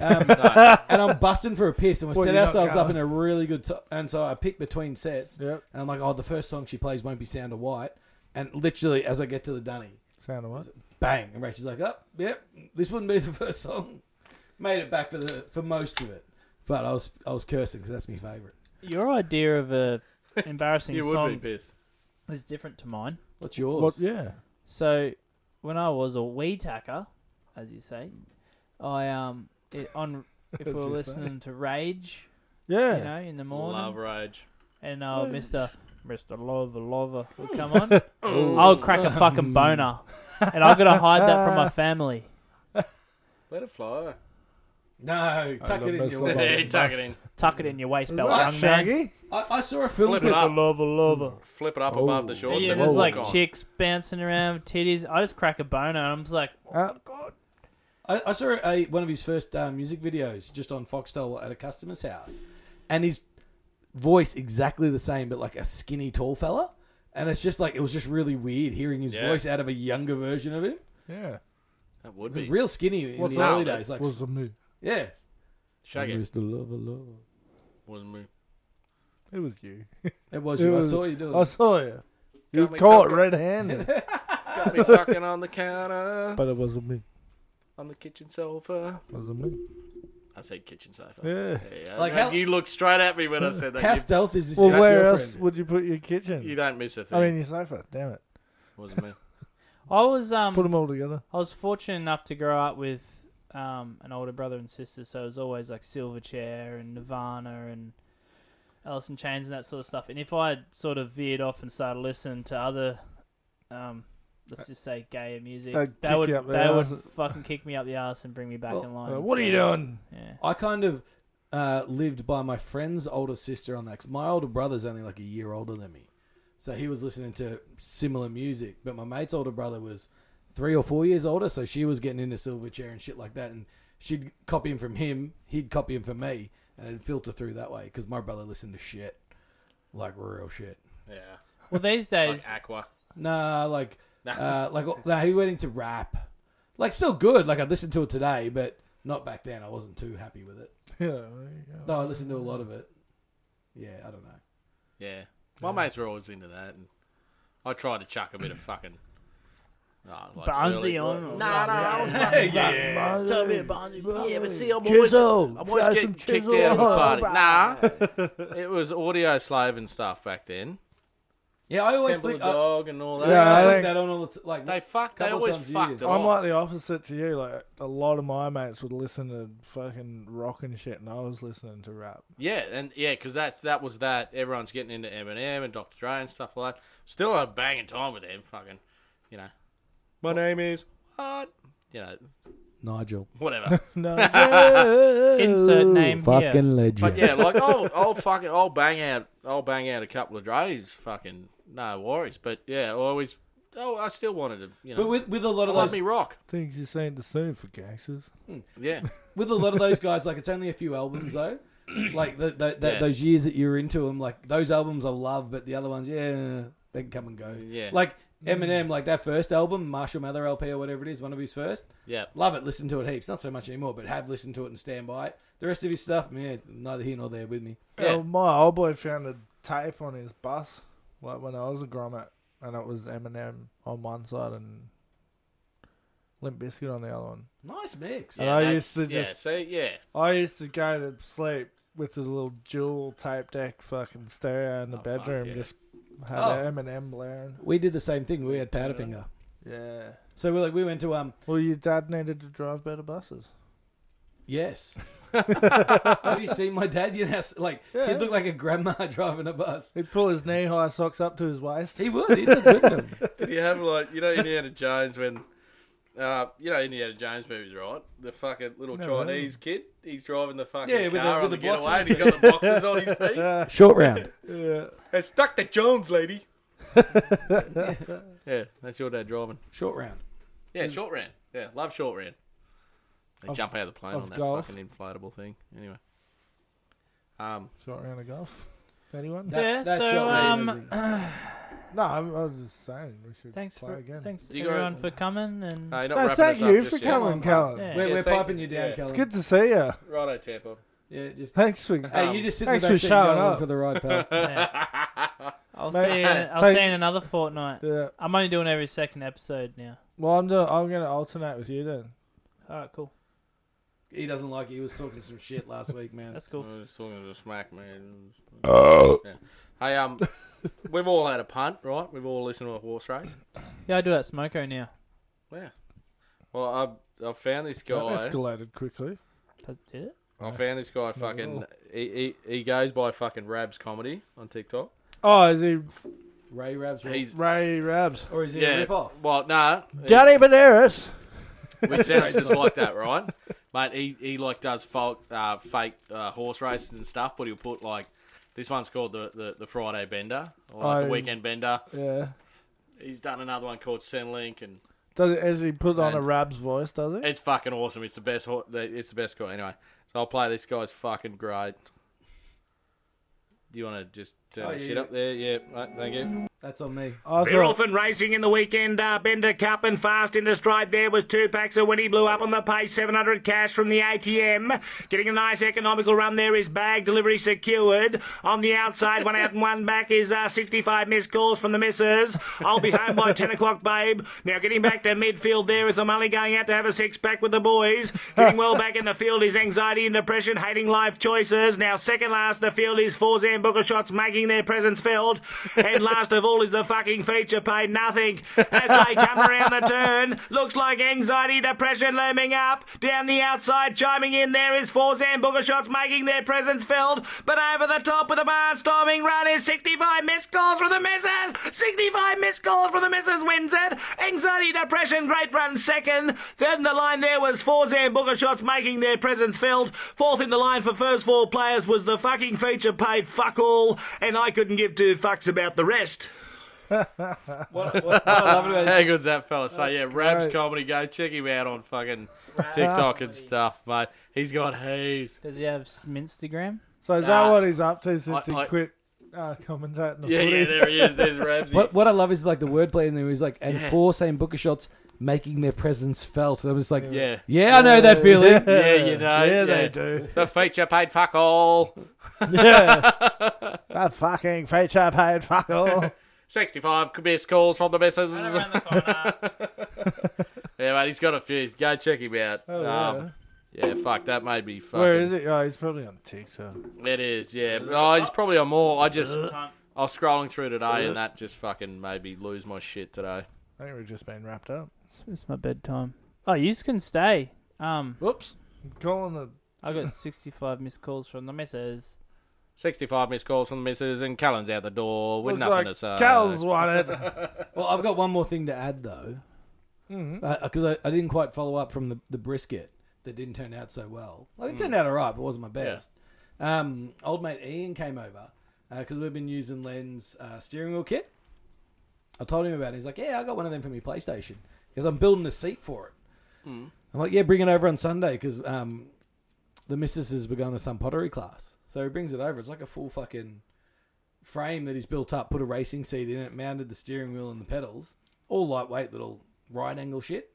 [SPEAKER 4] Um, and I'm busting for a piss, and we
[SPEAKER 2] Well,
[SPEAKER 4] set
[SPEAKER 2] you're not
[SPEAKER 4] ourselves up in
[SPEAKER 2] going.
[SPEAKER 4] a really good. To- and so I pick between sets,
[SPEAKER 2] Yep.
[SPEAKER 4] and I'm like, oh, the first song she plays won't be Sound of White. And literally, as I get to the dunny,
[SPEAKER 2] Sound of what?
[SPEAKER 4] bang, and Rachel's like, oh, yep, this wouldn't be the first song. Made it back for the for most of it, but I was I was cursing because that's my favorite.
[SPEAKER 3] Your idea of a embarrassing
[SPEAKER 1] You would
[SPEAKER 3] song
[SPEAKER 1] be pissed.
[SPEAKER 3] is different to mine.
[SPEAKER 4] What's yours?
[SPEAKER 2] What? Yeah.
[SPEAKER 3] So, when I was a wee tacker, as you say, I um it, on if we
[SPEAKER 2] As
[SPEAKER 3] were
[SPEAKER 2] you
[SPEAKER 3] listening to Rage,
[SPEAKER 2] Yeah.
[SPEAKER 3] you know, in the morning,
[SPEAKER 1] Love rage.
[SPEAKER 3] and uh, Mister Mister Lover Lover would come on,
[SPEAKER 2] Hmm.
[SPEAKER 3] I would crack a fucking boner, and I've got to hide that from my family.
[SPEAKER 1] Let it fly.
[SPEAKER 4] No, tuck
[SPEAKER 2] love
[SPEAKER 4] it in
[SPEAKER 2] most
[SPEAKER 4] your
[SPEAKER 2] of
[SPEAKER 4] wallet.
[SPEAKER 2] them.
[SPEAKER 1] Yeah, tuck it in.
[SPEAKER 3] Tuck it in your waist belt,
[SPEAKER 2] Like
[SPEAKER 3] young man.
[SPEAKER 2] Shaggy?
[SPEAKER 4] I, I saw a film.
[SPEAKER 1] Flip
[SPEAKER 4] with-
[SPEAKER 1] it up.
[SPEAKER 3] Lover Lover.
[SPEAKER 1] Flip it up above the shorts.
[SPEAKER 3] Yeah,
[SPEAKER 1] and
[SPEAKER 3] there's
[SPEAKER 1] walk
[SPEAKER 3] like
[SPEAKER 1] on.
[SPEAKER 3] chicks bouncing around, titties. I just crack a boner, and I'm just like,
[SPEAKER 2] Uh,
[SPEAKER 4] I, I saw a one of his first uh, music videos just on Foxtel at a customer's house, and his voice exactly the same, but like a skinny tall fella. And it's just like it was just really weird hearing his
[SPEAKER 1] Yeah.
[SPEAKER 4] voice out of a younger version of him.
[SPEAKER 2] yeah.
[SPEAKER 1] That would
[SPEAKER 4] He was
[SPEAKER 1] be.
[SPEAKER 4] real skinny in
[SPEAKER 2] What's
[SPEAKER 4] the
[SPEAKER 1] that?
[SPEAKER 4] early days, like
[SPEAKER 2] Was the move?
[SPEAKER 4] yeah.
[SPEAKER 1] Shag it.
[SPEAKER 4] the lover, lover.
[SPEAKER 1] Wasn't me.
[SPEAKER 2] It was you.
[SPEAKER 4] It was
[SPEAKER 2] It
[SPEAKER 4] you.
[SPEAKER 2] was-
[SPEAKER 4] I saw you doing.
[SPEAKER 2] I
[SPEAKER 4] it.
[SPEAKER 2] saw you. You
[SPEAKER 1] Got
[SPEAKER 2] were
[SPEAKER 1] me
[SPEAKER 2] caught
[SPEAKER 1] fucking-
[SPEAKER 2] red-handed,
[SPEAKER 1] Got me fucking on the counter.
[SPEAKER 2] but it wasn't me.
[SPEAKER 1] On the kitchen sofa.
[SPEAKER 2] It wasn't me.
[SPEAKER 1] I said kitchen sofa.
[SPEAKER 2] Yeah.
[SPEAKER 1] Yeah,
[SPEAKER 4] Like
[SPEAKER 1] I know
[SPEAKER 4] how-
[SPEAKER 1] you looked straight at me when I said that.
[SPEAKER 4] How
[SPEAKER 1] You-
[SPEAKER 4] stealth is this?
[SPEAKER 2] Well, where
[SPEAKER 4] ex-girlfriend?
[SPEAKER 2] else would you put your kitchen?
[SPEAKER 1] You don't miss a thing.
[SPEAKER 2] I mean, your sofa. Damn it.
[SPEAKER 1] Wasn't me.
[SPEAKER 3] I was um,
[SPEAKER 2] Put them all together.
[SPEAKER 3] I was fortunate enough to grow up with um, an older brother and sister, so it was always like Silverchair and Nirvana and Alice in Chains and that sort of stuff. And if I had sort of veered off and started listening to other, um, let's just say, gayer music,
[SPEAKER 2] They'd
[SPEAKER 3] they
[SPEAKER 2] kick
[SPEAKER 3] would
[SPEAKER 2] you up the
[SPEAKER 3] they would
[SPEAKER 2] arse.
[SPEAKER 3] fucking kick me up the ass and bring me back
[SPEAKER 4] Well,
[SPEAKER 3] in
[SPEAKER 2] Uh,
[SPEAKER 3] line.
[SPEAKER 2] what are you
[SPEAKER 3] so,
[SPEAKER 2] doing?
[SPEAKER 3] Yeah.
[SPEAKER 4] I kind of uh, lived by my friend's older sister on that. 'cause my older brother's only like a year older than me, so he was listening to similar music. But my mate's older brother was three or four years older, so she was getting into Silverchair and shit like that, and she'd copy him from him, he'd copy him from me, and it'd filter through that way because my brother listened to shit. like real shit.
[SPEAKER 1] Yeah.
[SPEAKER 3] Well, these
[SPEAKER 1] Like
[SPEAKER 3] days,
[SPEAKER 1] Aqua.
[SPEAKER 4] Nah, like
[SPEAKER 1] Nah.
[SPEAKER 4] uh, like nah, he went into rap. Like still good. Like I listened to it today, but not back then. I wasn't too happy with it.
[SPEAKER 2] Yeah, there you go.
[SPEAKER 4] No, I listened to a lot of it. Yeah, I don't know.
[SPEAKER 1] Yeah. My mates were always into that, and I tried to chuck a bit of fucking. Nah, like
[SPEAKER 3] Bonzi
[SPEAKER 1] early-
[SPEAKER 3] on. or
[SPEAKER 1] Nah, nah, I was like,
[SPEAKER 4] yeah.
[SPEAKER 3] something. Tell me about Bonzi.
[SPEAKER 1] Yeah, but see, I'm always,
[SPEAKER 2] Chisel,
[SPEAKER 1] I'm always
[SPEAKER 2] throw
[SPEAKER 1] getting
[SPEAKER 2] some
[SPEAKER 1] kicked
[SPEAKER 2] chisel Oh,
[SPEAKER 1] out of the
[SPEAKER 2] on.
[SPEAKER 1] party. Nah, it was audio slave and stuff back then.
[SPEAKER 4] Yeah, I always
[SPEAKER 1] Temple
[SPEAKER 4] think
[SPEAKER 1] of
[SPEAKER 4] I,
[SPEAKER 1] Dog and all that.
[SPEAKER 2] Yeah,
[SPEAKER 4] I
[SPEAKER 2] I
[SPEAKER 4] think
[SPEAKER 2] think-
[SPEAKER 4] that on all the t- like
[SPEAKER 1] They fucked. They
[SPEAKER 4] Couple
[SPEAKER 1] always
[SPEAKER 4] times you
[SPEAKER 1] fucked
[SPEAKER 4] did.
[SPEAKER 1] it
[SPEAKER 2] I'm
[SPEAKER 1] off.
[SPEAKER 2] like the opposite to you. Like a lot of my mates would listen to fucking rock and shit, and I was listening to rap.
[SPEAKER 1] Yeah, and yeah, because that's that was that. Everyone's getting into Eminem and Dr. Dre and stuff like that. Still a banging time with them. Fucking, you know. My name is what? You know,
[SPEAKER 4] Nigel,
[SPEAKER 1] whatever.
[SPEAKER 2] No,
[SPEAKER 3] Insert name here.
[SPEAKER 4] legend.
[SPEAKER 1] But yeah, like I'll, I'll fucking I'll bang out I'll bang out a couple of Dre's. Fucking no worries. But yeah, I always. Oh, I still wanted to. You know,
[SPEAKER 4] But with with a
[SPEAKER 1] I
[SPEAKER 4] lot of
[SPEAKER 1] love
[SPEAKER 4] those
[SPEAKER 1] me rock.
[SPEAKER 2] things you seem to soon for gangsters.
[SPEAKER 1] Yeah,
[SPEAKER 4] with a lot of those guys, like it's only a few albums though. Like the, the, the,
[SPEAKER 1] Yeah.
[SPEAKER 4] those years that you're into them, like those albums I love, but the other ones, yeah, they can come and go.
[SPEAKER 1] Yeah.
[SPEAKER 4] Like Eminem, like that first album, Marshall Mather LP or whatever it is, one of his first.
[SPEAKER 1] yeah.
[SPEAKER 4] Love it, listen to it heaps. Not so much anymore, but have listened to it and stand by it. The rest of his stuff, man, neither here nor there with me.
[SPEAKER 1] Yeah.
[SPEAKER 2] Well, my old boy found a tape on his bus, like when I was a grommet, and it was Eminem on one side and Limp Bizkit on the other one.
[SPEAKER 4] Nice mix.
[SPEAKER 2] And I
[SPEAKER 1] that's-
[SPEAKER 2] used to
[SPEAKER 1] yeah,
[SPEAKER 2] just-
[SPEAKER 1] see, yeah,
[SPEAKER 2] I used to go to sleep with this little dual tape deck fucking stereo in the
[SPEAKER 1] Oh, fuck,
[SPEAKER 2] bedroom,
[SPEAKER 1] yeah.
[SPEAKER 2] just had
[SPEAKER 4] Oh.
[SPEAKER 2] Eminem blaring.
[SPEAKER 4] We did the same thing. We had Powderfinger.
[SPEAKER 2] Yeah.
[SPEAKER 4] So we're like, we went to um,
[SPEAKER 2] Well, your dad needed to drive better buses.
[SPEAKER 4] yes. Have you seen my dad? You know, how s- like
[SPEAKER 2] Yeah.
[SPEAKER 4] he'd look like a grandma driving a bus.
[SPEAKER 2] He'd pull his knee high socks up to his waist.
[SPEAKER 4] He would. He'd look good in 'em.
[SPEAKER 1] Did you have like you know Indiana Jones when uh, you know Indiana Jones movies, right? The fucking little
[SPEAKER 2] Never heard of
[SPEAKER 1] Chinese kid, he's driving the fucking
[SPEAKER 4] Yeah, with the-
[SPEAKER 1] car
[SPEAKER 4] with
[SPEAKER 1] on the,
[SPEAKER 4] the
[SPEAKER 1] getaway, and
[SPEAKER 4] boxes.
[SPEAKER 1] he's got the boxes on his feet.
[SPEAKER 4] Short round.
[SPEAKER 2] Yeah.
[SPEAKER 1] It's Dr. Jones, lady. yeah, that's your dad driving.
[SPEAKER 4] Short round.
[SPEAKER 1] Yeah, short round. Yeah, love short round. They
[SPEAKER 2] Mm. Of-
[SPEAKER 1] jump out of the plane
[SPEAKER 2] of
[SPEAKER 1] on that
[SPEAKER 2] golf.
[SPEAKER 1] fucking inflatable thing. Anyway, um,
[SPEAKER 2] Short round of golf. Anyone?
[SPEAKER 4] That-
[SPEAKER 3] Yeah,
[SPEAKER 4] that
[SPEAKER 3] so,
[SPEAKER 4] shot was
[SPEAKER 3] um,
[SPEAKER 4] amazing.
[SPEAKER 2] No, I'm, I was just saying we should
[SPEAKER 3] Thanks
[SPEAKER 2] play
[SPEAKER 3] for
[SPEAKER 2] again.
[SPEAKER 3] thanks
[SPEAKER 1] you go-
[SPEAKER 3] everyone for coming and
[SPEAKER 1] no, you're not
[SPEAKER 2] No,
[SPEAKER 1] wrapping
[SPEAKER 2] thank
[SPEAKER 1] us up
[SPEAKER 2] you
[SPEAKER 1] just
[SPEAKER 2] for
[SPEAKER 1] yet.
[SPEAKER 2] coming, Colin.
[SPEAKER 3] yeah.
[SPEAKER 4] We're,
[SPEAKER 1] Yeah,
[SPEAKER 4] we're
[SPEAKER 1] thank-
[SPEAKER 4] piping you down,
[SPEAKER 1] yeah.
[SPEAKER 4] Callum.
[SPEAKER 2] It's good to see you.
[SPEAKER 1] Righto, Tampa.
[SPEAKER 2] Oh.
[SPEAKER 4] Yeah, just. um,
[SPEAKER 2] Thanks for
[SPEAKER 4] Hey, you just sit in the
[SPEAKER 2] thanks
[SPEAKER 4] back
[SPEAKER 2] for
[SPEAKER 4] seat
[SPEAKER 2] showing
[SPEAKER 4] and go along
[SPEAKER 2] up.
[SPEAKER 4] for the ride, pal.
[SPEAKER 3] yeah. I'll
[SPEAKER 2] Mate,
[SPEAKER 3] see you. I'll
[SPEAKER 2] thank-
[SPEAKER 3] see you in another fortnight.
[SPEAKER 2] yeah.
[SPEAKER 3] I'm only doing every second episode now.
[SPEAKER 2] Well, I'm doing, I'm gonna alternate with you then.
[SPEAKER 3] All right, cool.
[SPEAKER 4] he doesn't like it. He was talking some shit last week, man.
[SPEAKER 3] That's cool.
[SPEAKER 1] I was talking to smack man. Yeah. Hey, um, we've all had a punt, right? We've all listened to a horse race.
[SPEAKER 3] Yeah, I do that smoko now.
[SPEAKER 1] Yeah. Well, I I found this
[SPEAKER 2] That
[SPEAKER 1] guy.
[SPEAKER 2] escalated quickly.
[SPEAKER 3] Does- Did it?
[SPEAKER 1] I found this guy. Fucking,
[SPEAKER 2] Oh.
[SPEAKER 1] he, he he goes by fucking Rabs Comedy on TikTok.
[SPEAKER 2] Oh, is he
[SPEAKER 4] Ray Rab's
[SPEAKER 1] He's
[SPEAKER 2] Ray Rabs?
[SPEAKER 4] Or is he a
[SPEAKER 1] yeah.
[SPEAKER 4] rip off?
[SPEAKER 1] Well, nah.
[SPEAKER 2] Danny Banderas.
[SPEAKER 1] It sounds just like that, right? Mate, he, he like does folk, uh, fake uh, horse races and stuff, but he'll put like this one's called the the, the Friday Bender or like, the
[SPEAKER 2] Oh.
[SPEAKER 1] Weekend Bender.
[SPEAKER 2] Yeah.
[SPEAKER 1] He's done another one called Centrelink and
[SPEAKER 2] Does as he put on a
[SPEAKER 1] And-
[SPEAKER 2] Rabs voice? Does he?
[SPEAKER 1] It's fucking awesome. It's the best. ho- the- It's the best guy. Anyway, so I'll play this guy's fucking great. Do you want to just turn
[SPEAKER 4] Oh,
[SPEAKER 1] the
[SPEAKER 4] yeah,
[SPEAKER 1] shit
[SPEAKER 4] yeah.
[SPEAKER 1] up there? Yeah, right, thank you.
[SPEAKER 4] That's on me.
[SPEAKER 2] I
[SPEAKER 8] Beer
[SPEAKER 2] thought,
[SPEAKER 8] off and racing in the weekend. Uh, Bender Cup and fast into stride there was two packs of when he blew up on the pace. 700 cash from the ATM. Getting a nice economical run there is bag delivery secured. On the outside, one out and one back is uh, 65 missed calls from the missus. I'll be home by 10 o'clock, babe. Now getting back to midfield there is I'm only going out to have a six pack with the boys. Getting well back in the field is anxiety and depression, hating life choices. Now second last the field is four Zambuka shots making their presence felt. And last of all is the fucking feature paid nothing. As they come around the turn, looks like anxiety, depression looming up. Down the outside, chiming in there is four Zambuka shots making their presence felt. But over the top with a barnstorming run is 65 missed calls from the missus. 65 missed calls from the missus wins it. Anxiety, depression, great run second. Third in the line there was four Zambuka shots making their presence felt. Fourth in the line for first four players was the fucking feature paid fuck all. And I couldn't give two fucks about the rest.
[SPEAKER 4] What, what, what I love about it
[SPEAKER 1] How good's that fella? So yeah, Rab's
[SPEAKER 2] great.
[SPEAKER 1] comedy. Go check him out on fucking TikTok and stuff, mate. He's got heaps.
[SPEAKER 3] Does he have s- Instagram?
[SPEAKER 2] so is that
[SPEAKER 1] Nah.
[SPEAKER 2] what he's up to since
[SPEAKER 1] I-
[SPEAKER 2] he
[SPEAKER 1] I-
[SPEAKER 2] quit uh, commentating the
[SPEAKER 1] Yeah,
[SPEAKER 2] footy.
[SPEAKER 1] yeah, there he is. There's Ramsey.
[SPEAKER 4] What, what I love is like the wordplay in there is like, and for Sam Booker shots making their presence felt. I was like,
[SPEAKER 1] Yeah.
[SPEAKER 4] yeah, I know that feeling.
[SPEAKER 1] Yeah, you know.
[SPEAKER 2] yeah,
[SPEAKER 1] Yeah,
[SPEAKER 2] they do.
[SPEAKER 1] The feature paid fuck all.
[SPEAKER 2] Yeah. that fucking feature paid fuck all.
[SPEAKER 1] 65 missed calls from the missus.
[SPEAKER 6] Right
[SPEAKER 1] yeah,
[SPEAKER 6] around the corner.
[SPEAKER 1] mate, he's got a few. Go check him out.
[SPEAKER 2] Oh,
[SPEAKER 1] um, yeah. fuck, that made me fucking...
[SPEAKER 2] Where is it? Oh, he's probably on TikTok.
[SPEAKER 1] It is, yeah. Oh, he's probably on more. I just...
[SPEAKER 6] Time.
[SPEAKER 1] I was scrolling through today and that just fucking made me lose my shit today.
[SPEAKER 2] I think we've just been wrapped up.
[SPEAKER 3] It's, it's my bedtime. Oh, you can stay. Um,
[SPEAKER 2] Whoops. I'm calling the.
[SPEAKER 3] I got 65 missed calls from the missus.
[SPEAKER 1] 65 missed calls from the missus and Callan's out the door with
[SPEAKER 2] Looks
[SPEAKER 1] nothing
[SPEAKER 2] like
[SPEAKER 1] to say.
[SPEAKER 2] Cal's won it.
[SPEAKER 4] Well, I've got one more thing to add though, because I, I didn't quite follow up from the, the brisket that didn't turn out so well. Like it turned out alright, but it wasn't my best. Um, old mate Ian came over because we've been using Len's uh, steering wheel kit. I told him about it. He's like, "Yeah, I got one of them for my PlayStation because I'm building a seat for it." I'm like, "Yeah, bring it over on Sunday because um, the missus has begun to some pottery class." So he brings it over. It's like a full fucking frame that he's built up, put a racing seat in it, mounted the steering wheel and the pedals, all lightweight little right angle shit.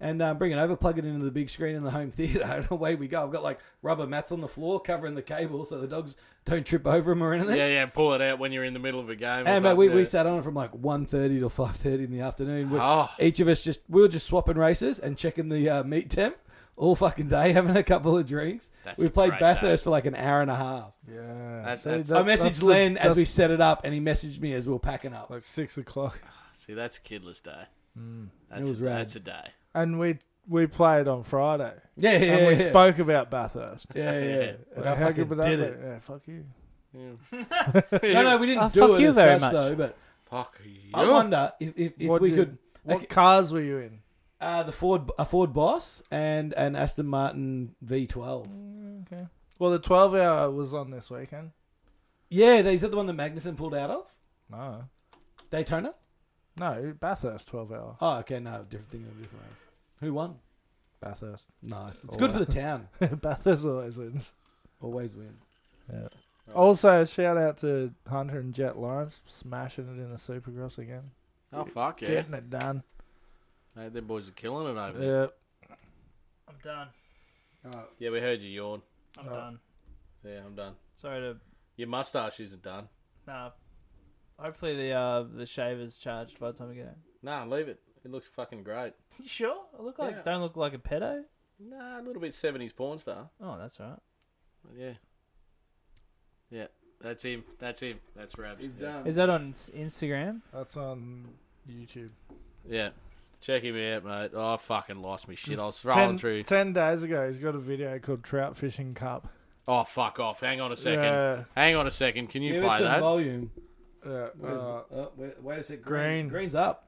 [SPEAKER 4] And uh, bring it over, plug it into the big screen in the home theater, and away we go. I've got like rubber mats on the floor covering the cable so the dogs don't trip over them or anything.
[SPEAKER 1] Yeah, yeah, pull it out when you're in the middle of a game. or
[SPEAKER 4] And mate, we,
[SPEAKER 1] something,
[SPEAKER 4] we
[SPEAKER 1] yeah.
[SPEAKER 4] sat on it from like 1.30 till 5.30 in the afternoon. We-
[SPEAKER 1] Oh.
[SPEAKER 4] Each of us just, we were just swapping races and checking the uh, meat temp all fucking day, having a couple of drinks.
[SPEAKER 1] That's
[SPEAKER 4] we
[SPEAKER 1] a
[SPEAKER 4] played
[SPEAKER 1] great
[SPEAKER 4] Bathurst for like an hour and a half.
[SPEAKER 2] Yeah.
[SPEAKER 1] That-
[SPEAKER 2] See,
[SPEAKER 1] that's-
[SPEAKER 2] that-
[SPEAKER 4] I messaged
[SPEAKER 2] that's the-
[SPEAKER 4] Len as we
[SPEAKER 2] that's
[SPEAKER 4] set it up, and he messaged me as we were packing up.
[SPEAKER 2] Like six o'clock. Mm.
[SPEAKER 1] See, that's kidless day. That's,
[SPEAKER 4] It was
[SPEAKER 1] a,
[SPEAKER 4] rad.
[SPEAKER 1] that's a day.
[SPEAKER 2] And we we played on Friday.
[SPEAKER 4] Yeah, yeah,
[SPEAKER 2] and we
[SPEAKER 4] yeah.
[SPEAKER 2] spoke about Bathurst.
[SPEAKER 4] Yeah, yeah. yeah. And I
[SPEAKER 2] How
[SPEAKER 4] fucking
[SPEAKER 2] good would that
[SPEAKER 4] did
[SPEAKER 2] be? Ah,
[SPEAKER 4] it.
[SPEAKER 2] Yeah, fuck you.
[SPEAKER 4] No, no, we didn't
[SPEAKER 3] Oh,
[SPEAKER 4] do
[SPEAKER 3] fuck
[SPEAKER 4] it
[SPEAKER 3] you
[SPEAKER 4] as
[SPEAKER 3] very
[SPEAKER 4] such,
[SPEAKER 3] much.
[SPEAKER 4] though. But
[SPEAKER 1] Fuck you.
[SPEAKER 4] I wonder if, if, if
[SPEAKER 2] What
[SPEAKER 4] we
[SPEAKER 2] did-
[SPEAKER 4] could
[SPEAKER 2] What
[SPEAKER 4] okay,
[SPEAKER 2] cars were you in?
[SPEAKER 4] uh, the Ford a Ford Boss and an Aston Martin V12.
[SPEAKER 2] Mm, Okay. Well, the 12 hour was on this weekend.
[SPEAKER 4] Yeah, they- is that the one that Magnuson pulled out of
[SPEAKER 2] No.
[SPEAKER 4] Daytona?
[SPEAKER 2] No, Bathurst 12 hour.
[SPEAKER 4] Oh, okay, no, different thing, different race. Who won?
[SPEAKER 2] Bathurst.
[SPEAKER 4] Nice. It's good for the town.
[SPEAKER 2] Bathurst always wins.
[SPEAKER 4] Always wins.
[SPEAKER 2] Also, shout out to Hunter and Jet Lawrence smashing it in the Supercross again.
[SPEAKER 1] Oh, fuck yeah.
[SPEAKER 2] Getting it done.
[SPEAKER 1] Mate, them boys are killing it over there.
[SPEAKER 2] Yeah.
[SPEAKER 3] I'm done.
[SPEAKER 1] Yeah, we heard you yawn.
[SPEAKER 3] I'm done.
[SPEAKER 1] Yeah, I'm done.
[SPEAKER 3] Sorry to.
[SPEAKER 1] Your mustache isn't done.
[SPEAKER 3] Nah. Hopefully the uh, the shaver's charged by the time we get home.
[SPEAKER 1] Nah, leave it. It looks fucking great.
[SPEAKER 3] You sure? I look like
[SPEAKER 1] Yeah.
[SPEAKER 3] don't look like a pedo.
[SPEAKER 1] Nah, a little bit 70s porn star.
[SPEAKER 3] Oh, that's all right.
[SPEAKER 1] But yeah. Yeah, that's him. That's him. That's Rabs. yeah.
[SPEAKER 2] Um,
[SPEAKER 3] Is that on S- Instagram?
[SPEAKER 2] That's on YouTube.
[SPEAKER 1] Yeah. Check him out, mate. Oh, I fucking lost me shit. I was
[SPEAKER 2] Ten,
[SPEAKER 1] scrolling through.
[SPEAKER 2] ten days ago, he's got a video called Trout Fishing Cup.
[SPEAKER 1] Oh, fuck off. Hang on a second.
[SPEAKER 2] Yeah.
[SPEAKER 1] Hang on a second. Can you
[SPEAKER 4] Give it
[SPEAKER 1] play
[SPEAKER 4] some
[SPEAKER 1] that?
[SPEAKER 4] volume.
[SPEAKER 2] Yeah,
[SPEAKER 4] Where's
[SPEAKER 2] uh,
[SPEAKER 4] the, oh, wait, wait a sec.
[SPEAKER 2] Green.
[SPEAKER 4] Green. Green's up.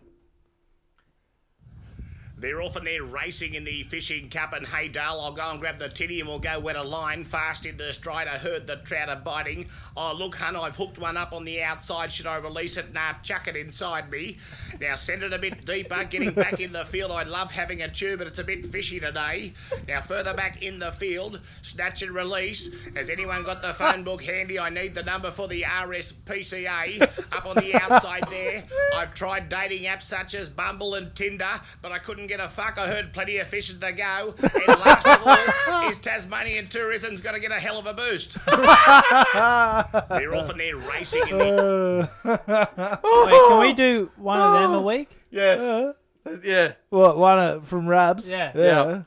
[SPEAKER 8] They're off and they're racing in the fishing cup. And hey, Dale, I'll go and grab the tinny and we'll go wet a line fast into the stride. I heard the trout are biting. Oh, look, hun, I've hooked one up on the outside. Should I release it? Nah, chuck it inside me. Now send it a bit deeper. Getting back in the field, I love having a tube, but it's a bit fishy today. Now further back in the field, snatch and release. Has anyone got the phone book handy? I need the number for the RSPCA up on the outside there. I've tried dating apps such as Bumble and Tinder, but I couldn't get a fuck. I heard plenty of fish at the go. And last of all, is Tasmanian tourism's going to get a hell of a boost. They're off and they're racing in the
[SPEAKER 1] uh,
[SPEAKER 3] Wait, can we do one of them a week?
[SPEAKER 1] Yes. Yeah.
[SPEAKER 2] what, one of, from Rabs?
[SPEAKER 3] Yeah.
[SPEAKER 1] Yeah.
[SPEAKER 3] Yeah,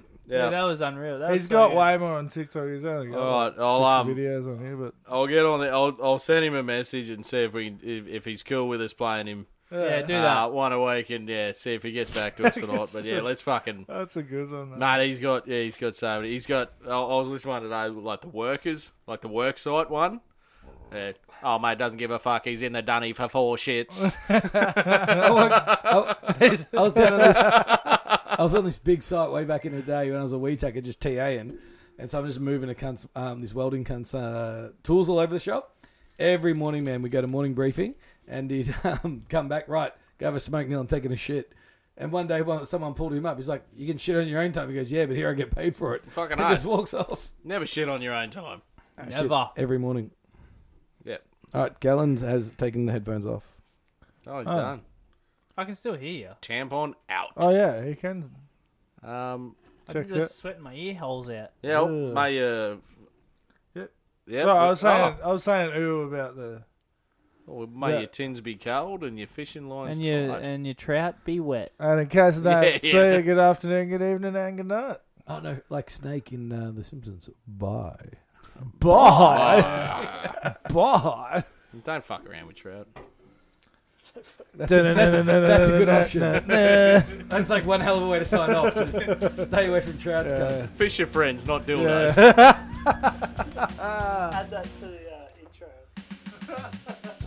[SPEAKER 1] Yeah.
[SPEAKER 3] that was unreal. That
[SPEAKER 2] He's
[SPEAKER 3] was so
[SPEAKER 2] got
[SPEAKER 3] good.
[SPEAKER 2] way more on TikTok. He's only got
[SPEAKER 1] All
[SPEAKER 2] like,
[SPEAKER 1] right, I'll, um,
[SPEAKER 2] six videos on here, but
[SPEAKER 1] I'll get on there. I'll, I'll send him a message and see if we can, if, if he's cool with us playing him
[SPEAKER 3] Yeah, do that.
[SPEAKER 1] uh, one a week and yeah, see if he gets back to us or not. But yeah, let's fucking
[SPEAKER 2] that's a good one. though.
[SPEAKER 1] mate. He's got yeah, he's got so many. He's got. I, I was listening to one today, like the workers, like the work site one. Yeah. Oh mate, doesn't give a fuck. He's in the dunny for four shits.
[SPEAKER 4] I was down on this. I was on this big site way back in the day when I was a wee tacker, just TAing, and so I'm just moving a cunt's, um, this welding cunt's uh, tools all over the shop. Every morning, man, we go to morning briefing, and he'd um, come back right, go have a smoke, Neil. I'm taking a shit. And one day, one, someone pulled him up. He's like, "You can shit on your own time." He goes, "Yeah, but here I get paid for it."
[SPEAKER 1] Fucking
[SPEAKER 4] and
[SPEAKER 1] oath.
[SPEAKER 4] just walks off.
[SPEAKER 1] Never shit on your own time.
[SPEAKER 3] Never.
[SPEAKER 4] Every morning.
[SPEAKER 1] Yep.
[SPEAKER 4] All right, Gallons has taken the headphones off.
[SPEAKER 1] Oh, he's
[SPEAKER 2] Oh.
[SPEAKER 1] done.
[SPEAKER 3] I can still hear you.
[SPEAKER 1] Tampon out.
[SPEAKER 2] Oh yeah, he can.
[SPEAKER 1] Um,
[SPEAKER 3] I
[SPEAKER 2] Check
[SPEAKER 3] can just
[SPEAKER 2] it.
[SPEAKER 3] sweating my ear holes out.
[SPEAKER 1] yeah, oh,
[SPEAKER 2] Ugh.
[SPEAKER 1] my uh,
[SPEAKER 2] Yeah.
[SPEAKER 1] yeah.
[SPEAKER 2] so I was
[SPEAKER 1] oh,
[SPEAKER 2] saying, I was saying ooh about the.
[SPEAKER 1] oh, may
[SPEAKER 2] Yeah.
[SPEAKER 1] your tins be cold and your fishing lines
[SPEAKER 3] And your
[SPEAKER 1] tight.
[SPEAKER 3] and your trout be wet.
[SPEAKER 2] And in case I don't
[SPEAKER 1] Yeah,
[SPEAKER 2] see
[SPEAKER 1] yeah.
[SPEAKER 2] you, good afternoon, good evening, and good night.
[SPEAKER 4] Oh no, like Snake in uh, The Simpsons. Bye.
[SPEAKER 2] Bye. Bye.
[SPEAKER 1] Don't fuck around with trout.
[SPEAKER 4] That's a, that's a, that's a good option.
[SPEAKER 2] option.
[SPEAKER 4] That's like one hell of a way to sign off. Just stay away from Trout's guns.
[SPEAKER 1] Fish your friends, not dildos.
[SPEAKER 3] Add that to the uh, intro.